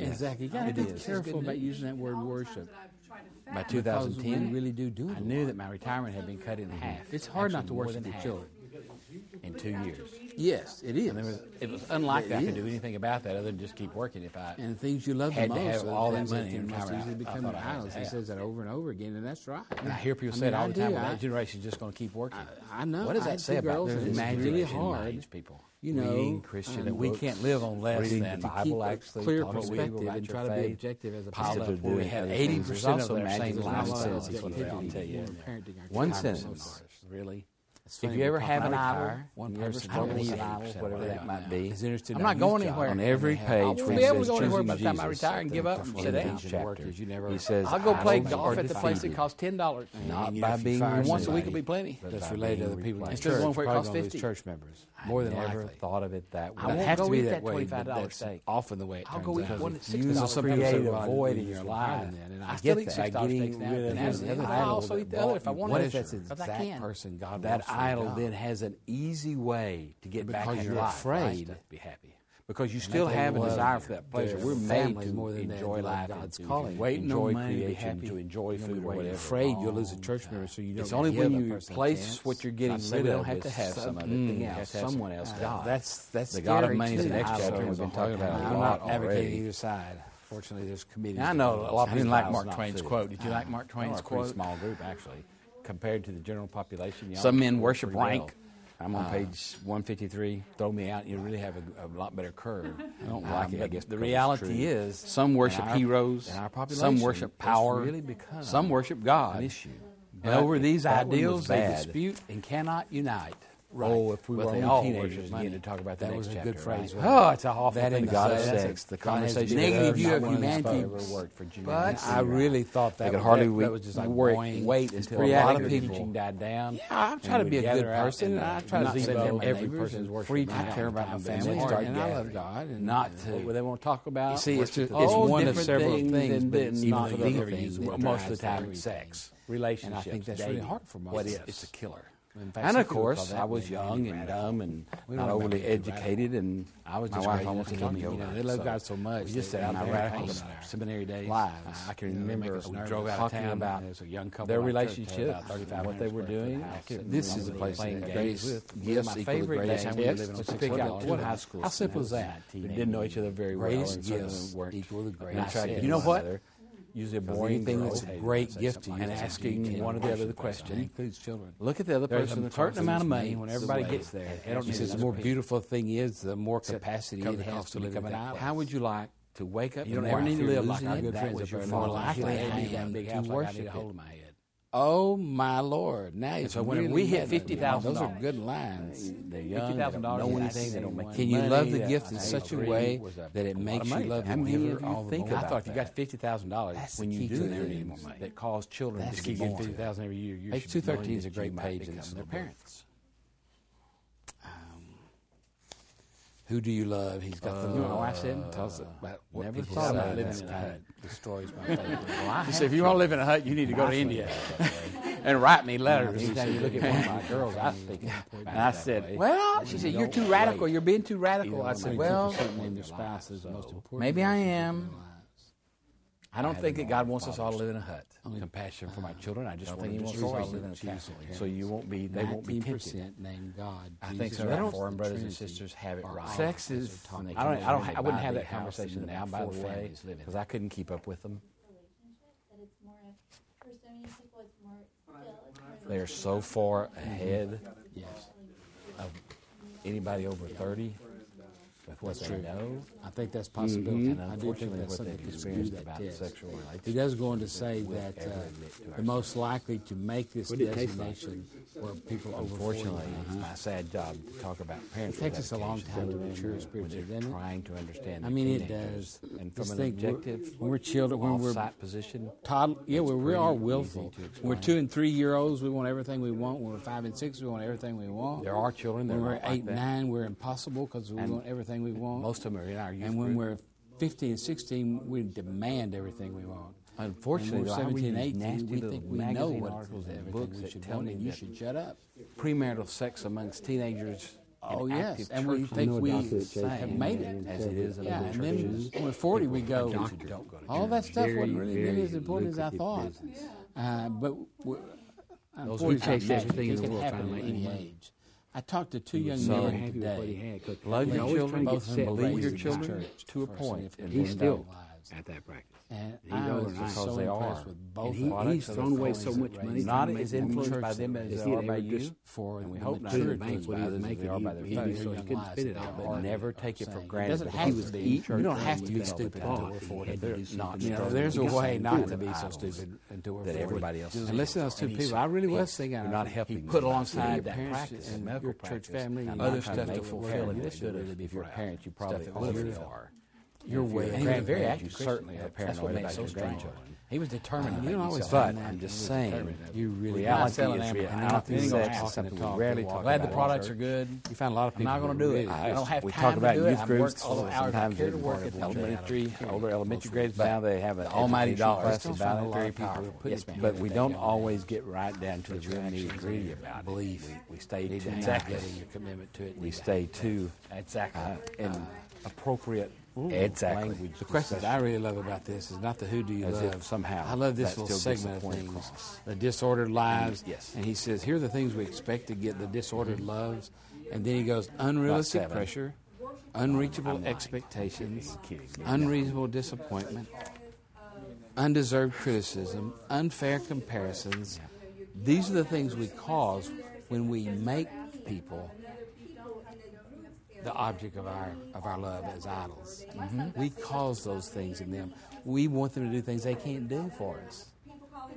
Speaker 1: exactly. You got to
Speaker 2: It
Speaker 1: be
Speaker 2: is.
Speaker 1: careful about using that word worship.
Speaker 2: By
Speaker 1: Because we
Speaker 2: 2010,
Speaker 1: really do do it.
Speaker 2: I
Speaker 1: a
Speaker 2: knew
Speaker 1: lot.
Speaker 2: that my retirement had been cut in half.
Speaker 1: It's hard not
Speaker 2: Actually,
Speaker 1: to
Speaker 2: more
Speaker 1: worship
Speaker 2: than
Speaker 1: your
Speaker 2: half
Speaker 1: children.
Speaker 2: in two years.
Speaker 1: Yes, it is.
Speaker 2: And there was, it was unlikely I could do anything about that other than just keep working if I.
Speaker 1: and the things you love
Speaker 2: Had
Speaker 1: the
Speaker 2: to
Speaker 1: most
Speaker 2: have
Speaker 1: are the
Speaker 2: all that
Speaker 1: things that
Speaker 2: money in
Speaker 1: can most
Speaker 2: retirement.
Speaker 1: easily
Speaker 2: I- I
Speaker 1: become
Speaker 2: thought I had to
Speaker 1: idols. He
Speaker 2: have.
Speaker 1: says that over and over again, and that's right.
Speaker 2: And I hear people
Speaker 1: I
Speaker 2: say it
Speaker 1: mean,
Speaker 2: all
Speaker 1: I
Speaker 2: the time.
Speaker 1: do.
Speaker 2: Well,
Speaker 1: I-
Speaker 2: that generation's just going to keep working.
Speaker 1: I know.
Speaker 2: What does
Speaker 1: I
Speaker 2: that
Speaker 1: had
Speaker 2: say
Speaker 1: two
Speaker 2: about
Speaker 1: girls,
Speaker 2: their
Speaker 1: and it's
Speaker 2: imagination
Speaker 1: really
Speaker 2: among
Speaker 1: hard,
Speaker 2: these people?
Speaker 1: you know,
Speaker 2: reading Christian
Speaker 1: um,
Speaker 2: that we
Speaker 1: books,
Speaker 2: can't live on less
Speaker 1: reading
Speaker 2: than
Speaker 1: to keep
Speaker 2: Bible
Speaker 1: a
Speaker 2: actually.
Speaker 1: clear
Speaker 2: taught what we
Speaker 1: perspective
Speaker 2: will about
Speaker 1: and
Speaker 2: your
Speaker 1: try to be
Speaker 2: faith,
Speaker 1: objective as a
Speaker 2: Pile
Speaker 1: person.
Speaker 2: up where we have eighty percent of their same
Speaker 1: There's
Speaker 2: life
Speaker 1: not a lot of
Speaker 2: sentences. That's what they all
Speaker 1: objectivity
Speaker 2: tell you.
Speaker 1: when
Speaker 2: in
Speaker 1: we're
Speaker 2: there.
Speaker 1: parenting our
Speaker 2: One
Speaker 1: children.
Speaker 2: sentence, really.
Speaker 1: It's
Speaker 2: If
Speaker 1: funny,
Speaker 2: you
Speaker 1: we
Speaker 2: ever
Speaker 1: talk
Speaker 2: have
Speaker 1: about
Speaker 2: an idol,
Speaker 1: retire,
Speaker 2: one
Speaker 1: you ever
Speaker 2: person
Speaker 1: stop
Speaker 2: struggles with
Speaker 1: listening
Speaker 2: an
Speaker 1: to
Speaker 2: idol,
Speaker 1: yourself
Speaker 2: whatever
Speaker 1: about
Speaker 2: that
Speaker 1: it
Speaker 2: might
Speaker 1: now.
Speaker 2: be.
Speaker 1: Is interested
Speaker 2: I'm
Speaker 1: in
Speaker 2: not
Speaker 1: whose
Speaker 2: going
Speaker 1: job?
Speaker 2: anywhere.
Speaker 1: On
Speaker 2: On
Speaker 1: every
Speaker 2: every
Speaker 1: page
Speaker 2: page,
Speaker 1: where
Speaker 2: we
Speaker 1: it
Speaker 2: ever
Speaker 1: says
Speaker 2: go anywhere
Speaker 1: choosing
Speaker 2: by the time I
Speaker 1: Jesus,
Speaker 2: retire and
Speaker 1: that
Speaker 2: give
Speaker 1: the
Speaker 2: up and
Speaker 1: performance
Speaker 2: sit down.
Speaker 1: is important.
Speaker 2: Chapter.
Speaker 1: You never-
Speaker 2: He says,
Speaker 1: I'll
Speaker 2: I'll go play
Speaker 1: idols
Speaker 2: golf
Speaker 1: are
Speaker 2: at the place that
Speaker 1: defeated.
Speaker 2: costs ten dollars.
Speaker 1: And
Speaker 3: Not
Speaker 1: you
Speaker 3: by
Speaker 1: know, if you
Speaker 3: being
Speaker 1: fire
Speaker 3: rude.
Speaker 2: Once a week
Speaker 1: somebody,
Speaker 2: will be plenty.
Speaker 3: But
Speaker 1: That's
Speaker 3: by
Speaker 1: related to
Speaker 3: being
Speaker 1: other people.
Speaker 3: replaced.
Speaker 1: in the
Speaker 2: Instead of
Speaker 1: church.
Speaker 2: going where it
Speaker 1: Probably
Speaker 2: costs
Speaker 1: gonna lose
Speaker 2: 50.
Speaker 1: Church members,
Speaker 2: I
Speaker 1: more than
Speaker 2: never
Speaker 1: likely.
Speaker 2: thought of it that way.
Speaker 1: It
Speaker 2: won't
Speaker 1: has
Speaker 2: go
Speaker 1: to be
Speaker 2: eat
Speaker 1: that
Speaker 2: that
Speaker 1: way, but
Speaker 2: $25
Speaker 1: that's
Speaker 2: steak.
Speaker 1: often the way it
Speaker 2: I'll
Speaker 1: turns
Speaker 2: go eat
Speaker 1: out.
Speaker 2: one at $6
Speaker 1: You
Speaker 2: for
Speaker 1: some people say,
Speaker 2: creative
Speaker 1: well, I didn't
Speaker 2: void
Speaker 1: do
Speaker 2: in
Speaker 1: it
Speaker 2: your
Speaker 1: for
Speaker 2: life.
Speaker 1: mine then, and I,
Speaker 2: I still
Speaker 1: get
Speaker 2: eat
Speaker 1: that.
Speaker 2: $6
Speaker 1: I get
Speaker 2: steaks now,
Speaker 1: rid of
Speaker 2: and
Speaker 1: that
Speaker 2: that's the
Speaker 1: other
Speaker 2: other
Speaker 1: idol
Speaker 2: I'll also
Speaker 1: that
Speaker 2: eat the other
Speaker 1: bought
Speaker 2: if I
Speaker 1: you.
Speaker 2: wanted
Speaker 1: What
Speaker 2: to.
Speaker 1: if that's the
Speaker 2: Because I
Speaker 1: exact
Speaker 2: can.
Speaker 1: person God
Speaker 2: That
Speaker 1: wants for your
Speaker 2: idol
Speaker 1: job?
Speaker 2: then has an easy way to get back
Speaker 1: Because
Speaker 2: in
Speaker 1: you're
Speaker 2: life.
Speaker 1: afraid.
Speaker 2: right, to be happy. Because you still
Speaker 1: they
Speaker 2: have a
Speaker 1: love
Speaker 2: desire for that pleasure.
Speaker 1: their
Speaker 2: We're made
Speaker 1: families
Speaker 2: to
Speaker 1: more than they
Speaker 2: enjoy
Speaker 1: love
Speaker 2: life,
Speaker 1: God's
Speaker 2: and to
Speaker 1: calling. Waiting on
Speaker 2: enjoy
Speaker 1: money to be
Speaker 2: creation,
Speaker 1: happy.
Speaker 2: to enjoy food or
Speaker 1: You're
Speaker 2: whatever.
Speaker 1: afraid you'll lose a church member, so you don't.
Speaker 2: It's only
Speaker 1: give
Speaker 2: when
Speaker 1: that
Speaker 2: you
Speaker 1: person a
Speaker 2: replace
Speaker 1: chance.
Speaker 2: what you're getting
Speaker 1: Not saying
Speaker 2: rid
Speaker 1: we
Speaker 2: of
Speaker 1: don't have
Speaker 2: with
Speaker 1: to have
Speaker 2: some
Speaker 1: some
Speaker 2: of it.
Speaker 1: Mm.
Speaker 2: Yeah,
Speaker 1: Have to have
Speaker 2: someone
Speaker 1: some-
Speaker 2: else.
Speaker 1: Uh,
Speaker 2: God.
Speaker 1: That's that's
Speaker 2: The God of
Speaker 1: scary,
Speaker 2: money is
Speaker 1: too.
Speaker 2: the next
Speaker 1: I don't
Speaker 2: chapter.
Speaker 1: know.
Speaker 2: We've been talking about it a
Speaker 1: I'm
Speaker 2: lot
Speaker 1: not advocating
Speaker 2: already.
Speaker 1: either side. Fortunately, there's committees.
Speaker 2: Now, I know a lot of
Speaker 1: I didn't
Speaker 2: people
Speaker 1: like
Speaker 2: was
Speaker 1: Mark
Speaker 2: not
Speaker 1: Twain's
Speaker 2: food.
Speaker 1: quote.
Speaker 2: Did you like Mark Twain's quote? small group actually, compared to the general population. y'all
Speaker 3: Some men
Speaker 2: do
Speaker 3: worship
Speaker 2: pretty well.
Speaker 3: rank.
Speaker 2: I'm on page 153. Uh, Throw me out. You really have a, a lot better curve. I
Speaker 3: don't like it, I guess,
Speaker 2: the
Speaker 3: because it's
Speaker 2: reality
Speaker 3: true.
Speaker 2: is,
Speaker 3: Some worship
Speaker 2: in our-
Speaker 3: heroes,
Speaker 2: in our population,
Speaker 3: some worship
Speaker 2: it's
Speaker 3: power,
Speaker 2: Really become
Speaker 3: some worship God.
Speaker 2: an issue.
Speaker 3: And over these
Speaker 2: that one was
Speaker 3: ideals, they
Speaker 2: bad.
Speaker 3: dispute
Speaker 2: and cannot unite.
Speaker 1: Right.
Speaker 2: Oh, if we
Speaker 1: But
Speaker 2: were
Speaker 1: they
Speaker 2: only
Speaker 1: all
Speaker 2: teenagers
Speaker 1: worship
Speaker 2: and getting
Speaker 1: money.
Speaker 2: to talk about the
Speaker 1: That
Speaker 2: next
Speaker 1: was a
Speaker 2: chapter,
Speaker 1: good phrase,
Speaker 2: Right?
Speaker 1: wasn't it?
Speaker 2: Oh, it's a awful
Speaker 1: That
Speaker 2: thing
Speaker 1: and
Speaker 2: to God
Speaker 1: sex.
Speaker 2: sex, the
Speaker 1: God has
Speaker 2: conversation.
Speaker 1: been
Speaker 3: negative view of
Speaker 1: humanity.
Speaker 2: Ever worked for Junior
Speaker 1: But
Speaker 2: Nancy
Speaker 1: I
Speaker 2: Brown.
Speaker 1: really thought
Speaker 2: They
Speaker 1: that
Speaker 2: could
Speaker 1: was-
Speaker 2: hardly
Speaker 1: that-
Speaker 2: wait-
Speaker 1: that was just like
Speaker 2: work-
Speaker 1: boing.
Speaker 2: wait until a
Speaker 1: reality
Speaker 2: lot of
Speaker 1: of
Speaker 2: people
Speaker 1: teaching
Speaker 2: died down.
Speaker 1: Yeah, I try to be a good person. and I try to
Speaker 2: see
Speaker 1: say that
Speaker 2: that
Speaker 1: every
Speaker 2: every
Speaker 1: neighbors
Speaker 2: person's
Speaker 1: and
Speaker 2: worship.
Speaker 1: free time. I care about my family and,
Speaker 2: start
Speaker 1: and I love
Speaker 2: gathering.
Speaker 1: God. And,
Speaker 2: not
Speaker 1: and-
Speaker 2: to what they want to talk about.
Speaker 1: You see, it's just-
Speaker 2: all
Speaker 1: it's one of
Speaker 2: different
Speaker 1: several things,
Speaker 2: and
Speaker 1: but
Speaker 2: it's
Speaker 1: even
Speaker 2: not
Speaker 1: though
Speaker 2: the
Speaker 1: they
Speaker 2: thing.
Speaker 1: use
Speaker 2: Most
Speaker 1: words,
Speaker 2: of the time,
Speaker 1: everything.
Speaker 2: it's sex, relationships,
Speaker 1: that's really
Speaker 2: dating.
Speaker 1: hard for most
Speaker 2: What
Speaker 1: of
Speaker 2: is?
Speaker 1: us.
Speaker 2: It's a killer.
Speaker 1: In fact,
Speaker 3: And
Speaker 1: some
Speaker 3: of
Speaker 1: people call
Speaker 3: course,
Speaker 1: that
Speaker 3: I was
Speaker 1: being
Speaker 3: young and
Speaker 1: anti-radical.
Speaker 3: dumb and
Speaker 1: We
Speaker 3: not
Speaker 1: don't want to make
Speaker 3: overly
Speaker 1: it too
Speaker 3: educated, and I was
Speaker 1: My
Speaker 3: just
Speaker 1: wife
Speaker 3: crazy
Speaker 1: almost
Speaker 3: enough
Speaker 1: killed
Speaker 3: to
Speaker 1: me.
Speaker 3: kill
Speaker 1: You know,
Speaker 3: over
Speaker 1: they
Speaker 3: it.
Speaker 1: love God so much.
Speaker 3: We just
Speaker 1: they-
Speaker 3: sat out
Speaker 1: my
Speaker 3: there
Speaker 1: radical
Speaker 3: in seminary days.
Speaker 1: lives.
Speaker 3: I can
Speaker 1: You know, they make
Speaker 3: remember
Speaker 1: us
Speaker 3: we
Speaker 1: nervous.
Speaker 3: drove out of
Speaker 1: Talking
Speaker 3: town.
Speaker 1: about
Speaker 3: and It was a young couple.
Speaker 2: their
Speaker 3: out of church, they had
Speaker 2: relationship,
Speaker 3: about 35
Speaker 2: what they
Speaker 3: hundred
Speaker 2: were
Speaker 3: square foot
Speaker 2: doing.
Speaker 3: house,
Speaker 2: This
Speaker 3: and
Speaker 1: This
Speaker 3: we
Speaker 1: is the
Speaker 3: were
Speaker 1: place
Speaker 3: playing
Speaker 1: that
Speaker 3: games
Speaker 1: grace,
Speaker 3: with.
Speaker 1: gifts
Speaker 2: My
Speaker 1: equal to
Speaker 2: favorite
Speaker 1: grace.
Speaker 2: day
Speaker 1: How we live
Speaker 2: is
Speaker 1: in
Speaker 2: to
Speaker 1: a
Speaker 2: pick
Speaker 1: six-dollar
Speaker 2: out what
Speaker 1: gym.
Speaker 2: high school
Speaker 1: How simple is that?
Speaker 3: We didn't know each other very well.
Speaker 1: Greatest
Speaker 3: and certainly
Speaker 1: gifts
Speaker 3: weren't-
Speaker 1: equal to
Speaker 3: we
Speaker 1: greatest
Speaker 3: tried to
Speaker 1: gifts.
Speaker 3: get
Speaker 1: You know
Speaker 3: one
Speaker 1: what?
Speaker 3: another. Usually a
Speaker 1: Because
Speaker 3: boring
Speaker 1: anything
Speaker 3: girl
Speaker 1: that's a
Speaker 3: hated
Speaker 1: great
Speaker 3: us,
Speaker 1: gift to
Speaker 3: something
Speaker 1: you
Speaker 3: like
Speaker 1: is
Speaker 3: that.
Speaker 1: asking
Speaker 3: You
Speaker 1: one or the
Speaker 3: can't
Speaker 1: other the
Speaker 3: force us.
Speaker 1: question.
Speaker 3: I
Speaker 1: includes children.
Speaker 2: Look at the other
Speaker 1: There's
Speaker 2: person.
Speaker 1: a
Speaker 2: The certain
Speaker 1: person
Speaker 2: amount of
Speaker 1: who's
Speaker 2: money
Speaker 1: made
Speaker 2: when
Speaker 1: the
Speaker 2: everybody
Speaker 1: way.
Speaker 2: gets there. They don't
Speaker 1: He
Speaker 2: need
Speaker 1: says the
Speaker 2: another
Speaker 1: more
Speaker 2: piece.
Speaker 1: beautiful thing is, the more capacity
Speaker 3: cover
Speaker 1: it
Speaker 3: the
Speaker 1: has
Speaker 3: cost
Speaker 1: to
Speaker 3: of living
Speaker 1: become an
Speaker 3: at that
Speaker 1: island.
Speaker 3: place.
Speaker 2: How would you like to wake up
Speaker 1: You don't
Speaker 2: and never
Speaker 1: ever
Speaker 2: need to
Speaker 1: fear
Speaker 2: live like
Speaker 1: losing
Speaker 2: our
Speaker 1: it.
Speaker 2: good
Speaker 1: That
Speaker 2: friends
Speaker 1: was
Speaker 2: that
Speaker 1: your
Speaker 2: burned
Speaker 1: more
Speaker 2: all my
Speaker 1: likely
Speaker 2: life.
Speaker 1: I
Speaker 2: Maybe
Speaker 1: am
Speaker 2: that big
Speaker 1: to
Speaker 2: house like I
Speaker 1: worship
Speaker 2: need a
Speaker 1: it.
Speaker 2: hold of my head.
Speaker 1: Oh my Lord! Now it's
Speaker 2: so when
Speaker 1: really
Speaker 2: we hit
Speaker 1: getting it.
Speaker 2: $50,000
Speaker 1: those are good lines.
Speaker 3: They're young. They don't
Speaker 2: $50,000
Speaker 3: know
Speaker 2: and I
Speaker 3: anything. They
Speaker 2: see
Speaker 3: don't make
Speaker 2: one.
Speaker 1: Can you
Speaker 2: Money
Speaker 1: love the
Speaker 2: that
Speaker 1: gift
Speaker 2: I
Speaker 1: in such a
Speaker 2: agree
Speaker 1: way
Speaker 3: was a
Speaker 1: that it
Speaker 3: lot of
Speaker 1: makes you
Speaker 3: money.
Speaker 1: love
Speaker 3: How
Speaker 1: Him
Speaker 3: many of
Speaker 1: ever
Speaker 3: you
Speaker 1: all the
Speaker 3: think
Speaker 1: more?
Speaker 2: I thought
Speaker 3: about
Speaker 2: if you got fifty thousand dollars
Speaker 1: That's
Speaker 2: when
Speaker 1: the
Speaker 2: you
Speaker 1: key
Speaker 2: do
Speaker 1: to it.
Speaker 2: things that cause children
Speaker 1: That's
Speaker 2: to
Speaker 1: the
Speaker 2: keep
Speaker 1: key
Speaker 2: getting
Speaker 1: to it.
Speaker 2: fifty thousand every year. You
Speaker 1: Page
Speaker 2: should be knowing
Speaker 1: 213 is
Speaker 2: that
Speaker 1: a great
Speaker 2: you might
Speaker 1: page in
Speaker 2: become
Speaker 1: this
Speaker 2: their
Speaker 1: little book.
Speaker 2: parents. Um,
Speaker 1: Who do you love? He's got the.
Speaker 3: Uh,
Speaker 2: You know what my wife said?
Speaker 1: Tell us about what
Speaker 2: uh, Never
Speaker 1: people
Speaker 2: thought
Speaker 1: say.
Speaker 2: about living
Speaker 1: That's
Speaker 2: in a
Speaker 1: kinda Destroys my faith.
Speaker 2: Well, I have
Speaker 3: She said, if you
Speaker 2: children.
Speaker 3: want to live in a hut, you need to go to India and write me letters.
Speaker 2: Anytime you look at one of my girls, I think.
Speaker 3: And I said,
Speaker 2: Well, she said, you're too radical. You're being too radical. I said, well,
Speaker 1: in their spouse is the most important.
Speaker 2: maybe I
Speaker 1: person in their
Speaker 2: am.
Speaker 1: lives.
Speaker 2: I don't think that God wants us all to live in a hut.
Speaker 3: compassion for my children. I just
Speaker 2: don't
Speaker 3: want to
Speaker 2: think he wants us
Speaker 3: destroy
Speaker 2: all to live
Speaker 3: them.
Speaker 2: in a castle here.
Speaker 3: So you won't be, they won't be tempted.
Speaker 1: 19% Name God.
Speaker 2: I think
Speaker 1: Jesus,
Speaker 2: so.
Speaker 1: Christ,
Speaker 2: Our
Speaker 1: the
Speaker 2: foreign brothers and
Speaker 1: Trinity
Speaker 2: sisters have it
Speaker 1: are
Speaker 2: right.
Speaker 1: all
Speaker 2: Sex
Speaker 1: that
Speaker 2: is.
Speaker 1: they're
Speaker 2: I
Speaker 1: taught.
Speaker 2: don't. I don't. I wouldn't have that
Speaker 1: They buy a big house
Speaker 2: conversation
Speaker 1: and
Speaker 2: now.
Speaker 1: make
Speaker 2: By the
Speaker 1: four
Speaker 2: way,
Speaker 1: families live in it.
Speaker 2: because I couldn't keep up with them. They are so far ahead
Speaker 1: Yes.
Speaker 2: of anybody over thirty with what they know.
Speaker 1: I think that's possibility.
Speaker 2: And
Speaker 1: I do think
Speaker 2: unfortunately,
Speaker 1: Mm-hmm. that's
Speaker 2: what
Speaker 1: something
Speaker 2: they've
Speaker 1: that's due to
Speaker 2: experienced
Speaker 1: that
Speaker 2: about
Speaker 1: test.
Speaker 2: sexual
Speaker 1: He
Speaker 2: relations.
Speaker 1: does go on to say that uh,
Speaker 2: ever admit to
Speaker 1: the most likely to make this
Speaker 3: did it taste
Speaker 1: designation were people over 40.
Speaker 2: Unfortunately, it's my sad job to talk about parents.
Speaker 1: It takes us a long time to mature
Speaker 2: when
Speaker 1: spiritually,
Speaker 2: they're
Speaker 1: doesn't it?
Speaker 2: trying to understand.
Speaker 1: I
Speaker 2: the
Speaker 1: mean, it
Speaker 2: teenagers.
Speaker 1: does.
Speaker 2: And from
Speaker 1: Just
Speaker 2: an
Speaker 1: think, we're-
Speaker 2: objective,
Speaker 1: when we're children, when we're-
Speaker 2: off-site position,
Speaker 1: Toddler, yeah, we we are
Speaker 2: pretty
Speaker 1: willful.
Speaker 2: easy to
Speaker 1: When we're
Speaker 2: explain.
Speaker 1: two and three year olds, we want everything we want. When we're five and six, we want everything we want.
Speaker 2: there are children that
Speaker 1: when
Speaker 2: are
Speaker 1: we're
Speaker 2: not
Speaker 1: eight
Speaker 2: like
Speaker 1: and
Speaker 2: that.
Speaker 1: nine, we're impossible because we want everything we want.
Speaker 2: Most of them are in our youth
Speaker 1: and when
Speaker 2: group.
Speaker 1: we're 15 and 16, we demand everything we want.
Speaker 2: Unfortunately,
Speaker 1: when we're
Speaker 2: though, I read
Speaker 1: 17 and
Speaker 2: these
Speaker 1: 18,
Speaker 2: nasty
Speaker 1: we
Speaker 2: little
Speaker 1: think we know
Speaker 2: magazine
Speaker 1: what
Speaker 2: articles and
Speaker 1: everything
Speaker 2: books
Speaker 1: we
Speaker 2: that
Speaker 1: should
Speaker 2: tell
Speaker 1: want,
Speaker 2: me
Speaker 1: and you
Speaker 2: that-
Speaker 1: should shut up.
Speaker 2: premarital sex amongst teenagers. in
Speaker 1: Oh, yes.
Speaker 2: active
Speaker 1: And we
Speaker 2: churches
Speaker 1: think
Speaker 2: is
Speaker 1: we
Speaker 2: the
Speaker 1: have
Speaker 2: same
Speaker 1: made it.
Speaker 2: as it is in
Speaker 1: Yeah,
Speaker 2: other
Speaker 1: and then
Speaker 2: churches.
Speaker 1: when we're 40, we
Speaker 2: People
Speaker 1: go,
Speaker 2: don't go to
Speaker 1: all
Speaker 2: church.
Speaker 1: that stuff
Speaker 7: Very,
Speaker 1: wasn't really
Speaker 7: very
Speaker 1: nearly as important as I
Speaker 7: lucrative
Speaker 1: thought.
Speaker 7: business.
Speaker 1: Uh, but w-
Speaker 7: who
Speaker 1: unfortunately,
Speaker 7: chase
Speaker 1: not.
Speaker 7: everything in
Speaker 1: it
Speaker 7: the
Speaker 1: can
Speaker 7: world
Speaker 1: happen
Speaker 7: trying
Speaker 1: at
Speaker 7: to
Speaker 1: any
Speaker 7: make money.
Speaker 1: age. I talked to two young
Speaker 7: He's never
Speaker 1: men
Speaker 7: happy with what he
Speaker 1: today.
Speaker 7: had. 'cause
Speaker 2: Love
Speaker 7: he's
Speaker 2: your
Speaker 7: always
Speaker 2: children,
Speaker 7: trying to
Speaker 1: both
Speaker 7: get
Speaker 1: of them
Speaker 7: set
Speaker 1: believe
Speaker 7: raised
Speaker 2: your
Speaker 7: in
Speaker 2: children
Speaker 7: church.
Speaker 2: to a point.
Speaker 1: and
Speaker 7: He's still
Speaker 1: lives.
Speaker 7: at that practice.
Speaker 1: And
Speaker 7: He's
Speaker 1: I
Speaker 7: older
Speaker 1: was
Speaker 7: than I
Speaker 1: just
Speaker 7: am.
Speaker 1: so
Speaker 2: Because they
Speaker 1: impressed
Speaker 2: are.
Speaker 1: with
Speaker 2: And
Speaker 1: both
Speaker 2: he-
Speaker 1: of
Speaker 7: Well,
Speaker 1: them.
Speaker 7: he's thrown away so much money.
Speaker 2: Not
Speaker 7: trying to
Speaker 2: as
Speaker 7: make more
Speaker 2: influenced
Speaker 7: church
Speaker 2: by them
Speaker 7: than
Speaker 2: as
Speaker 7: is
Speaker 2: they
Speaker 7: he
Speaker 2: are
Speaker 7: had
Speaker 2: by
Speaker 7: ever
Speaker 2: you,
Speaker 7: just-
Speaker 1: for
Speaker 2: and we
Speaker 1: the
Speaker 2: hope not.
Speaker 1: maturity
Speaker 7: to the bank what he
Speaker 2: As
Speaker 7: was
Speaker 2: they
Speaker 7: making.
Speaker 2: are
Speaker 7: He,
Speaker 2: by their
Speaker 7: he
Speaker 2: faith.
Speaker 7: knew he couldn't spit it out.
Speaker 2: But
Speaker 1: Right.
Speaker 2: never take it for
Speaker 1: It
Speaker 2: granted.
Speaker 1: doesn't
Speaker 2: that they
Speaker 1: have to
Speaker 2: eat
Speaker 1: be-
Speaker 2: church
Speaker 1: you don't have
Speaker 2: food
Speaker 1: to be
Speaker 2: all the
Speaker 1: stupid
Speaker 2: time.
Speaker 1: to do it for it.
Speaker 2: They're
Speaker 7: He's
Speaker 2: not
Speaker 7: not- You
Speaker 1: You know,
Speaker 2: struggling.
Speaker 1: there's a
Speaker 2: They got
Speaker 1: way
Speaker 2: some
Speaker 1: not
Speaker 2: good
Speaker 1: to be so
Speaker 2: idols
Speaker 1: stupid and to
Speaker 2: that everybody else
Speaker 1: And listen to those two people. I really was thinking.
Speaker 2: We're not
Speaker 1: I-
Speaker 2: helping.
Speaker 1: he
Speaker 2: them.
Speaker 1: Put alongside
Speaker 2: Your
Speaker 1: that
Speaker 2: parents
Speaker 1: practice
Speaker 2: and
Speaker 1: and
Speaker 2: medical
Speaker 1: your church
Speaker 2: practice
Speaker 1: family
Speaker 2: and
Speaker 1: and
Speaker 2: other
Speaker 1: your
Speaker 2: stuff
Speaker 1: church
Speaker 2: to fulfill
Speaker 1: family
Speaker 2: it.
Speaker 1: that
Speaker 2: They should
Speaker 1: should
Speaker 2: really
Speaker 1: really
Speaker 2: be. If you're a
Speaker 1: proud.
Speaker 2: parent, you
Speaker 1: Stuff
Speaker 2: probably
Speaker 1: that was
Speaker 2: already
Speaker 1: your-
Speaker 2: are.
Speaker 1: Your way.
Speaker 2: And
Speaker 1: of
Speaker 2: he was
Speaker 1: doing
Speaker 2: very
Speaker 1: things.
Speaker 2: active. You certainly are
Speaker 1: That's
Speaker 2: paranoid
Speaker 1: what
Speaker 2: about
Speaker 1: makes
Speaker 2: your
Speaker 1: so strange.
Speaker 2: grandchildren. He was determined.
Speaker 1: You don't always
Speaker 2: But
Speaker 1: find that.
Speaker 2: I'm just
Speaker 1: He was
Speaker 2: saying,
Speaker 1: determined. You really
Speaker 2: reality
Speaker 1: don't.
Speaker 2: is
Speaker 1: And
Speaker 2: real.
Speaker 1: I
Speaker 2: And I
Speaker 1: don't
Speaker 2: think
Speaker 1: think
Speaker 2: sex
Speaker 1: that's
Speaker 2: is
Speaker 1: something
Speaker 2: something
Speaker 1: to
Speaker 2: we
Speaker 1: talk
Speaker 2: rarely
Speaker 1: about.
Speaker 2: talk
Speaker 1: Glad
Speaker 2: about.
Speaker 1: the
Speaker 2: products are good.
Speaker 1: You find a lot of
Speaker 2: I'm
Speaker 1: people.
Speaker 2: not going to do it. I don't have
Speaker 1: We
Speaker 2: time
Speaker 1: talk about
Speaker 2: to do it.
Speaker 1: youth
Speaker 2: I've
Speaker 1: groups,
Speaker 2: worked all the hours I
Speaker 1: sometimes
Speaker 2: care to
Speaker 1: it's
Speaker 2: work
Speaker 1: part
Speaker 2: at
Speaker 1: of
Speaker 2: the
Speaker 1: what you're
Speaker 2: elementary, older elementary grades
Speaker 1: But
Speaker 2: now. They have an
Speaker 1: almighty
Speaker 2: education
Speaker 1: dollars
Speaker 2: class
Speaker 1: don't
Speaker 2: about
Speaker 1: find a
Speaker 2: it.
Speaker 1: lot
Speaker 2: Very
Speaker 1: of people who
Speaker 2: powerful.
Speaker 1: put
Speaker 2: Yes,
Speaker 1: this
Speaker 2: but
Speaker 1: back
Speaker 2: we
Speaker 1: in
Speaker 2: don't
Speaker 1: their
Speaker 2: always get right down to the real
Speaker 1: actions
Speaker 2: nitty gritty about
Speaker 1: Belief.
Speaker 2: it. We, we stay too
Speaker 1: Denied
Speaker 2: exactly.
Speaker 1: getting your commitment to it.
Speaker 2: We stay too
Speaker 1: Exactly.
Speaker 2: uh, in appropriate
Speaker 3: Exactly.
Speaker 2: language.
Speaker 1: The question that I really love about this is not the who do you
Speaker 2: As if
Speaker 1: love.
Speaker 2: somehow
Speaker 1: I love this
Speaker 2: that
Speaker 1: little
Speaker 2: still gets the
Speaker 1: segment of
Speaker 2: point
Speaker 1: things.
Speaker 2: across.
Speaker 1: The disordered lives.
Speaker 2: yes. Mm-hmm.
Speaker 1: And he says, here are the things we expect to get the disordered loves. And then he goes, unrealistic
Speaker 2: seven.
Speaker 1: pressure, unreachable expectations, unreasonable disappointment, undeserved criticism, unfair comparisons. These are the things we cause when we make people the object of our of our love as idols.
Speaker 2: Mm-hmm.
Speaker 1: We cause those things in them. We want them to do things they can't do for us.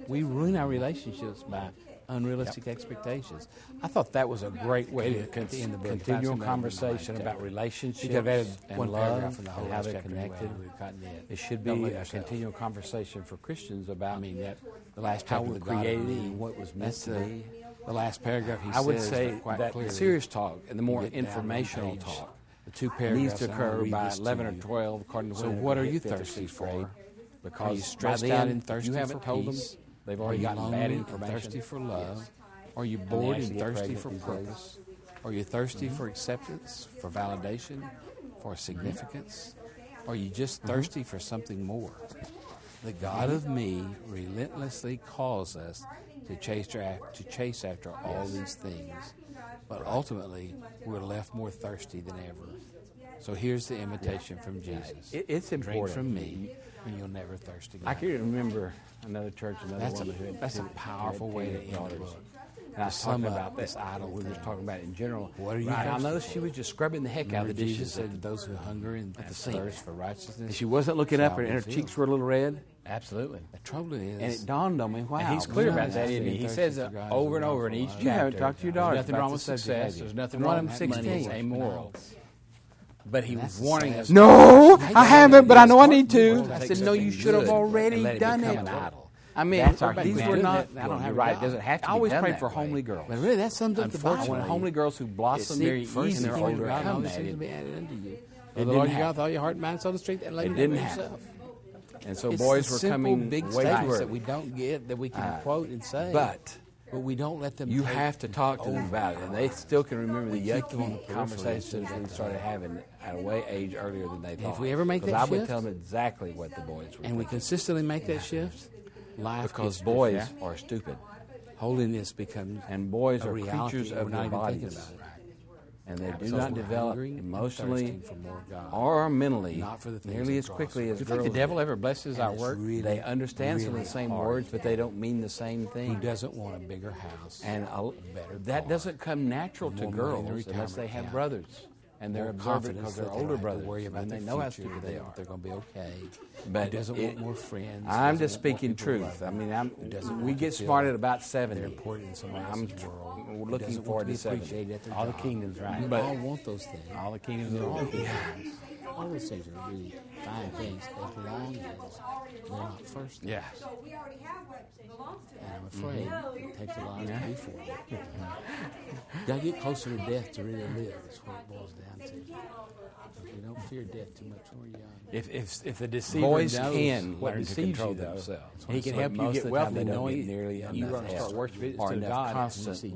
Speaker 1: We ruin our relationships by unrealistic expectations. I thought that was a great way to con- end the book. If I
Speaker 2: continual
Speaker 1: somebody wouldn't mind
Speaker 2: conversation
Speaker 1: that.
Speaker 2: about relationships
Speaker 1: You could have added
Speaker 2: and
Speaker 1: one
Speaker 2: love
Speaker 1: paragraph from the whole
Speaker 2: and how
Speaker 1: last
Speaker 2: they're
Speaker 1: chapter anyway.
Speaker 2: connected.
Speaker 1: We've gotten it.
Speaker 2: It should
Speaker 1: Don't
Speaker 2: be
Speaker 1: let
Speaker 2: a
Speaker 1: yourself.
Speaker 2: continual conversation for Christians about
Speaker 1: I mean that the last
Speaker 2: how
Speaker 1: chapter
Speaker 2: we're
Speaker 1: of the God of
Speaker 2: created
Speaker 1: Me,
Speaker 2: and what was meant
Speaker 1: that's
Speaker 2: to
Speaker 1: the,
Speaker 2: be.
Speaker 1: The last paragraph he
Speaker 2: I would
Speaker 1: says
Speaker 2: say
Speaker 1: quite
Speaker 2: that
Speaker 1: clearly,
Speaker 2: the serious talk and the
Speaker 1: you
Speaker 2: more
Speaker 1: get down on
Speaker 2: informational
Speaker 1: page,
Speaker 2: talk
Speaker 1: the two
Speaker 2: needs
Speaker 1: paragraphs
Speaker 2: to
Speaker 1: I'm gonna
Speaker 2: occur
Speaker 1: read
Speaker 2: by
Speaker 1: this to
Speaker 2: 11 or
Speaker 1: you.
Speaker 2: 12, according to
Speaker 1: So
Speaker 2: when
Speaker 1: what
Speaker 2: they
Speaker 1: are you
Speaker 2: hit fifth or
Speaker 1: thirsty
Speaker 2: sixth
Speaker 1: for?
Speaker 2: grade. Because
Speaker 1: Are you stressed
Speaker 2: by
Speaker 1: out
Speaker 2: then,
Speaker 1: and
Speaker 2: if
Speaker 1: thirsty
Speaker 2: you haven't
Speaker 1: for
Speaker 2: told
Speaker 1: peace?
Speaker 2: them, they've already
Speaker 1: Are you
Speaker 2: gotten
Speaker 1: lonely
Speaker 2: bad
Speaker 1: and
Speaker 2: information.
Speaker 1: Thirsty for love. Are you bored
Speaker 3: actually
Speaker 1: and
Speaker 3: get
Speaker 1: thirsty
Speaker 3: pregnant
Speaker 1: for
Speaker 3: these
Speaker 1: purpose? Are you thirsty for acceptance, for validation, for significance? Are you just
Speaker 3: Mm-hmm.
Speaker 1: thirsty for something more? The God of me relentlessly calls us to chase, after, to chase after all these things, but ultimately we're left more thirsty than ever. So here's the invitation from Jesus:
Speaker 3: It- it's
Speaker 1: Drink
Speaker 3: important.
Speaker 1: from me, and you'll never thirst again.
Speaker 3: I can remember another church, another
Speaker 1: That's a,
Speaker 3: woman who had
Speaker 1: that's a
Speaker 3: two-
Speaker 1: powerful
Speaker 3: had
Speaker 1: way to
Speaker 3: two
Speaker 1: end the
Speaker 3: daughters.
Speaker 1: book.
Speaker 3: And I was
Speaker 1: sum
Speaker 3: talking
Speaker 1: up
Speaker 3: about
Speaker 1: this
Speaker 3: this
Speaker 1: idol
Speaker 3: idol. We were
Speaker 1: thing.
Speaker 3: just talking about it in general.
Speaker 1: What are you
Speaker 3: Right, I
Speaker 1: thankful
Speaker 3: know
Speaker 1: for?
Speaker 3: she was just scrubbing the heck out
Speaker 1: Remember
Speaker 3: of the
Speaker 1: Jesus
Speaker 3: dishes.
Speaker 1: said to those who hunger and
Speaker 3: sink.
Speaker 1: thirst for righteousness.
Speaker 3: And she wasn't looking up, and her
Speaker 1: shall be
Speaker 3: cheeks
Speaker 1: filled.
Speaker 3: were a little red.
Speaker 2: Absolutely.
Speaker 1: The trouble is,
Speaker 3: And it dawned on me, wow.
Speaker 2: And he's clear
Speaker 1: we're
Speaker 2: about
Speaker 1: not
Speaker 2: that, isn't he?
Speaker 1: asking
Speaker 2: He
Speaker 1: thirsty
Speaker 2: says
Speaker 1: for
Speaker 2: it
Speaker 1: God
Speaker 2: over and
Speaker 1: is
Speaker 2: over in each
Speaker 1: enough.
Speaker 2: chapter.
Speaker 1: You
Speaker 3: haven't talked to your daughter
Speaker 2: There's nothing
Speaker 3: about
Speaker 2: wrong
Speaker 3: the
Speaker 2: with
Speaker 3: subject, have
Speaker 2: success.
Speaker 3: you?
Speaker 2: There's nothing
Speaker 1: One
Speaker 2: wrong
Speaker 1: of
Speaker 2: with
Speaker 1: them
Speaker 2: money. It's
Speaker 1: 16.
Speaker 2: amoral. But he was
Speaker 1: That's
Speaker 2: warning
Speaker 1: sad.
Speaker 2: us.
Speaker 3: No,
Speaker 1: I haven't, but I know I need
Speaker 3: to.
Speaker 1: I said, no, you should have already done it.
Speaker 3: I mean,
Speaker 2: That's our
Speaker 3: these were
Speaker 2: humanity.
Speaker 3: not.
Speaker 2: I don't have
Speaker 3: you're
Speaker 2: a
Speaker 3: right.
Speaker 2: God.
Speaker 3: It doesn't have to.
Speaker 2: I
Speaker 3: be
Speaker 2: always
Speaker 3: done
Speaker 2: prayed
Speaker 3: that
Speaker 2: for
Speaker 3: way.
Speaker 2: homely girls.
Speaker 1: But really, that sums up the
Speaker 3: I
Speaker 1: Bible.
Speaker 3: want homely girls who blossom
Speaker 1: Seek
Speaker 3: very
Speaker 1: first
Speaker 3: easy
Speaker 1: the
Speaker 3: in their
Speaker 1: kingdom
Speaker 3: older
Speaker 1: of God, and all
Speaker 3: age.
Speaker 1: these things will be
Speaker 3: It
Speaker 1: added unto you.
Speaker 3: It
Speaker 1: Love the
Speaker 3: didn't
Speaker 1: Lord your God
Speaker 3: happen.
Speaker 1: with all your heart, mind, soul, and strength, and labor
Speaker 3: didn't
Speaker 1: yourself.
Speaker 3: happen. And so
Speaker 1: It's
Speaker 3: boys
Speaker 1: the
Speaker 3: were
Speaker 1: simple,
Speaker 3: coming
Speaker 1: big
Speaker 3: way
Speaker 1: statements
Speaker 3: back.
Speaker 1: that we don't get that we can quote and say.
Speaker 3: but
Speaker 1: but we don't let them.
Speaker 3: You
Speaker 1: take
Speaker 3: have to talk to them about it, and they still can remember the
Speaker 1: We keep them on the
Speaker 3: yucky
Speaker 1: periphery instead
Speaker 3: conversations
Speaker 1: of
Speaker 3: we
Speaker 1: at the
Speaker 3: started having at a way age earlier than they thought.
Speaker 1: we ever make
Speaker 3: 'Cause
Speaker 1: that
Speaker 3: I would
Speaker 1: shift-
Speaker 3: tell them exactly what the boys were.
Speaker 1: and we consistently make that shift. Life
Speaker 3: because
Speaker 1: gets
Speaker 3: boys
Speaker 1: different.
Speaker 3: are stupid,
Speaker 1: holiness becomes
Speaker 3: and boys
Speaker 1: a
Speaker 3: are
Speaker 1: reality
Speaker 3: creatures
Speaker 1: and we're
Speaker 3: of
Speaker 1: not
Speaker 3: their
Speaker 1: even thinking
Speaker 3: bodies,
Speaker 1: about it.
Speaker 3: and they do
Speaker 1: Because
Speaker 3: not
Speaker 1: we're
Speaker 3: develop
Speaker 1: hungering and
Speaker 3: emotionally
Speaker 1: thirsting for more God,
Speaker 3: or mentally
Speaker 1: not for the things
Speaker 3: nearly
Speaker 1: that
Speaker 3: as
Speaker 1: draw us
Speaker 3: quickly
Speaker 1: away.
Speaker 3: as
Speaker 1: Do you
Speaker 2: Think
Speaker 3: girls.
Speaker 2: the devil
Speaker 3: do.
Speaker 2: ever blesses our
Speaker 1: it's
Speaker 2: work?
Speaker 1: really-
Speaker 3: they understand some of
Speaker 1: really
Speaker 3: the same
Speaker 1: hard.
Speaker 3: words, but they don't mean the same
Speaker 1: Who
Speaker 3: thing.
Speaker 1: doesn't want a bigger house?
Speaker 3: And a,
Speaker 1: Better
Speaker 3: that
Speaker 1: car.
Speaker 3: doesn't come natural to
Speaker 1: More money in the
Speaker 3: girls unless
Speaker 1: retirement
Speaker 3: they have
Speaker 1: account.
Speaker 3: brothers and they're
Speaker 1: more
Speaker 3: observant
Speaker 1: confidence
Speaker 3: because
Speaker 1: that
Speaker 3: they're
Speaker 1: they don't
Speaker 3: older
Speaker 1: have to
Speaker 3: brothers
Speaker 1: worry about
Speaker 3: and
Speaker 1: their
Speaker 3: they know how
Speaker 1: future,
Speaker 3: stupid
Speaker 1: they,
Speaker 3: they
Speaker 1: are.
Speaker 3: are.
Speaker 1: They're going to be okay.
Speaker 3: But
Speaker 1: Who doesn't
Speaker 3: it-
Speaker 1: want more friends?
Speaker 3: I'm
Speaker 1: Doesn't want
Speaker 3: just
Speaker 1: more
Speaker 3: speaking
Speaker 1: people to
Speaker 3: truth.
Speaker 1: love.
Speaker 3: I mean, I'm,
Speaker 1: Who doesn't
Speaker 3: we
Speaker 1: want
Speaker 3: get
Speaker 1: to feel
Speaker 3: smart at about 70.
Speaker 1: They're important in somebody
Speaker 3: I'm
Speaker 1: else's world. Who
Speaker 3: looking
Speaker 1: doesn't want
Speaker 3: forward
Speaker 1: be
Speaker 3: to 70.
Speaker 1: appreciated at their
Speaker 2: All the
Speaker 1: job.
Speaker 2: kingdoms, right?
Speaker 1: We
Speaker 2: But-
Speaker 1: all want those things.
Speaker 2: All the kingdoms of the
Speaker 1: all
Speaker 2: world.
Speaker 1: these things. All those things are really fine things. They belong to us. They're not first things.
Speaker 2: Yeah.
Speaker 1: And I'm
Speaker 2: Mm-hmm.
Speaker 1: afraid it takes a lot to be for it. Gotta get closer to death to really live. That's what it boils down to. If you don't fear death too much when you're young.
Speaker 2: If, if, if the deceiver
Speaker 3: Boys
Speaker 2: knows
Speaker 3: can
Speaker 2: what
Speaker 3: learn to
Speaker 2: deceives
Speaker 3: control
Speaker 2: you, though, he
Speaker 3: themselves.
Speaker 2: can
Speaker 3: That's
Speaker 2: help
Speaker 3: what most
Speaker 2: you
Speaker 3: of
Speaker 2: get
Speaker 3: the time
Speaker 2: wealthy
Speaker 3: they don't
Speaker 2: knowing
Speaker 3: get nearly
Speaker 2: you're
Speaker 3: enough
Speaker 2: going to start
Speaker 3: help
Speaker 2: worshiping
Speaker 3: or
Speaker 2: to
Speaker 3: enough
Speaker 2: God.
Speaker 3: constant
Speaker 2: a lot of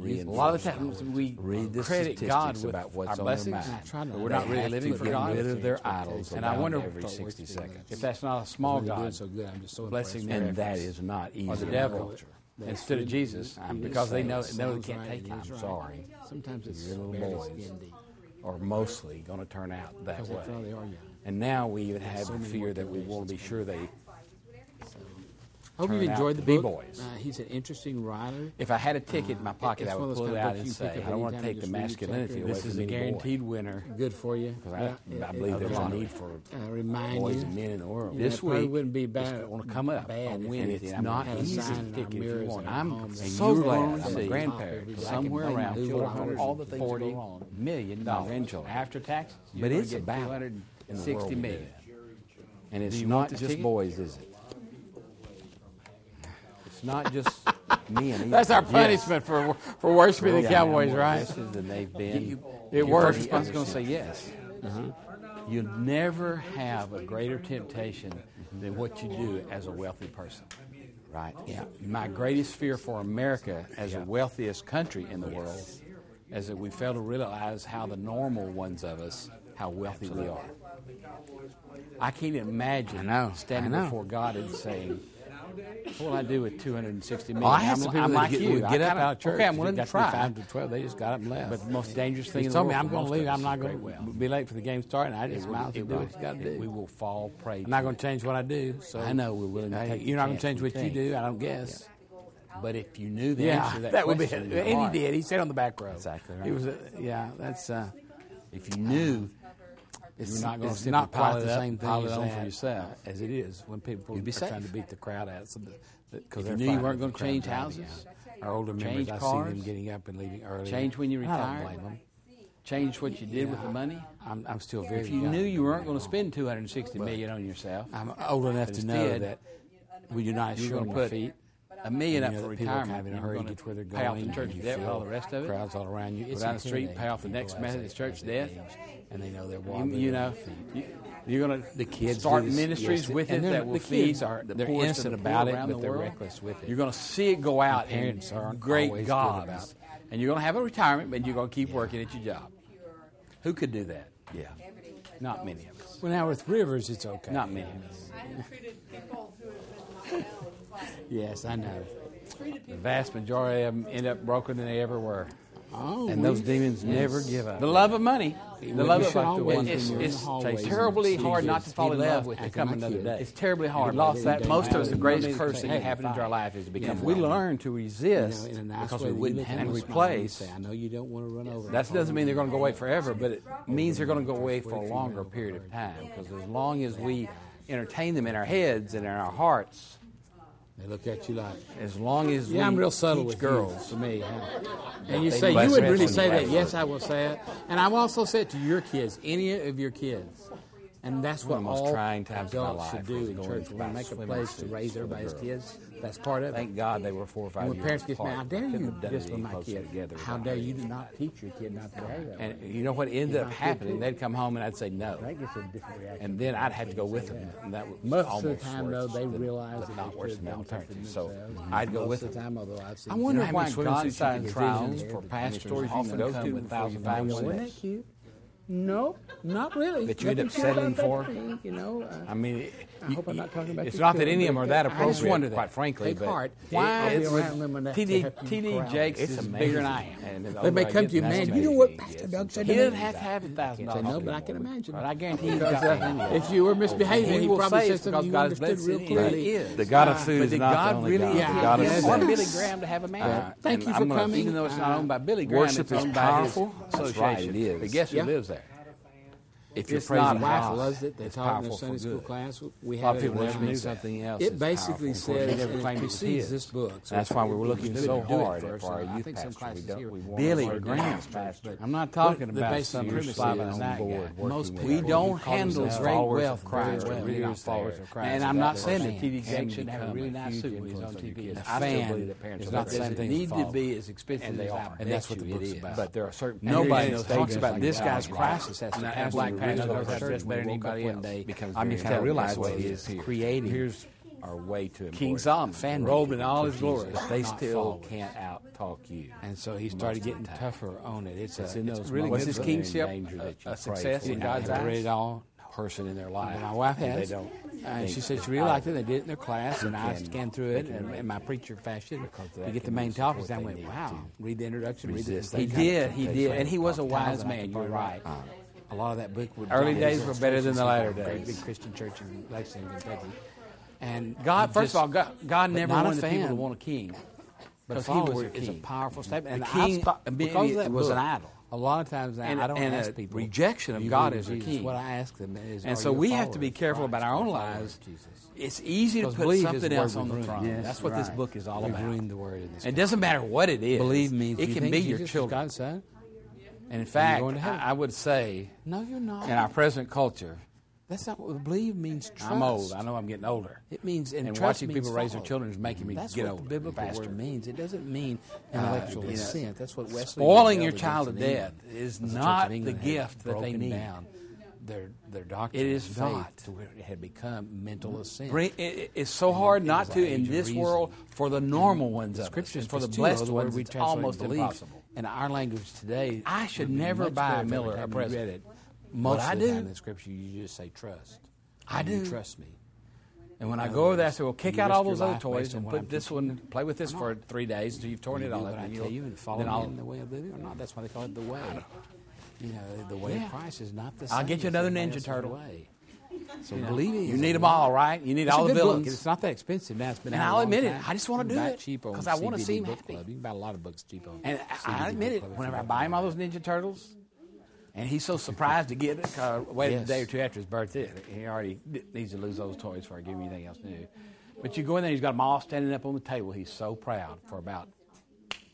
Speaker 2: times
Speaker 3: reinforcement.
Speaker 2: we
Speaker 3: Read the
Speaker 2: credit God
Speaker 3: statistics
Speaker 2: with
Speaker 3: about what's
Speaker 2: our
Speaker 3: on their
Speaker 2: blessings,
Speaker 3: mind.
Speaker 1: Trying to
Speaker 2: but we're not
Speaker 1: live
Speaker 2: really
Speaker 1: up to
Speaker 2: living
Speaker 1: the
Speaker 2: for
Speaker 1: good
Speaker 2: God.
Speaker 1: word.
Speaker 3: Rid of their idols
Speaker 2: And I
Speaker 3: around
Speaker 2: wonder
Speaker 3: every 60 seconds.
Speaker 2: if that's not a small
Speaker 1: Really doing
Speaker 2: God
Speaker 1: so good. I'm just so
Speaker 2: blessing
Speaker 1: impressed.
Speaker 2: their
Speaker 3: And that
Speaker 2: efforts.
Speaker 3: is not easy.
Speaker 2: or the
Speaker 3: in our
Speaker 2: devil
Speaker 3: culture.
Speaker 2: instead of Jesus um,
Speaker 3: I'm
Speaker 2: because
Speaker 3: just
Speaker 2: they
Speaker 3: saying,
Speaker 2: know,
Speaker 3: it
Speaker 2: know they
Speaker 1: sounds
Speaker 2: can't
Speaker 1: right,
Speaker 2: take it.
Speaker 1: it is
Speaker 3: I'm
Speaker 1: right.
Speaker 3: sorely
Speaker 1: Sometimes it's
Speaker 3: Your little
Speaker 1: barely
Speaker 3: boys.
Speaker 1: skin deep.
Speaker 3: or mostly going to turn out that
Speaker 1: That's how they
Speaker 3: way.
Speaker 1: are young.
Speaker 3: And now we even have
Speaker 1: so
Speaker 3: the
Speaker 1: many
Speaker 3: fear that we want to be sure
Speaker 1: I
Speaker 3: they.
Speaker 1: hope you've
Speaker 3: Turn out
Speaker 1: enjoyed the
Speaker 3: to be
Speaker 1: book.
Speaker 3: boys.
Speaker 1: Uh, he's an interesting writer.
Speaker 3: If I had a ticket in my pocket,
Speaker 1: Uh, it's
Speaker 3: I
Speaker 1: one
Speaker 3: would
Speaker 1: of those
Speaker 3: pull
Speaker 1: kind
Speaker 3: it
Speaker 1: of
Speaker 3: out
Speaker 1: books
Speaker 3: and
Speaker 1: you
Speaker 3: say,
Speaker 1: pick up
Speaker 3: I don't want to
Speaker 1: anytime you
Speaker 3: take the
Speaker 1: just read a
Speaker 3: masculinity
Speaker 1: chapter.
Speaker 3: away
Speaker 1: This
Speaker 3: from
Speaker 2: This is a
Speaker 3: any boy.
Speaker 2: guaranteed winner.
Speaker 1: Good for you.
Speaker 3: Because I, I
Speaker 1: it-
Speaker 3: believe
Speaker 1: it-
Speaker 3: there's a
Speaker 1: it'll
Speaker 3: need for
Speaker 1: uh, remind
Speaker 3: boys
Speaker 1: you.
Speaker 3: and men in the world.
Speaker 1: You know, it
Speaker 3: This
Speaker 1: probably
Speaker 3: week,
Speaker 1: wouldn't be bad.
Speaker 3: it's going to come up
Speaker 1: bad
Speaker 3: on
Speaker 1: if
Speaker 3: Wednesday.
Speaker 1: it's
Speaker 3: I'm
Speaker 1: not
Speaker 3: going
Speaker 1: a
Speaker 3: to easy
Speaker 1: sign in our
Speaker 3: ticket if you
Speaker 1: mirrors
Speaker 3: want.
Speaker 1: at home
Speaker 3: I'm
Speaker 1: that
Speaker 3: so
Speaker 1: you
Speaker 3: glad
Speaker 1: won't
Speaker 3: I'm
Speaker 1: see.
Speaker 3: a grandparent.
Speaker 1: Because I can
Speaker 3: Somewhere
Speaker 1: blame
Speaker 3: around
Speaker 1: you for all the
Speaker 3: 440
Speaker 1: things that go wrong.
Speaker 3: million dollars
Speaker 2: After taxes, you're
Speaker 3: But
Speaker 2: gonna
Speaker 3: it's
Speaker 2: get
Speaker 3: about
Speaker 2: 260 million.
Speaker 3: And it's
Speaker 2: you want
Speaker 3: not
Speaker 2: the
Speaker 3: just
Speaker 2: ticket?
Speaker 3: boys, is it? It's not just men. Either.
Speaker 2: That's our punishment for for worshiping the
Speaker 3: Yeah,
Speaker 2: Cowboys,
Speaker 3: more
Speaker 2: right?
Speaker 3: aggressive than they've been.
Speaker 2: It works. I was
Speaker 3: Every
Speaker 2: going to say
Speaker 3: other
Speaker 2: yes.
Speaker 1: Mm-hmm.
Speaker 2: You never have a greater temptation than what you do as a wealthy person.
Speaker 3: Right.
Speaker 2: Yeah. My greatest fear for America as the wealthiest country in the world is that we fail to realize how the normal ones of us, how wealthy we are. I can't imagine
Speaker 1: I know,
Speaker 2: standing
Speaker 1: I know.
Speaker 2: before God and saying, what will I do with 260 million?
Speaker 1: Well, I had
Speaker 2: I'm,
Speaker 1: some
Speaker 2: I'm
Speaker 1: people that
Speaker 2: like
Speaker 1: get,
Speaker 2: you.
Speaker 1: would
Speaker 2: I
Speaker 1: get up
Speaker 2: kinda-
Speaker 1: out of church.
Speaker 2: Okay, I'm
Speaker 1: It
Speaker 2: willing to
Speaker 1: got be
Speaker 2: try.
Speaker 1: Five to twelve, they just got up and left.
Speaker 2: But the most dangerous thing
Speaker 1: He
Speaker 2: in the
Speaker 1: told
Speaker 2: world
Speaker 1: me I'm
Speaker 2: for
Speaker 1: going
Speaker 2: most
Speaker 1: to
Speaker 2: of
Speaker 1: leave.
Speaker 2: us
Speaker 1: I'm
Speaker 2: is
Speaker 1: not
Speaker 2: great
Speaker 1: going to
Speaker 2: wealth.
Speaker 1: be late for the game starting. I just
Speaker 2: It
Speaker 1: might as well
Speaker 2: will-
Speaker 1: do
Speaker 2: it
Speaker 1: what you
Speaker 2: will-
Speaker 1: got to do.
Speaker 2: We will fall prey.
Speaker 1: I'm not going to change what I do. So
Speaker 2: I know we're willing to
Speaker 1: Hey,
Speaker 2: take.
Speaker 1: You're not going
Speaker 2: to
Speaker 1: to change what you do. I don't guess.
Speaker 2: But if you knew the answer
Speaker 1: Yeah,
Speaker 2: to that,
Speaker 1: that would be.
Speaker 2: question,
Speaker 1: And
Speaker 2: in your
Speaker 1: he
Speaker 2: heart,
Speaker 1: did. He sat on the back row.
Speaker 3: Exactly
Speaker 1: He
Speaker 3: right.
Speaker 1: was. A, yeah, that's. Uh,
Speaker 2: If you knew,
Speaker 1: it's
Speaker 2: you're not going
Speaker 1: it's
Speaker 2: to
Speaker 1: not
Speaker 2: pile
Speaker 1: quite
Speaker 2: it
Speaker 1: the
Speaker 2: up,
Speaker 1: same thing
Speaker 2: pile
Speaker 1: as
Speaker 2: it on
Speaker 1: that,
Speaker 2: for yourself.
Speaker 1: uh, as it is when people
Speaker 2: You'd be
Speaker 1: are trying
Speaker 2: safe.
Speaker 1: to beat the crowd out. So the, the, cause
Speaker 2: If you
Speaker 1: they're
Speaker 2: knew you
Speaker 1: fighting
Speaker 2: weren't
Speaker 1: the
Speaker 2: gonna
Speaker 1: crowd
Speaker 2: change
Speaker 1: down.
Speaker 2: houses,
Speaker 1: Our older members,
Speaker 2: change
Speaker 1: I see them
Speaker 2: cars,
Speaker 1: getting up and leaving early.
Speaker 2: change when you
Speaker 1: I don't
Speaker 2: retire.
Speaker 1: blame 'em.
Speaker 2: change what you did with the money.
Speaker 1: I'm, I'm still very.
Speaker 2: If you
Speaker 1: young.
Speaker 2: knew you weren't going to spend 260 million on yourself,
Speaker 1: I'm old enough to know
Speaker 2: instead,
Speaker 1: that when you're not
Speaker 2: you're
Speaker 1: sure
Speaker 2: gonna
Speaker 1: on your
Speaker 2: put
Speaker 1: feet,
Speaker 2: a million
Speaker 1: You
Speaker 2: up
Speaker 1: know
Speaker 2: for
Speaker 1: that people are
Speaker 2: retirement.
Speaker 1: kind of in a
Speaker 2: you're
Speaker 1: hurry to
Speaker 2: gonna
Speaker 1: get where they're
Speaker 2: Pay off
Speaker 1: going,
Speaker 2: the
Speaker 1: and
Speaker 2: church
Speaker 1: you
Speaker 2: debt, with
Speaker 1: feel
Speaker 2: all the rest of it.
Speaker 1: crowds all around you.
Speaker 2: Go
Speaker 1: It's
Speaker 2: down the street,
Speaker 1: intimidating
Speaker 2: pay off the
Speaker 1: people
Speaker 2: next
Speaker 1: as they-
Speaker 2: Methodist church
Speaker 1: as they
Speaker 2: debt.
Speaker 1: age, and they know they're
Speaker 2: You,
Speaker 1: wobbling.
Speaker 2: you know, you, you're going to
Speaker 1: The kids
Speaker 2: start
Speaker 1: do this-
Speaker 2: ministries
Speaker 1: yes,
Speaker 2: with it
Speaker 1: and they're-
Speaker 2: that will
Speaker 1: the kids
Speaker 2: feed
Speaker 1: are-
Speaker 2: the
Speaker 1: they're
Speaker 2: poorest of
Speaker 1: innocent
Speaker 2: the poor
Speaker 1: about it,
Speaker 2: around
Speaker 1: but
Speaker 2: the
Speaker 1: they're
Speaker 2: world.
Speaker 1: reckless with it.
Speaker 2: You're going to see it go out in
Speaker 1: parents aren't
Speaker 2: great
Speaker 1: always good about
Speaker 2: gobs,
Speaker 1: it.
Speaker 2: and you're going to have a retirement, but you're going to keep working at your job. Who could do that?
Speaker 3: Yeah.
Speaker 2: Not many of us.
Speaker 1: Well, now with Rivers, it's okay.
Speaker 2: Not many of us.
Speaker 6: I have treated people who have been knocked down,
Speaker 1: Yes, I know.
Speaker 6: treated
Speaker 2: The
Speaker 6: people.
Speaker 2: vast majority of them end up broken than they ever were.
Speaker 1: Oh,
Speaker 2: And those demons never give up. The love of money. The
Speaker 1: Well,
Speaker 2: love
Speaker 1: you
Speaker 2: of
Speaker 1: should
Speaker 2: money.
Speaker 1: always when
Speaker 2: It's,
Speaker 1: you're in
Speaker 2: it's
Speaker 1: the hallways
Speaker 2: terribly
Speaker 1: and
Speaker 2: hard
Speaker 1: see
Speaker 2: not to
Speaker 1: kids,
Speaker 2: fall
Speaker 1: he
Speaker 2: in love
Speaker 1: loved
Speaker 2: with
Speaker 1: acting
Speaker 2: becoming
Speaker 1: like
Speaker 2: another
Speaker 1: kids.
Speaker 2: day. It's
Speaker 1: It's
Speaker 2: terribly hard.
Speaker 1: Yeah,
Speaker 2: Lost
Speaker 1: they
Speaker 2: that.
Speaker 1: don't
Speaker 2: Most of us, the
Speaker 1: know.
Speaker 2: greatest
Speaker 1: They
Speaker 2: curse thing that
Speaker 1: don't
Speaker 2: happened into our life is to become.
Speaker 1: Yeah.
Speaker 2: We learn to resist
Speaker 1: You know, in a nice
Speaker 2: because
Speaker 1: way
Speaker 2: we
Speaker 1: that you
Speaker 2: wouldn't
Speaker 1: look at
Speaker 2: have
Speaker 1: them
Speaker 2: and
Speaker 1: and smile and
Speaker 2: replace.
Speaker 1: Say, I know you don't want to run over.
Speaker 2: That doesn't mean they're going to go away forever, but it means they're going to go away for a
Speaker 1: Wait, if you
Speaker 2: longer
Speaker 1: remember.
Speaker 2: period of time. Because as long as we entertain them in our heads and in our hearts,
Speaker 1: They look at you like.
Speaker 2: as long as we
Speaker 1: Yeah, I'm real subtle
Speaker 2: teach
Speaker 1: with
Speaker 2: girls.
Speaker 1: girls to me. huh? And you say
Speaker 3: less
Speaker 1: you would really
Speaker 3: wrestling
Speaker 1: say that?
Speaker 3: backwards.
Speaker 1: Yes, I will say it. And I've also said to your kids, any of your kids, and that's what
Speaker 2: One of the most
Speaker 1: all
Speaker 2: trying times of my
Speaker 1: adults
Speaker 2: life
Speaker 1: should
Speaker 2: was
Speaker 1: do in
Speaker 2: going
Speaker 1: church.
Speaker 2: to
Speaker 1: We
Speaker 2: buy
Speaker 1: want to make a
Speaker 2: swimming
Speaker 1: place to
Speaker 2: suits
Speaker 1: raise
Speaker 2: for the
Speaker 1: everybody's
Speaker 2: girls.
Speaker 1: kids. That's part of it.
Speaker 2: Thank God they were four or five
Speaker 1: And when
Speaker 2: years
Speaker 1: parents get
Speaker 2: apart.
Speaker 1: mad, how
Speaker 2: I
Speaker 1: dare
Speaker 2: couldn't
Speaker 1: you
Speaker 2: have done
Speaker 1: just
Speaker 2: it
Speaker 1: with
Speaker 2: any
Speaker 1: my
Speaker 2: closer
Speaker 1: kid?
Speaker 2: together
Speaker 1: How
Speaker 2: without
Speaker 1: dare
Speaker 2: hurting
Speaker 1: you to not teach your kid not to behave that way?
Speaker 2: And you know what ended up happening? They'd come home and I'd say no,
Speaker 7: That gets a different reaction.
Speaker 2: and then I'd have to go with them. And that was
Speaker 1: Most of
Speaker 2: almost
Speaker 1: the time,
Speaker 2: worse
Speaker 1: though, they
Speaker 2: than-
Speaker 1: realize that
Speaker 2: not
Speaker 1: they
Speaker 2: worse than
Speaker 1: could
Speaker 2: the
Speaker 1: do something
Speaker 2: alternative. So
Speaker 1: themselves.
Speaker 2: I'd go
Speaker 1: Most
Speaker 2: with
Speaker 1: of
Speaker 2: them.
Speaker 1: the time, although I've seen.
Speaker 2: I wonder
Speaker 1: You know how
Speaker 2: why
Speaker 1: many swimming
Speaker 2: God
Speaker 1: suits you can
Speaker 2: signed
Speaker 1: get
Speaker 2: trials
Speaker 1: visions
Speaker 2: for
Speaker 1: there.
Speaker 2: pastors
Speaker 1: Isn't
Speaker 2: often
Speaker 1: that
Speaker 2: come
Speaker 1: cute?
Speaker 2: with thousand
Speaker 1: Before you
Speaker 2: pound
Speaker 1: find one.
Speaker 2: limits.
Speaker 1: cute? No, not really.
Speaker 2: That you end up
Speaker 1: Nothing cool
Speaker 2: settling
Speaker 1: about
Speaker 2: for?
Speaker 1: that thing, You know, uh,
Speaker 2: I mean, it-
Speaker 1: I hope I'm not talking about
Speaker 2: it's
Speaker 1: you
Speaker 2: not that
Speaker 1: children,
Speaker 2: any of them
Speaker 1: but
Speaker 2: are that
Speaker 1: I just wonder
Speaker 2: appropriate,
Speaker 1: that.
Speaker 2: quite frankly.
Speaker 1: Take
Speaker 2: but
Speaker 1: heart.
Speaker 2: it-
Speaker 1: I'll be
Speaker 2: it's-
Speaker 1: around them enough to
Speaker 2: TD
Speaker 1: help you grow.
Speaker 2: TD Jakes
Speaker 3: It's
Speaker 2: is
Speaker 3: amazing.
Speaker 2: bigger than I am. And
Speaker 1: They may
Speaker 2: although I
Speaker 1: come to you,
Speaker 2: get
Speaker 1: man.
Speaker 2: mad
Speaker 1: You know
Speaker 2: at
Speaker 1: what
Speaker 2: me,
Speaker 1: Pastor
Speaker 2: yes,
Speaker 1: Doug said
Speaker 2: He
Speaker 1: to me?
Speaker 2: doesn't have to have a thousand
Speaker 1: I
Speaker 2: dollars.
Speaker 1: know, but I can imagine.
Speaker 2: But I guarantee you,
Speaker 1: Because, uh, if you were misbehaving, he
Speaker 2: will
Speaker 1: probably
Speaker 2: say
Speaker 1: said
Speaker 2: it's
Speaker 1: something
Speaker 2: because
Speaker 1: you
Speaker 2: God
Speaker 1: understood
Speaker 2: blessed
Speaker 1: real
Speaker 2: it.
Speaker 1: clearly.
Speaker 2: It is.
Speaker 3: The God of
Speaker 1: Uh,
Speaker 3: food
Speaker 2: But
Speaker 3: is
Speaker 2: did
Speaker 3: not
Speaker 2: God
Speaker 3: the only
Speaker 2: really
Speaker 3: God.
Speaker 1: Yeah.
Speaker 3: The God of
Speaker 1: Yes.
Speaker 2: want
Speaker 1: sex.
Speaker 2: Billy
Speaker 3: sex.
Speaker 2: Graham to have a man?
Speaker 1: Uh, thank
Speaker 2: And
Speaker 1: you for
Speaker 2: I'm gonna-
Speaker 1: coming.
Speaker 2: Even though it's not
Speaker 1: Uh,
Speaker 2: owned by Billy Graham,
Speaker 3: worship
Speaker 2: it's
Speaker 3: is
Speaker 2: owned by his
Speaker 3: powerful. That's right,
Speaker 2: association.
Speaker 3: it is.
Speaker 2: But guess who
Speaker 1: Yeah.
Speaker 2: lives there?
Speaker 3: If you're
Speaker 2: It's not
Speaker 3: praising
Speaker 1: My wife
Speaker 2: God.
Speaker 3: God,
Speaker 1: loves it. They
Speaker 2: It's
Speaker 1: taught it in
Speaker 2: powerful
Speaker 1: their
Speaker 2: for
Speaker 1: Sunday school
Speaker 2: good.
Speaker 1: class. We
Speaker 2: A lot
Speaker 1: have
Speaker 2: of
Speaker 1: it
Speaker 2: people
Speaker 1: around
Speaker 2: never knew
Speaker 1: us.
Speaker 2: something else.
Speaker 1: It
Speaker 2: is
Speaker 1: basically
Speaker 2: powerful. Of course,
Speaker 1: says
Speaker 2: they never
Speaker 1: and
Speaker 2: claimed
Speaker 1: it
Speaker 2: it was his.
Speaker 1: precedes this book. So
Speaker 2: That's why we were
Speaker 1: people
Speaker 2: looking
Speaker 1: didn't
Speaker 2: so
Speaker 1: do it
Speaker 2: hard
Speaker 1: first,
Speaker 2: for our
Speaker 1: and I
Speaker 2: youth
Speaker 1: think some
Speaker 2: pastors. We
Speaker 1: classes
Speaker 2: don't-
Speaker 1: here
Speaker 2: we
Speaker 1: were-
Speaker 2: want
Speaker 1: Billy
Speaker 2: our
Speaker 1: Graham's
Speaker 2: youth
Speaker 1: pastor.
Speaker 2: pastors.
Speaker 1: But
Speaker 2: I'm not talking
Speaker 1: the
Speaker 2: about
Speaker 1: basic
Speaker 2: some
Speaker 1: premise
Speaker 2: who's
Speaker 1: is
Speaker 2: slapping
Speaker 1: on
Speaker 2: on that
Speaker 1: board,
Speaker 2: guy.
Speaker 1: working Most with people
Speaker 2: we
Speaker 1: others.
Speaker 2: don't
Speaker 1: call
Speaker 2: handle
Speaker 1: themselves
Speaker 2: great
Speaker 1: followers
Speaker 2: wealth
Speaker 1: of Christ
Speaker 2: very
Speaker 1: or
Speaker 2: well.
Speaker 1: really
Speaker 2: We're
Speaker 1: not
Speaker 2: not
Speaker 1: followers
Speaker 2: there.
Speaker 1: of Christ.
Speaker 2: And I'm not
Speaker 1: They're
Speaker 2: saying that
Speaker 1: fans.
Speaker 2: TD
Speaker 1: Can
Speaker 2: Jakes shouldn't have a
Speaker 1: become
Speaker 2: really
Speaker 1: a
Speaker 2: nice
Speaker 1: huge
Speaker 2: suit when he's on
Speaker 1: influence on
Speaker 2: TV.
Speaker 1: your kids.
Speaker 2: I still
Speaker 1: Fan
Speaker 2: believe that parents
Speaker 1: is
Speaker 2: are
Speaker 1: not the
Speaker 2: better.
Speaker 1: same thing
Speaker 2: They
Speaker 1: as a
Speaker 2: Need to
Speaker 1: follower.
Speaker 2: be as expensive
Speaker 1: And
Speaker 2: as
Speaker 1: they
Speaker 2: they
Speaker 1: are.
Speaker 2: are.
Speaker 1: And that's what the
Speaker 2: It
Speaker 1: book's
Speaker 2: is.
Speaker 1: about.
Speaker 2: But there are certain
Speaker 1: Nobody knows
Speaker 2: talks
Speaker 1: things
Speaker 2: about
Speaker 1: like
Speaker 2: this
Speaker 1: that.
Speaker 2: guy's
Speaker 1: Like,
Speaker 2: crisis.
Speaker 1: that's
Speaker 2: And
Speaker 1: the
Speaker 2: a
Speaker 1: absolute
Speaker 2: black pastor knows
Speaker 1: reason why
Speaker 2: how to dress
Speaker 1: we
Speaker 2: better than
Speaker 1: woke up
Speaker 2: anybody
Speaker 1: one
Speaker 2: else.
Speaker 1: day.
Speaker 2: Becomes
Speaker 1: I'm
Speaker 2: very
Speaker 1: just trying to
Speaker 2: important.
Speaker 1: realize
Speaker 2: That's
Speaker 1: what it is
Speaker 2: appears.
Speaker 1: creating.
Speaker 2: Here's
Speaker 3: our way to
Speaker 2: King
Speaker 3: embrace
Speaker 2: Solomon,
Speaker 1: Fan
Speaker 2: robed
Speaker 1: people
Speaker 2: in all
Speaker 1: for
Speaker 2: his glory.
Speaker 1: Jesus,
Speaker 2: They
Speaker 1: not
Speaker 2: still
Speaker 1: followers.
Speaker 2: can't out talk you.
Speaker 1: And so he started getting tougher on it. It's,
Speaker 2: It's
Speaker 1: a,
Speaker 2: in
Speaker 1: it's
Speaker 2: those
Speaker 1: really
Speaker 2: moments
Speaker 1: good
Speaker 2: that
Speaker 1: book.
Speaker 2: they're in danger
Speaker 1: a,
Speaker 2: that you
Speaker 1: a
Speaker 2: pray
Speaker 1: success
Speaker 2: for
Speaker 1: in
Speaker 2: them.
Speaker 1: God's
Speaker 2: I
Speaker 1: eyes?
Speaker 2: haven't read it
Speaker 1: all.
Speaker 2: Person in their life.
Speaker 1: My wife
Speaker 2: And
Speaker 1: has.
Speaker 2: They don't.
Speaker 1: And she said she really liked it. They did it in their class, and I scanned through it in, in my preacher fashion to
Speaker 2: that
Speaker 1: get the
Speaker 2: can
Speaker 1: main
Speaker 2: be
Speaker 1: topics.
Speaker 2: what
Speaker 1: I
Speaker 2: they
Speaker 1: went,
Speaker 2: need
Speaker 1: wow, read the introduction, read this.
Speaker 2: Resist that kind of temptation. Times I could probably write.
Speaker 1: A lot of that book would.
Speaker 2: Early
Speaker 1: be
Speaker 2: days were better than the latter
Speaker 1: illustrations of Great
Speaker 2: days.
Speaker 1: big Christian church in Lexington, Kentucky. And
Speaker 2: God,
Speaker 1: he
Speaker 2: first
Speaker 1: just-
Speaker 2: of all, God, God
Speaker 1: but
Speaker 2: never
Speaker 1: not a
Speaker 2: wanted people to
Speaker 1: fan.
Speaker 2: want a king.
Speaker 1: But
Speaker 2: Because
Speaker 1: he was
Speaker 2: followers
Speaker 1: a
Speaker 2: are
Speaker 1: is a
Speaker 2: king.
Speaker 1: powerful statement. And
Speaker 2: The
Speaker 1: I
Speaker 2: king
Speaker 1: spo-
Speaker 2: and
Speaker 1: because of that
Speaker 2: it was an
Speaker 1: book,
Speaker 2: idol.
Speaker 1: A lot of times now,
Speaker 2: And-
Speaker 1: I don't
Speaker 2: and a
Speaker 1: ask people.
Speaker 2: rejection of
Speaker 1: "Do you
Speaker 2: God
Speaker 1: believe
Speaker 2: as
Speaker 1: in
Speaker 2: your
Speaker 1: Jesus?"
Speaker 2: king.
Speaker 1: What I ask them is,
Speaker 2: And
Speaker 1: are
Speaker 2: so
Speaker 1: you a
Speaker 2: we have to be
Speaker 1: follower of
Speaker 2: careful
Speaker 1: Christ
Speaker 2: about our
Speaker 1: or a
Speaker 2: own
Speaker 1: follower of
Speaker 2: lives.
Speaker 1: Jesus.
Speaker 2: It's easy to
Speaker 1: Because
Speaker 2: put
Speaker 1: belief is
Speaker 2: something
Speaker 1: the
Speaker 2: else
Speaker 1: word
Speaker 2: on the
Speaker 1: we've
Speaker 2: throne.
Speaker 1: ruined. Yes,
Speaker 2: That's what this
Speaker 1: right.
Speaker 2: book is all
Speaker 1: We've
Speaker 2: about.
Speaker 1: ruined the word in this
Speaker 2: It doesn't matter what it is.
Speaker 1: Believe me, do
Speaker 2: it
Speaker 1: you
Speaker 2: can
Speaker 1: think
Speaker 2: be
Speaker 1: Jesus
Speaker 2: your
Speaker 1: is
Speaker 2: children.
Speaker 1: God's son?
Speaker 2: And in fact,
Speaker 1: going to heaven.
Speaker 2: I, I would say,
Speaker 1: No, you're not.
Speaker 2: in our present culture,
Speaker 1: That's not what believe means. Trust.
Speaker 2: I'm old. I know I'm getting older.
Speaker 1: It means and,
Speaker 2: And
Speaker 1: trust
Speaker 2: watching
Speaker 1: means
Speaker 2: people raise their
Speaker 1: follow.
Speaker 2: children is making me
Speaker 1: That's
Speaker 2: get
Speaker 1: what
Speaker 2: older
Speaker 1: the biblical
Speaker 2: faster. Uh,
Speaker 1: word means. It doesn't mean intellectual
Speaker 2: you know,
Speaker 1: assent. That's what Wesley.
Speaker 2: Spoiling
Speaker 1: rebelled
Speaker 2: your child to
Speaker 1: against in
Speaker 2: death
Speaker 1: England.
Speaker 2: is
Speaker 1: The Church of
Speaker 2: not the
Speaker 1: England had
Speaker 2: gift that they
Speaker 1: broken
Speaker 2: need.
Speaker 1: Down their their doctrine.
Speaker 2: It
Speaker 1: of
Speaker 2: is
Speaker 1: faith
Speaker 2: not.
Speaker 1: to where it had become mental assent.
Speaker 2: Bring, it, it- it's so hard
Speaker 1: it
Speaker 2: not
Speaker 1: was
Speaker 2: to
Speaker 1: an
Speaker 2: in
Speaker 1: age of
Speaker 2: this
Speaker 1: reason. Mm-hmm.
Speaker 2: world for the normal ones of us.
Speaker 1: Scriptures
Speaker 2: And for the
Speaker 1: just two,
Speaker 2: blessed
Speaker 1: those where
Speaker 2: ones.
Speaker 1: we
Speaker 2: It's
Speaker 1: translate
Speaker 2: almost
Speaker 1: beliefs.
Speaker 2: impossible.
Speaker 1: In our language today,
Speaker 2: I should
Speaker 1: would be
Speaker 2: never
Speaker 1: much
Speaker 2: buy
Speaker 1: better
Speaker 2: a
Speaker 1: every
Speaker 2: Miller a
Speaker 1: time you
Speaker 2: present.
Speaker 1: read it.
Speaker 2: What
Speaker 1: Most
Speaker 2: I
Speaker 1: of the
Speaker 2: do-
Speaker 1: time in Scripture, you just say trust.
Speaker 2: I
Speaker 1: Do you
Speaker 2: do.
Speaker 1: trust me.
Speaker 2: And when I
Speaker 1: other
Speaker 2: go over there, I
Speaker 1: words,
Speaker 2: say, well, kick
Speaker 1: you
Speaker 2: out all
Speaker 1: risk your
Speaker 2: those other
Speaker 1: life based
Speaker 2: toys
Speaker 1: on
Speaker 2: and
Speaker 1: what I'm
Speaker 2: put this
Speaker 1: teaching
Speaker 2: one, play with this
Speaker 1: I
Speaker 2: for three days until you've torn
Speaker 1: You
Speaker 2: it
Speaker 1: do
Speaker 2: all
Speaker 1: what
Speaker 2: up.
Speaker 1: I
Speaker 2: and
Speaker 1: tell
Speaker 2: you'll-
Speaker 1: you and follow
Speaker 2: then
Speaker 1: me
Speaker 2: I'll-
Speaker 1: in the way of living or not. That's why they call it the way. You know, the way
Speaker 2: Yeah.
Speaker 1: of Christ is not the same.
Speaker 2: I'll get you
Speaker 1: as
Speaker 2: another
Speaker 1: everybody
Speaker 2: Ninja
Speaker 1: else's
Speaker 2: Turtle.
Speaker 1: Way. So believe it.
Speaker 2: You need them all, right? You need
Speaker 1: It's
Speaker 2: all
Speaker 1: a
Speaker 2: the
Speaker 1: good book.
Speaker 2: villains.
Speaker 1: It's not that expensive now. It's been
Speaker 2: And
Speaker 1: out a
Speaker 2: I'll
Speaker 1: long
Speaker 2: admit it.
Speaker 1: time.
Speaker 2: I just wanna
Speaker 1: You
Speaker 2: do
Speaker 1: can buy
Speaker 2: it,
Speaker 1: cheap on
Speaker 2: 'cause I wanna
Speaker 1: CBD
Speaker 2: see 'em
Speaker 1: book
Speaker 2: happy.
Speaker 1: Club. You can buy a lot of books cheap on.
Speaker 2: And I- I,
Speaker 1: CBD
Speaker 2: admit
Speaker 1: book
Speaker 2: it,
Speaker 1: club if
Speaker 2: whenever
Speaker 1: you
Speaker 2: I
Speaker 1: want
Speaker 2: buy
Speaker 1: to
Speaker 2: him
Speaker 1: buy
Speaker 2: all
Speaker 1: it.
Speaker 2: those Ninja Turtles, and he's so surprised to get it, uh, waited a day or
Speaker 1: Yes.
Speaker 2: two after his birthday. He already d- needs to lose those toys before I give him anything else new. But you go in there, he's got them all standing up on the table. He's so proud for about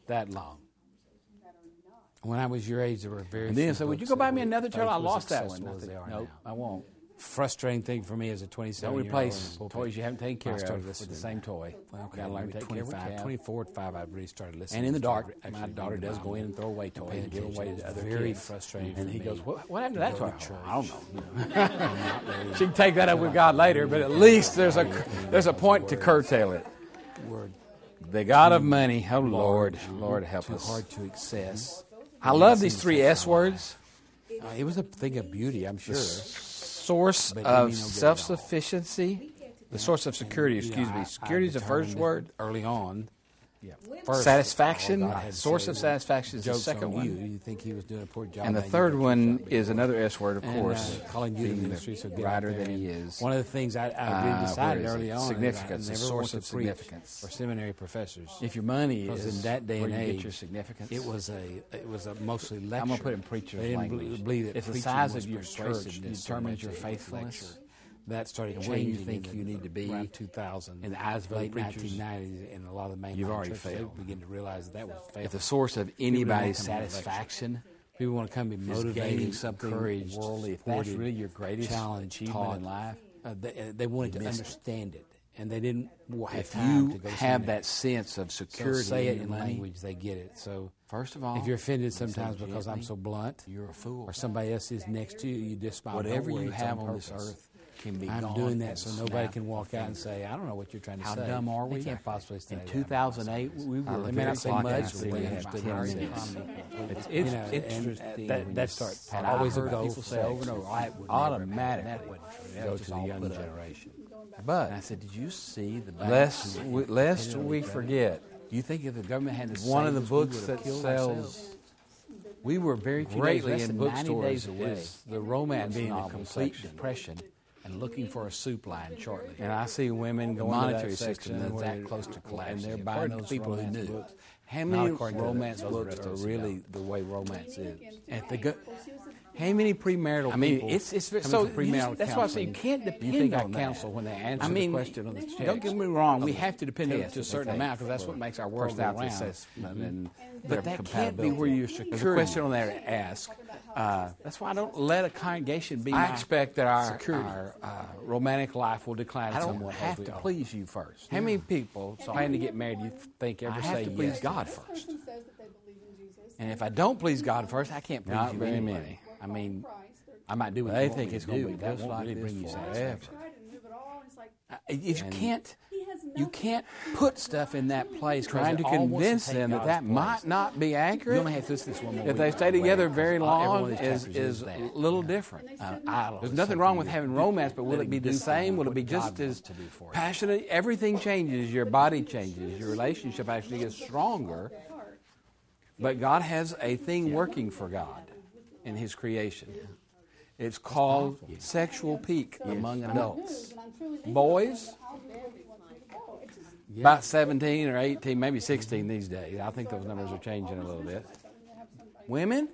Speaker 2: that long.
Speaker 1: When I was your age, there were very.
Speaker 2: And then
Speaker 1: few
Speaker 2: I said, Would you
Speaker 1: books
Speaker 2: go
Speaker 1: that
Speaker 2: buy me
Speaker 1: were
Speaker 2: another turtle? I
Speaker 1: faithful as
Speaker 2: lost that one.
Speaker 1: accessible
Speaker 2: I
Speaker 1: as
Speaker 2: said,
Speaker 1: they are
Speaker 2: Nope,
Speaker 1: now.
Speaker 2: I won't.
Speaker 1: frustrating thing for me as a 27
Speaker 2: Don't
Speaker 1: year
Speaker 2: replace
Speaker 1: old.
Speaker 2: toys you haven't taken care
Speaker 1: I started
Speaker 2: of with the
Speaker 1: listening to
Speaker 2: same
Speaker 1: that.
Speaker 2: toy.
Speaker 1: Well, okay,
Speaker 2: Gotta learn to
Speaker 1: maybe
Speaker 2: take care of
Speaker 1: 25,
Speaker 2: what you have.
Speaker 1: 24 to 5, I really started listening.
Speaker 2: And in the
Speaker 1: to-
Speaker 2: dark,
Speaker 1: actually
Speaker 2: my
Speaker 1: reading
Speaker 2: daughter
Speaker 1: the
Speaker 2: does go
Speaker 1: Bible.
Speaker 2: in and throw away toys
Speaker 1: paying
Speaker 2: and give
Speaker 1: attention.
Speaker 2: away
Speaker 1: It's
Speaker 2: to other
Speaker 1: very
Speaker 2: kids.
Speaker 1: frustrating
Speaker 2: And
Speaker 1: for
Speaker 2: he
Speaker 1: me
Speaker 2: goes, "What, what happened to that
Speaker 1: to
Speaker 2: toy?"
Speaker 1: go to
Speaker 2: "Oh, I don't know. she can take that up with God later, but at least there's a there's a point to curtail it.
Speaker 1: Word
Speaker 2: The God of money, oh Lord,
Speaker 1: large,
Speaker 2: Lord help
Speaker 1: too
Speaker 2: us.
Speaker 1: hard to access.
Speaker 2: I love these three S words:
Speaker 1: Uh, it was a thing of beauty, I'm sure.
Speaker 2: source
Speaker 1: But you know,
Speaker 2: of
Speaker 1: get it all.
Speaker 2: self-sufficiency, the source of security.
Speaker 1: You know,
Speaker 2: Excuse
Speaker 1: I- I
Speaker 2: me, security is the first
Speaker 1: determined
Speaker 2: word.
Speaker 1: Early on,
Speaker 6: First,
Speaker 2: Satisfaction,
Speaker 1: all God had
Speaker 2: source
Speaker 1: said
Speaker 2: of
Speaker 1: was,
Speaker 2: satisfaction is the
Speaker 1: jokes
Speaker 2: second
Speaker 1: on
Speaker 2: one.
Speaker 1: you. You think he was doing a poor job.
Speaker 2: And the
Speaker 1: now you
Speaker 2: third
Speaker 1: got
Speaker 2: one
Speaker 1: yourself beat.
Speaker 2: is another S word, of
Speaker 1: And, uh,
Speaker 2: course.
Speaker 1: calling you
Speaker 2: being
Speaker 1: the
Speaker 2: the
Speaker 1: ministry, so get out
Speaker 2: writer
Speaker 1: there
Speaker 2: that he
Speaker 1: and-
Speaker 2: is.
Speaker 1: One of the things I, I
Speaker 2: Uh,
Speaker 1: really decided
Speaker 2: where is
Speaker 1: early
Speaker 2: it?
Speaker 1: on is I
Speaker 2: Significance, a
Speaker 1: never
Speaker 2: source
Speaker 1: wanted
Speaker 2: of
Speaker 1: to preach
Speaker 2: significance.
Speaker 1: or seminary professors.
Speaker 2: If your money
Speaker 1: Because
Speaker 2: is
Speaker 1: in that day
Speaker 2: where
Speaker 1: and
Speaker 2: you
Speaker 1: age,
Speaker 2: get your significance,
Speaker 1: it was a it was a mostly lecture.
Speaker 2: I'm gonna put it in preacher's
Speaker 1: they didn't
Speaker 2: language.
Speaker 1: bel- Believe that
Speaker 2: If the
Speaker 1: preaching
Speaker 2: size
Speaker 1: was
Speaker 2: of your
Speaker 1: persuasive
Speaker 2: church
Speaker 1: to so
Speaker 2: determines
Speaker 1: much
Speaker 2: your
Speaker 1: it was
Speaker 2: faithfulness,
Speaker 1: lecture. that started
Speaker 2: and where you
Speaker 1: changing.
Speaker 2: think
Speaker 1: in
Speaker 2: you
Speaker 1: the-
Speaker 2: need to be
Speaker 1: around 2000
Speaker 2: in the eyes of other
Speaker 1: late
Speaker 2: preachers,
Speaker 1: 1990s, and a lot of the main
Speaker 2: you've already
Speaker 1: churches, they
Speaker 2: failed.
Speaker 1: Begin to realize that, that was failed.
Speaker 2: if the source of anybody's satisfaction
Speaker 1: people want to come and be
Speaker 2: is gaining
Speaker 1: motivated,
Speaker 2: something
Speaker 1: encouraged,
Speaker 2: worldly, if that's
Speaker 1: supported,
Speaker 2: really your greatest
Speaker 1: challenged,
Speaker 2: achievement
Speaker 1: taught,
Speaker 2: in life,
Speaker 1: uh, they, uh, they wanted to
Speaker 2: missed it.
Speaker 1: understand it, and they didn't wa- have
Speaker 2: if
Speaker 1: time to
Speaker 2: you
Speaker 1: go
Speaker 2: have
Speaker 1: somewhere.
Speaker 2: that sense of
Speaker 1: So
Speaker 2: security
Speaker 1: say
Speaker 2: in
Speaker 1: it
Speaker 2: your
Speaker 1: in
Speaker 2: money,
Speaker 1: language they get it. So
Speaker 2: first of all,
Speaker 1: if you're offended
Speaker 2: listen
Speaker 1: sometimes because I'm
Speaker 2: gently,
Speaker 1: so blunt,
Speaker 2: you're a fool.
Speaker 1: or somebody else is next to you, you just smile.
Speaker 2: Whatever
Speaker 1: "Don't worry,
Speaker 2: you
Speaker 1: it's
Speaker 2: have on this
Speaker 1: purpose."
Speaker 2: earth can be
Speaker 1: I'm
Speaker 2: gone
Speaker 1: doing
Speaker 2: at
Speaker 1: that
Speaker 2: the
Speaker 1: so nobody
Speaker 2: snap
Speaker 1: can walk
Speaker 2: of a
Speaker 1: out and
Speaker 2: finger.
Speaker 1: say, "I don't know what you're trying to
Speaker 2: How
Speaker 1: say."
Speaker 2: dumb are we?
Speaker 1: They can't possibly say
Speaker 2: In
Speaker 1: that.
Speaker 2: 2008, we
Speaker 1: I
Speaker 2: were
Speaker 1: look
Speaker 2: they
Speaker 1: at
Speaker 2: may
Speaker 1: the
Speaker 2: not say
Speaker 1: clock
Speaker 2: much,
Speaker 1: and I
Speaker 2: but
Speaker 1: see
Speaker 2: we
Speaker 1: we have
Speaker 2: understood
Speaker 1: about
Speaker 2: our
Speaker 1: 10
Speaker 2: sense. It's,
Speaker 1: You know,
Speaker 2: it's
Speaker 1: and
Speaker 2: interesting.
Speaker 1: that-
Speaker 2: when
Speaker 1: that's
Speaker 2: you
Speaker 1: sort of
Speaker 2: start-
Speaker 1: always a
Speaker 2: heard
Speaker 1: goal
Speaker 2: people
Speaker 1: for
Speaker 2: say over
Speaker 1: sex.
Speaker 2: and over,
Speaker 1: It
Speaker 2: I
Speaker 1: "Oh, would never
Speaker 2: automatically go to the young generation. But I said, did you see the lest we, lest we forget? Do you think if the government hadn't one of the books that sells
Speaker 1: we were very few
Speaker 2: greatly
Speaker 1: days, less
Speaker 2: in
Speaker 1: than 90 days
Speaker 2: bookstores
Speaker 1: away.
Speaker 2: is the romance
Speaker 1: being a
Speaker 2: novel,
Speaker 1: complete
Speaker 2: complete depression, and looking for a soup line shortly.
Speaker 3: And I see women
Speaker 2: the
Speaker 3: going to
Speaker 2: monetary
Speaker 3: that
Speaker 2: system
Speaker 3: section
Speaker 2: that's
Speaker 3: where-
Speaker 2: that close to collapse.
Speaker 3: And they're buying those
Speaker 2: people who
Speaker 3: romance
Speaker 2: knew.
Speaker 3: books.
Speaker 2: How
Speaker 3: Not
Speaker 2: many
Speaker 3: according to the-
Speaker 2: romance
Speaker 3: those
Speaker 2: books
Speaker 3: rest
Speaker 2: are
Speaker 3: of us
Speaker 2: really the way romance is?
Speaker 1: At the go-
Speaker 2: How many premarital? I mean, it's it's
Speaker 1: coming
Speaker 2: so
Speaker 1: from premarital
Speaker 2: you- that's why I say
Speaker 1: counseling,
Speaker 2: you can't depend You think I on that. counsel when they answer I mean, the question on the text? Don't get me wrong, we have to depend on it
Speaker 3: test
Speaker 2: to a
Speaker 3: that
Speaker 2: certain
Speaker 3: they
Speaker 2: amount because that's what makes our world
Speaker 3: First
Speaker 2: go
Speaker 3: out
Speaker 2: round.
Speaker 3: assessment and their
Speaker 2: But that can't be
Speaker 3: compatibility.
Speaker 2: where you're
Speaker 6: There's
Speaker 2: secure.
Speaker 6: a
Speaker 2: question on there to ask. Uh, that's why I don't let a congregation be. I my
Speaker 3: expect that our-
Speaker 2: security.
Speaker 3: our,
Speaker 2: uh, romantic life will decline
Speaker 3: I don't
Speaker 2: somewhat.
Speaker 3: have
Speaker 2: as we
Speaker 3: to
Speaker 2: are.
Speaker 3: please you first.
Speaker 2: How many people plan to get married? You think ever
Speaker 3: I
Speaker 2: say
Speaker 3: have to please
Speaker 2: yes
Speaker 3: God
Speaker 6: This
Speaker 3: first.
Speaker 6: person says that they believe in Jesus.
Speaker 2: And if I don't please God first, I can't please
Speaker 3: Not
Speaker 2: you
Speaker 3: very
Speaker 2: anyway.
Speaker 3: many.
Speaker 2: I mean,
Speaker 6: Christ, they're
Speaker 2: I might do what
Speaker 3: They
Speaker 2: you want
Speaker 3: think
Speaker 2: me
Speaker 3: it's
Speaker 2: to
Speaker 3: gonna
Speaker 2: do,
Speaker 3: be
Speaker 2: but that
Speaker 3: just
Speaker 2: won't
Speaker 3: like
Speaker 2: really
Speaker 3: this
Speaker 2: bring you
Speaker 3: forever.
Speaker 2: satisfaction.
Speaker 6: tried to move it all, and it's like,
Speaker 2: Uh, You
Speaker 3: And-
Speaker 2: can't.
Speaker 6: he has nothing.
Speaker 2: You can't put stuff in that place
Speaker 3: Trying to convince them that that might not be accurate.
Speaker 2: You only have to listen to this one more
Speaker 3: If they
Speaker 2: week,
Speaker 3: stay
Speaker 2: by the way,
Speaker 3: together
Speaker 2: 'cause
Speaker 3: very
Speaker 2: all- every one
Speaker 3: long,
Speaker 2: of these
Speaker 3: is
Speaker 2: chapters
Speaker 3: is
Speaker 2: that.
Speaker 3: a little different.
Speaker 6: And they said,
Speaker 2: idol.
Speaker 3: There's nothing wrong with having romance, but will it be the same? Will it be just as passionate? Everything changes. Your body changes. Your relationship actually gets stronger. But God has a thing working for God in His creation. It's called sexual peak among adults.
Speaker 6: And I'm truly thinking,
Speaker 3: Boys,
Speaker 6: I'll never want to be a boy. It's just-
Speaker 3: about 17 or 18, maybe 16 these days. I think those numbers are changing a little bit. Women,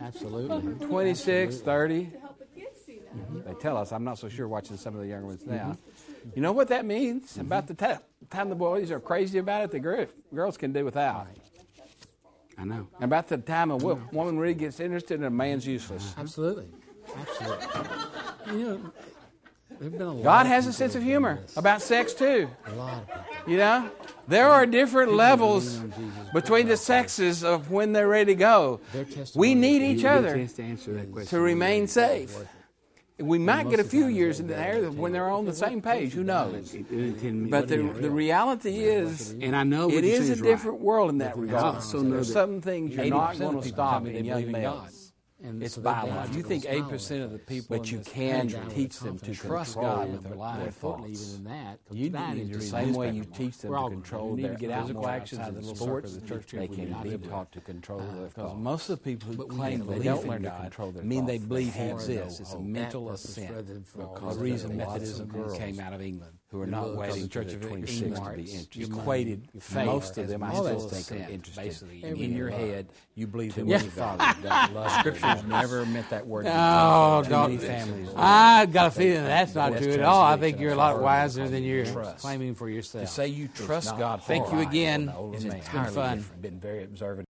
Speaker 1: Absolutely.
Speaker 3: 26, 30.
Speaker 6: Help the kids see that.
Speaker 3: They tell us. I'm not so sure watching some of the younger ones now.
Speaker 1: Mm-hmm.
Speaker 3: You know what that means? About the ti- time the boys are crazy about it, the gir- girls can do without.
Speaker 2: I know.
Speaker 3: And about the time a wo- woman really gets interested in a man's useless.
Speaker 1: Uh-huh. Absolutely. Absolutely. you know, there've been a lot
Speaker 3: God
Speaker 1: of
Speaker 3: has a
Speaker 1: people
Speaker 3: sense
Speaker 1: who've
Speaker 3: of
Speaker 1: done
Speaker 3: humor
Speaker 1: this.
Speaker 3: about sex too.
Speaker 1: A lot of people.
Speaker 3: You know, there are different levels
Speaker 1: lean on Jesus, but
Speaker 3: between the
Speaker 1: not Christ.
Speaker 3: sexes of when they're ready to go.
Speaker 1: Their
Speaker 3: We
Speaker 1: testimony
Speaker 3: need
Speaker 1: is
Speaker 3: each
Speaker 1: you get
Speaker 3: other.
Speaker 2: to answer that question.
Speaker 3: to remain safe. We might
Speaker 1: most
Speaker 3: get a
Speaker 1: of the
Speaker 3: few
Speaker 1: time it's
Speaker 3: years in
Speaker 1: very
Speaker 3: the
Speaker 1: bad
Speaker 3: air that when they're on the same page. Who knows? But the, the reality is,
Speaker 2: And I know what
Speaker 3: it
Speaker 2: you're
Speaker 3: is
Speaker 2: saying
Speaker 3: a
Speaker 2: is right.
Speaker 3: different world in that regard.
Speaker 2: also know
Speaker 3: There's
Speaker 2: that
Speaker 3: some things you're not
Speaker 2: 80%
Speaker 3: going
Speaker 2: of
Speaker 3: to
Speaker 2: people
Speaker 3: stop
Speaker 2: tell me
Speaker 3: in
Speaker 2: they
Speaker 3: young
Speaker 2: believe in God.
Speaker 3: males.
Speaker 1: And
Speaker 3: It's
Speaker 1: so they
Speaker 3: biological.
Speaker 1: believe
Speaker 3: You think
Speaker 1: it's biological.
Speaker 3: 8% of the people
Speaker 2: But
Speaker 3: in
Speaker 2: you
Speaker 3: this
Speaker 2: can
Speaker 3: country
Speaker 2: teach them to
Speaker 3: confidence
Speaker 2: trust
Speaker 3: control
Speaker 2: God with
Speaker 3: them,
Speaker 2: their
Speaker 3: but
Speaker 2: life.
Speaker 3: more
Speaker 2: Importantly,
Speaker 3: thoughts.
Speaker 2: even than
Speaker 1: that, 'cause
Speaker 2: You
Speaker 1: that
Speaker 2: need
Speaker 1: is
Speaker 2: to
Speaker 1: the
Speaker 2: the
Speaker 1: reason
Speaker 2: same way
Speaker 1: it's
Speaker 2: you
Speaker 1: bad.
Speaker 2: teach them
Speaker 1: We're
Speaker 2: to
Speaker 1: all
Speaker 2: control
Speaker 1: grown. We need
Speaker 2: their
Speaker 1: to get out
Speaker 2: physical
Speaker 1: more
Speaker 2: actions
Speaker 1: outside
Speaker 2: and
Speaker 1: the
Speaker 2: the
Speaker 1: little
Speaker 2: sports
Speaker 1: circle of the
Speaker 2: that
Speaker 1: church
Speaker 2: they
Speaker 1: people. We
Speaker 2: cannot
Speaker 1: need
Speaker 2: be
Speaker 1: to
Speaker 2: taught to control their
Speaker 3: Because
Speaker 2: thoughts.
Speaker 3: most of the people who
Speaker 1: But we
Speaker 3: claim
Speaker 1: have
Speaker 3: they
Speaker 1: belief
Speaker 3: don't
Speaker 1: in
Speaker 3: learn to
Speaker 1: God
Speaker 3: control their
Speaker 2: mean they
Speaker 3: thoughts.
Speaker 2: believe He
Speaker 1: Foreign
Speaker 2: exists. It's a
Speaker 1: hope,
Speaker 2: mental
Speaker 1: that purpose rather
Speaker 2: assent.
Speaker 1: than for all
Speaker 2: Because
Speaker 1: the
Speaker 2: the reason
Speaker 1: other
Speaker 2: Methodism
Speaker 1: lots of girls
Speaker 2: came out of England, who are
Speaker 1: who
Speaker 2: not
Speaker 1: love
Speaker 2: waiting
Speaker 1: the
Speaker 2: for
Speaker 1: Church
Speaker 2: the
Speaker 1: of
Speaker 2: 26 to be
Speaker 1: England,
Speaker 2: interested.
Speaker 1: your money,
Speaker 2: Equated
Speaker 1: your
Speaker 2: faith
Speaker 1: most
Speaker 2: as
Speaker 1: of them, I
Speaker 2: mental
Speaker 1: still think, are
Speaker 2: assent,
Speaker 1: interested
Speaker 2: basically.
Speaker 1: in
Speaker 2: In your
Speaker 1: love.
Speaker 2: head, you believe that
Speaker 1: many
Speaker 2: what
Speaker 1: fathers
Speaker 2: God-
Speaker 1: don't love their
Speaker 2: Scripture's never meant that word.
Speaker 1: Oh,
Speaker 2: Too
Speaker 1: don't.
Speaker 2: many families.
Speaker 1: I got a feeling that's
Speaker 2: Divorce
Speaker 1: not true at all. I think
Speaker 2: translation
Speaker 1: you're a
Speaker 2: of
Speaker 1: lot
Speaker 2: Proverbs
Speaker 1: wiser
Speaker 2: called
Speaker 1: than you're
Speaker 2: trust.
Speaker 1: claiming for yourself.
Speaker 2: To say you trust
Speaker 1: not
Speaker 2: God.
Speaker 1: Thank you
Speaker 2: for life
Speaker 1: again.
Speaker 2: is an older
Speaker 1: It's
Speaker 2: man.
Speaker 1: been
Speaker 2: Entirely
Speaker 1: fun.
Speaker 2: different. Been very observant.